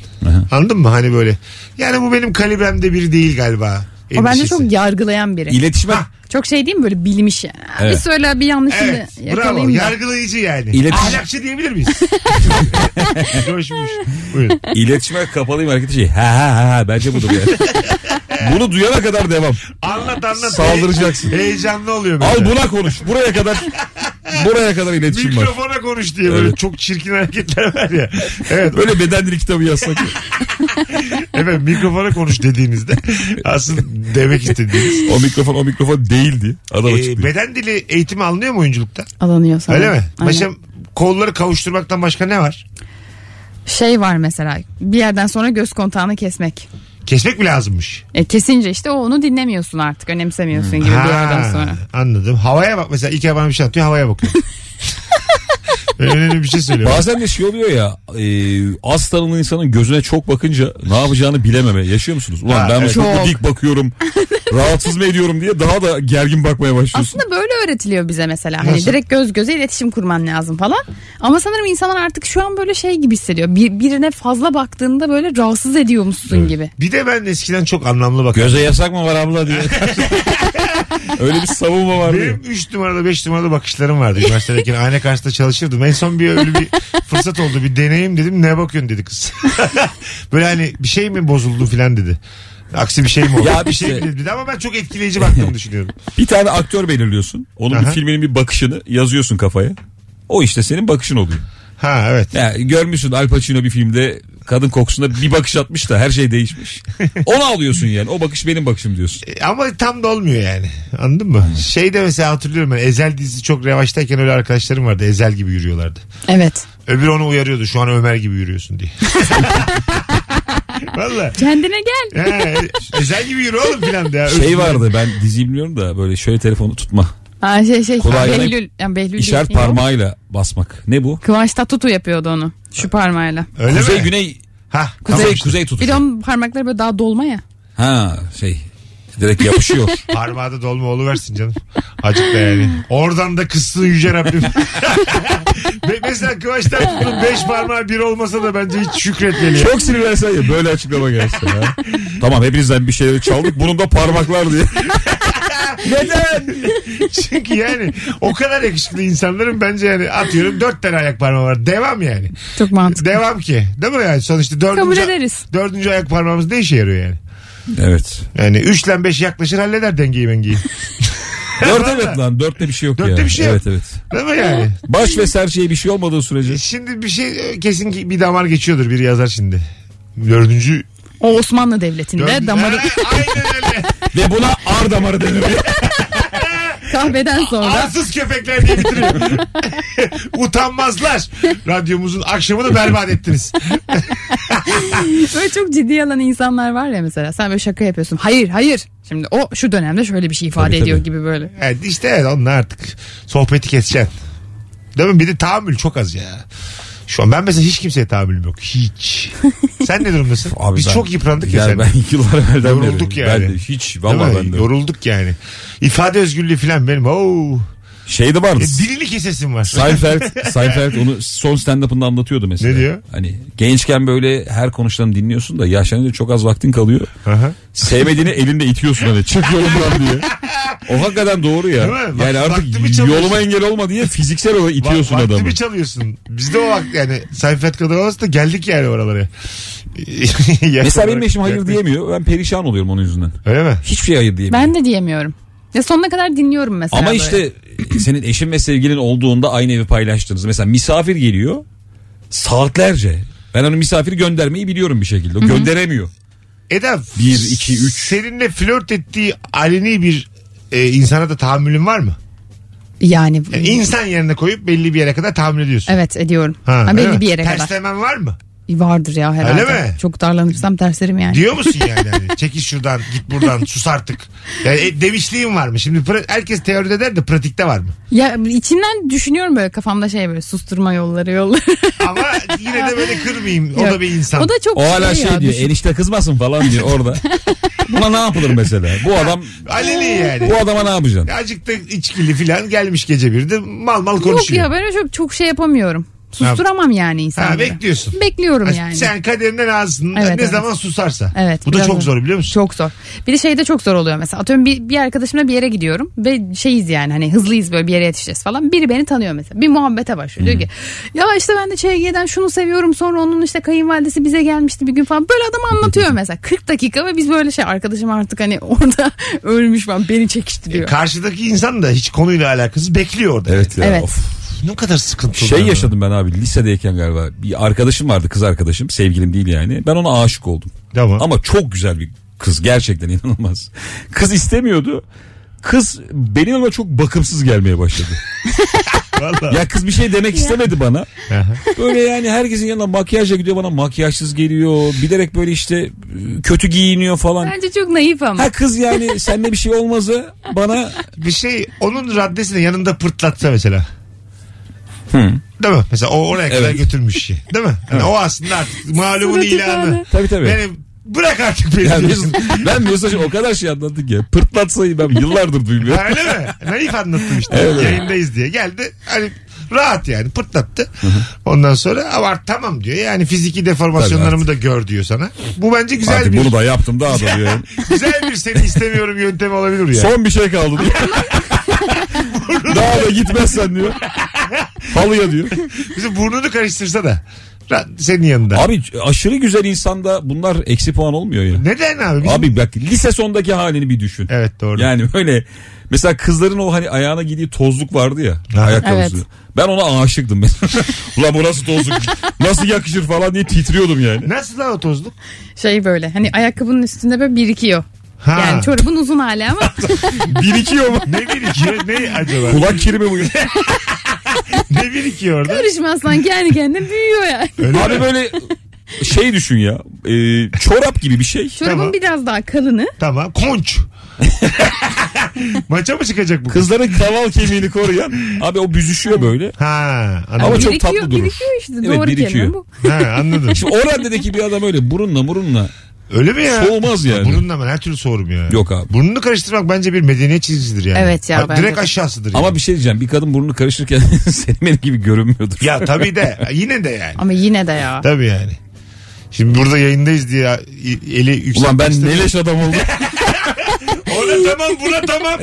Speaker 1: Anladın mı? Hani böyle. Yani bu benim kalibremde biri değil galiba.
Speaker 3: O bence
Speaker 1: Endişesi.
Speaker 3: çok yargılayan biri.
Speaker 2: İletişime
Speaker 3: Çok şey değil mi böyle bilim işi? Aa,
Speaker 2: Evet.
Speaker 3: Bir söyle bir yanlışını
Speaker 1: Evet. Bravo.
Speaker 3: yakalayayım da.
Speaker 1: Yargılayıcı yani.
Speaker 2: İletişim-
Speaker 1: Ahlakçı diyebilir
Speaker 2: <laughs>
Speaker 1: miyiz? Coşmuş. Buyurun.
Speaker 2: iletişime kapalıyım hareketi şey. Ha ha ha ha bence budur
Speaker 1: <laughs>
Speaker 2: yani. Bunu duyana kadar devam.
Speaker 1: Anlat anlat.
Speaker 2: Saldıracaksın.
Speaker 1: Heyecanlı oluyor böyle.
Speaker 2: Al buna konuş. Buraya kadar buraya kadar iletişim var.
Speaker 1: Mikrofona konuş diye böyle
Speaker 2: Evet.
Speaker 1: çok çirkin hareketler var ya. Evet.
Speaker 2: Böyle beden dili kitabı yazsak.
Speaker 1: Evet mikrofona konuş dediğinizde aslında demek istediğiniz.
Speaker 2: o mikrofon o mikrofon değildi. Adam
Speaker 1: Ee,
Speaker 2: açıklıyor.
Speaker 1: beden dili eğitimi alınıyor mu oyunculukta?
Speaker 3: Alınıyor sana.
Speaker 1: Öyle mi?
Speaker 3: Aynen.
Speaker 1: Başım kolları kavuşturmaktan başka ne var?
Speaker 3: Şey var mesela bir yerden sonra göz kontağını kesmek.
Speaker 1: Kesmek mi lazımmış?
Speaker 3: E, kesince işte o onu dinlemiyorsun artık önemsemiyorsun gibi bir yerden sonra.
Speaker 1: Anladım. Havaya bak mesela İlker bana bir şey atıyor havaya
Speaker 3: <laughs>
Speaker 1: bakıyor. Önemli bir şey söylüyor.
Speaker 2: Bazen de şey oluyor ya e, az tanımlı insanın gözüne çok bakınca ne yapacağını bilememe. Yaşıyor musunuz? Ulan
Speaker 1: Ha,
Speaker 2: ben
Speaker 1: evet.
Speaker 2: çok mu
Speaker 3: Çok.
Speaker 1: <laughs>
Speaker 2: dik bakıyorum. rahatsız mı ediyorum diye daha da gergin bakmaya başlıyorsun.
Speaker 3: Aslında böyle öğretiliyor bize mesela. Hani
Speaker 1: Nasıl?
Speaker 3: direkt göz göze iletişim kurman lazım falan. Ama sanırım insanlar artık şu an böyle şey gibi hissediyor. Bir, birine fazla baktığında böyle rahatsız ediyormuşsun gibi.
Speaker 1: Bir de ben eskiden çok anlamlı bakardım.
Speaker 2: Göze yasak mı var
Speaker 1: <laughs>
Speaker 2: abla diye. Öyle bir savunma var diyor.
Speaker 1: Benim 3 numarada 5 numarada bakışlarım vardı. Üniversitedeyken <laughs> ayna karşısında çalışırdım. En son bir öyle bir fırsat oldu. Bir deneyim dedim. Ne bakıyorsun dedi kız. <laughs> Böyle hani bir şey mi bozuldu filan dedi. Aksi bir şey mi oldu?
Speaker 2: Ya
Speaker 1: bir şey
Speaker 2: işte-
Speaker 1: mi dedi ama ben çok etkileyici baktığımı düşünüyorum.
Speaker 2: Bir tane aktör belirliyorsun. Onun
Speaker 1: Aha.
Speaker 2: bir filminin bir bakışını yazıyorsun kafaya. O işte senin bakışın oluyor.
Speaker 1: Ha evet.
Speaker 2: Ya görmüşsün Al Pacino bir filmde kadın kokusunda bir bakış atmış da her şey <laughs> değişmiş. Onu alıyorsun yani. O bakış benim bakışım diyorsun.
Speaker 1: E, Ama tam da olmuyor yani. Anladın mı? Şeyde mesela hatırlıyorum ben. Ezel dizisi çok revaçtayken öyle arkadaşlarım vardı. Ezel gibi yürüyorlardı.
Speaker 3: Evet.
Speaker 1: Öbür onu uyarıyordu. Şu an Ömer gibi yürüyorsun diye. <laughs> Valla.
Speaker 3: Kendine
Speaker 2: E?
Speaker 3: gel.
Speaker 1: He, Ezel gibi yürü oğlum filan diye.
Speaker 2: Şey vardı ben diziyi bilmiyorum da böyle şöyle telefonu tutma.
Speaker 3: Ha, şey şey.
Speaker 2: Kulağına
Speaker 3: Behlül. Yani Behlül değil.
Speaker 2: İşaret parmağıyla basmak. Ne bu?
Speaker 3: Kıvanç Tatlıtuğ yapıyordu onu. Şu parmağıyla.
Speaker 1: Öyle
Speaker 2: Kuzey
Speaker 1: mi?
Speaker 2: güney
Speaker 1: Ha,
Speaker 2: Kuzey-
Speaker 1: <laughs>
Speaker 2: kuzey tutucu.
Speaker 3: Bir de onun parmakları böyle daha dolma ya.
Speaker 2: Ha şey direkt yapışıyor.
Speaker 1: Parmağı da dolma oluversin canım. Acık da yani. Oradan da kıssın yüce Rabbim. <laughs> Ve Mesela Kıvanç Tatlıtuğ'un beş parmağı bir olmasa da bence hiç
Speaker 2: <laughs>
Speaker 1: şükretmeli.
Speaker 2: <laughs> Çok sinirlensen ya böyle açıklama gelsin. Ha. tamam hepinizden bir şeyleri çaldık bunun da parmaklar <laughs> diye.
Speaker 1: Neden? Çünkü yani o kadar yakışıklı insanların bence yani atıyorum dört tane ayak parmağı var. Devam yani.
Speaker 3: Çok mantıklı.
Speaker 1: Devam ki. Değil mi yani? Sonuçta dördüncü,
Speaker 3: Kabul ederiz.
Speaker 1: dördüncü ayak parmağımız ne işe yarıyor yani?
Speaker 2: Evet.
Speaker 1: Yani üçle beş yaklaşır halleder dengeyi mengeyi.
Speaker 2: <laughs> Dört evet lan dörtte bir şey yok
Speaker 1: Dörtte
Speaker 2: ya.
Speaker 1: bir şey yok.
Speaker 2: Evet evet.
Speaker 1: Değil mi yani? E
Speaker 2: Baş ve serçeye bir şey olmadığı sürece.
Speaker 1: Şimdi bir şey kesin ki bir damar geçiyordur biri yazar şimdi. Dördüncü
Speaker 3: O Osmanlı Devleti'nde
Speaker 1: Dördüncü-
Speaker 2: <laughs>
Speaker 3: damarı
Speaker 1: Ha, aynen öyle.
Speaker 2: Ve buna ar damarı denir.
Speaker 3: kahveden sonra.
Speaker 1: Arsız köpekler diye bitiriyor. <laughs> Utanmazlar. Radyomuzun akşamını berbat ettiniz.
Speaker 3: böyle çok ciddi alan insanlar var ya mesela. Sen böyle şaka yapıyorsun. Hayır hayır. Şimdi o şu dönemde şöyle bir şey ifade
Speaker 2: Tabii,
Speaker 3: ediyor
Speaker 2: tabii.
Speaker 3: gibi böyle.
Speaker 1: Evet işte evet onunla artık sohbeti keseceksin. Değil mi? Bir de tahammül çok az ya. Şu an ben mesela hiç kimseye tahammülüm yok. Hiç. Sen ne durumdasın?
Speaker 2: <laughs> Abi
Speaker 1: Biz
Speaker 2: ben-
Speaker 1: çok yıprandık ya,
Speaker 2: Yani
Speaker 1: sen.
Speaker 2: ben yıllar evvelden
Speaker 1: Yorulduk
Speaker 2: beri.
Speaker 1: yani.
Speaker 2: Ben de hiç
Speaker 1: Değil
Speaker 2: vallahi
Speaker 1: mi?
Speaker 2: ben de.
Speaker 1: Yorulduk yani. İfade özgürlüğü falan benim. Oo.
Speaker 2: Şey de
Speaker 1: E,
Speaker 2: vardı.
Speaker 1: dilini kesesin var.
Speaker 2: <laughs> Seinfeld, Seinfeld onu son stand-up'ında anlatıyordu mesela.
Speaker 1: Ne diyor?
Speaker 2: Hani gençken böyle her konuşulanı dinliyorsun da yaşlanınca çok az vaktin kalıyor.
Speaker 1: Aha.
Speaker 2: <laughs> Sevmediğini elinde itiyorsun hani çık yolumdan diye. O hakikaten doğru ya.
Speaker 1: Değil mi? Vak-
Speaker 2: Yani
Speaker 1: vaktimi
Speaker 2: artık
Speaker 1: çalıyorsun.
Speaker 2: yoluma engel olma diye fiziksel olarak
Speaker 1: Va-
Speaker 2: itiyorsun
Speaker 1: vaktimi
Speaker 2: adamı.
Speaker 1: çalıyorsun. Biz de o vakt yani Seinfeld kadar olsa da geldik yani oralara. <laughs>
Speaker 2: Mesela benim eşim hayır diyemiyor. Ben perişan oluyorum onun yüzünden.
Speaker 1: Öyle mi?
Speaker 2: Hiçbir şey hayır diyemiyor.
Speaker 3: Ben de diyemiyorum. Ya sonuna kadar dinliyorum mesela.
Speaker 2: Ama
Speaker 3: böyle.
Speaker 2: işte <clears throat> senin eşin ve sevgilin olduğunda aynı evi paylaştınız. Mesela misafir geliyor saatlerce. Ben onu misafiri göndermeyi biliyorum bir şekilde. O gönderemiyor.
Speaker 1: Eda
Speaker 2: Bir, iki, üç.
Speaker 1: Seninle flört ettiği aleni bir e, insana da tahammülün var mı?
Speaker 3: Yani.
Speaker 1: Yani E, insan yerine koyup belli bir yere kadar tahammül ediyorsun.
Speaker 3: Evet ediyorum.
Speaker 1: Ha,
Speaker 3: Ha,
Speaker 1: öyle
Speaker 3: belli
Speaker 1: mi?
Speaker 3: bir yere kadar. E,
Speaker 1: Terslemen var mı?
Speaker 3: Vardır ya herhalde.
Speaker 1: Öyle mi?
Speaker 3: Çok darlanırsam terslerim yani.
Speaker 1: Diyor musun yani? hani, <laughs> çekil şuradan, git buradan, sus artık. Yani e, demişliğin var mı? Şimdi pra- herkes teoride der de pratikte var mı?
Speaker 3: Ya içimden düşünüyorum böyle kafamda şey böyle susturma yolları yolları.
Speaker 1: Ama yine de böyle kırmayayım. O
Speaker 3: Yok.
Speaker 1: da bir insan.
Speaker 3: <laughs> O da çok
Speaker 2: O hala
Speaker 3: ya,
Speaker 2: şey diyor
Speaker 3: düşün-
Speaker 2: enişte kızmasın falan diyor
Speaker 3: <laughs>
Speaker 2: orada. Buna ne yapılır mesela? Bu adam
Speaker 1: Aleni yani.
Speaker 2: bu adama ne yapacaksın?
Speaker 1: Azıcık da içkili falan gelmiş gece bir de mal mal
Speaker 3: Yok
Speaker 1: konuşuyor.
Speaker 3: ya ben öyle çok, çok şey yapamıyorum. Susturamam yani insanları.
Speaker 1: Ha, bekliyorsun.
Speaker 3: Bekliyorum
Speaker 1: Ha,
Speaker 3: yani.
Speaker 1: Sen kaderinden ağzın
Speaker 3: Evet,
Speaker 1: ne
Speaker 3: evet.
Speaker 1: zaman susarsa.
Speaker 3: Evet.
Speaker 1: Bu da
Speaker 3: biraz
Speaker 1: çok
Speaker 3: öyle.
Speaker 1: zor biliyor musun?
Speaker 3: Çok zor. Bir de şeyde çok zor oluyor mesela. Atıyorum bir, bir arkadaşımla bir yere gidiyorum ve şeyiz yani hani hızlıyız böyle bir yere yetişeceğiz falan. Biri beni tanıyor mesela. Bir muhabbete başlıyor. Diyor
Speaker 1: Hmm.
Speaker 3: ki ya işte ben de ÇG'den şunu seviyorum sonra onun işte kayınvalidesi bize gelmişti bir gün falan. Böyle adam anlatıyor mesela. 40 dakika ve biz böyle şey arkadaşım artık hani <laughs> orada ölmüş falan beni
Speaker 1: E,
Speaker 3: çekiştiriyor.
Speaker 1: karşıdaki insan da hiç konuyla alakasız bekliyor orada.
Speaker 2: Evet ya.
Speaker 3: Evet.
Speaker 2: Of.
Speaker 1: Ne kadar sıkıntılı.
Speaker 2: Şey
Speaker 1: ya.
Speaker 2: yaşadım ben abi lisedeyken galiba. Bir arkadaşım vardı kız arkadaşım. Sevgilim değil yani. Ben ona aşık oldum.
Speaker 1: Tamam.
Speaker 2: Ama çok güzel bir kız gerçekten inanılmaz. Kız istemiyordu. Kız benim ama çok bakımsız gelmeye
Speaker 1: <laughs>
Speaker 2: başladı.
Speaker 1: Vallahi.
Speaker 2: ya kız bir şey demek istemedi bana.
Speaker 1: Aha.
Speaker 2: Böyle yani herkesin yanına makyajla gidiyor bana makyajsız geliyor. Bilerek böyle işte e, kötü giyiniyor falan.
Speaker 3: Bence çok naif ama.
Speaker 2: Ha kız yani seninle bir şey olmazı bana
Speaker 1: bir şey onun raddesini yanında pırtlatsa mesela.
Speaker 2: Hı.
Speaker 1: Değil mi? Mesela o oraya kadar
Speaker 2: Evet.
Speaker 1: götürmüş şey. Değil mi? Yani o aslında artık malumun
Speaker 3: Surat
Speaker 1: ilanı.
Speaker 3: ifade.
Speaker 2: tabii tabii.
Speaker 1: Yani bırak artık beni.
Speaker 2: Yani
Speaker 1: diyorsun.
Speaker 2: biz- ben mesajı o kadar şey anlattık ya. Pırtlatsayı ben yıllardır duymuyorum.
Speaker 1: Öyle
Speaker 2: <laughs>
Speaker 1: mi? Naif anlattım işte. Yayındayız diye. Geldi hani rahat yani pırtlattı. Ondan sonra ama artık tamam diyor. Yani fiziki deformasyonlarımı da gör diyor sana. Bu bence güzel
Speaker 2: Artık
Speaker 1: bir
Speaker 2: bunu da yaptım daha da diyor.
Speaker 1: güzel bir
Speaker 2: <laughs>
Speaker 1: seni istemiyorum yöntemi olabilir yani.
Speaker 2: Son bir şey kaldı diyor. daha da gitmezsen diyor. Halıya diyor.
Speaker 1: Bizi burnunu karıştırsa da Lan senin yanında.
Speaker 2: Abi aşırı güzel insanda bunlar eksi puan olmuyor ya.
Speaker 1: Neden abi? Bizim-
Speaker 2: Abi bak lise sondaki halini bir düşün.
Speaker 1: Evet doğru.
Speaker 2: Yani böyle mesela kızların o hani ayağına giydiği tozluk vardı ya
Speaker 1: Ha.
Speaker 2: ayakkabısı.
Speaker 3: Evet.
Speaker 2: Ben ona aşıktım <laughs> ben. Ulan bu nasıl tozluk? nasıl yakışır falan diye titriyordum yani.
Speaker 1: Nasıl lan o tozluk?
Speaker 3: Şey böyle hani ayakkabının üstünde böyle birikiyor.
Speaker 1: Ha.
Speaker 3: Yani çorabın uzun hali ama
Speaker 1: <laughs>
Speaker 2: Birikiyor mu?
Speaker 1: ne birikiyor?
Speaker 2: <laughs>
Speaker 1: Ne acaba?
Speaker 2: Kulak kirimi <laughs> bu.
Speaker 1: ne birikiyor orada?
Speaker 3: karışmaz sanki kendi kendine büyüyor yani.
Speaker 2: Abi böyle şey düşün ya. e, çorap gibi bir şey.
Speaker 3: Çorabın
Speaker 1: Tamam.
Speaker 3: biraz daha kalını
Speaker 2: <laughs>
Speaker 1: Tamam. Konç. Maça mı çıkacak bu?
Speaker 2: Kızların kaval kemiğini koruyan. Abi o büzüşüyor böyle.
Speaker 1: Ha,
Speaker 2: Ama çok tatlı durur.
Speaker 3: Birikiyor işte
Speaker 2: Evet,
Speaker 3: doğru kelime
Speaker 2: birikiyor.
Speaker 3: bu.
Speaker 1: Ha, anladım.
Speaker 2: Şimdi o raddedeki bir adam öyle burunla murunla.
Speaker 1: Öyle mi ya?
Speaker 2: Soğumaz yani.
Speaker 1: Burunla ben her türlü soğurum ya.
Speaker 2: Yok abi.
Speaker 1: Burnunu karıştırmak bence bir medeniyet çizgisidir yani.
Speaker 3: Evet ya,
Speaker 1: Ha,
Speaker 3: bence
Speaker 1: Direkt
Speaker 3: de.
Speaker 1: aşağısıdır yani.
Speaker 2: Ama bir şey diyeceğim. Bir kadın burnunu karıştırırken <laughs> senin benim gibi görünmüyordur.
Speaker 1: Ya tabii
Speaker 2: <laughs>
Speaker 1: de yine de yani.
Speaker 3: Ama yine de ya.
Speaker 1: Tabii yani. Şimdi burada yayındayız diye eli yükseltmek
Speaker 2: Ulan ben
Speaker 1: istemiyorum.
Speaker 2: neleş adam <laughs> oldum.
Speaker 1: Ona tamam buna
Speaker 2: <laughs>
Speaker 1: tamam.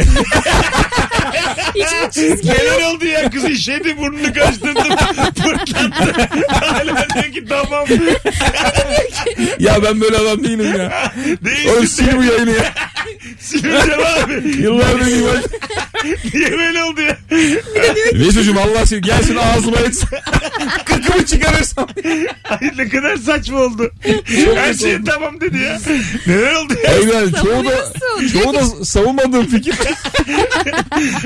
Speaker 3: Hiçbir çizgi
Speaker 1: Neler oldu ya kız işedi burnunu <laughs> kaçtırdım. Fırlattı. Hala diyor ki tamam.
Speaker 2: ya ben böyle adam değilim ya. Oğlum
Speaker 1: Değilsin.
Speaker 2: sil bu yayını ya.
Speaker 1: Sileceğim abi.
Speaker 2: Yıllardır gibi.
Speaker 1: Niye böyle oldu ya?
Speaker 2: Mesut'cum Allah seni gelsin ağzıma etsin. <laughs> Kıkımı çıkarırsam.
Speaker 1: Ay ne kadar saçma <laughs> oldu. Her şey tamam dedi ya. Neler oldu ya?
Speaker 2: Eyvallah çoğu da,
Speaker 3: Savunuyorsun.
Speaker 2: çoğu da savunmadığım <laughs> fikir.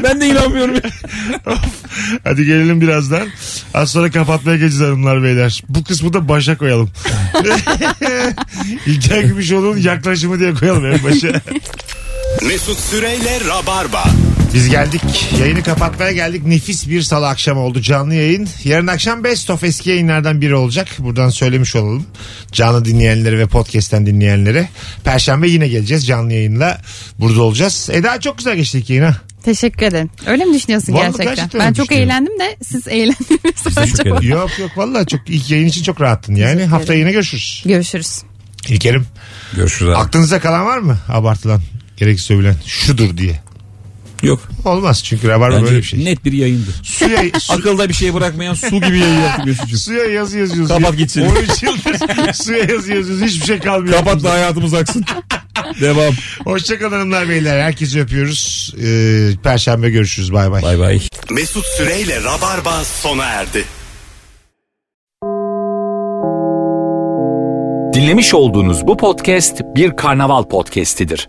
Speaker 2: ben de inanmıyorum.
Speaker 1: Hadi gelelim birazdan. Az sonra kapatmaya geçeceğiz hanımlar beyler. Bu kısmı da başa <laughs> koyalım. İlker Gümüşoğlu'nun yaklaşımı diye koyalım en başa.
Speaker 8: Mesut Süreyle Rabarba.
Speaker 1: Biz geldik. Yayını kapatmaya geldik. Nefis bir salı akşamı oldu canlı yayın. Yarın akşam Best of eski yayınlardan biri olacak. Buradan söylemiş olalım. Canlı dinleyenlere ve podcast'ten dinleyenlere. Perşembe yine geleceğiz canlı yayınla. Burada olacağız. Eda çok güzel geçti ilk yayın ha.
Speaker 3: Teşekkür ederim. Öyle mi düşünüyorsun
Speaker 1: Vallahi
Speaker 3: gerçekten?
Speaker 1: gerçekten
Speaker 3: ben
Speaker 1: öyle
Speaker 3: çok
Speaker 1: düşünüyorum.
Speaker 3: eğlendim de siz eğlendiniz.
Speaker 2: çok eğlendik.
Speaker 1: Yok yok vallahi çok ilk yayın için çok rahattın yani. Haftaya yine görüşürüz.
Speaker 3: Görüşürüz.
Speaker 1: İlkerim.
Speaker 2: Görüşürüz
Speaker 1: Aklınıza kalan var mı? Abartılan, gereksiz övülen şudur diye.
Speaker 2: Yok.
Speaker 1: Olmaz çünkü rabarba böyle bir şey.
Speaker 2: net bir yayındı.
Speaker 1: Suya, su,
Speaker 2: Akılda bir şey bırakmayan su gibi yayın yaptı Mesut'cum.
Speaker 1: suya yazı yazıyoruz.
Speaker 2: Kapat gitsin.
Speaker 1: 13 yıldır <laughs> suya yazı yazıyoruz. Hiçbir şey kalmıyor.
Speaker 2: Kapat da hayatımız aksın. Devam.
Speaker 1: Hoşçakalın hanımlar beyler. Herkesi öpüyoruz. Ee, Perşembe görüşürüz. Bay bay.
Speaker 2: Bay bay.
Speaker 8: Mesut Süreyle Rabarba sona erdi.
Speaker 12: Dinlemiş olduğunuz bu podcast bir karnaval podcastidir.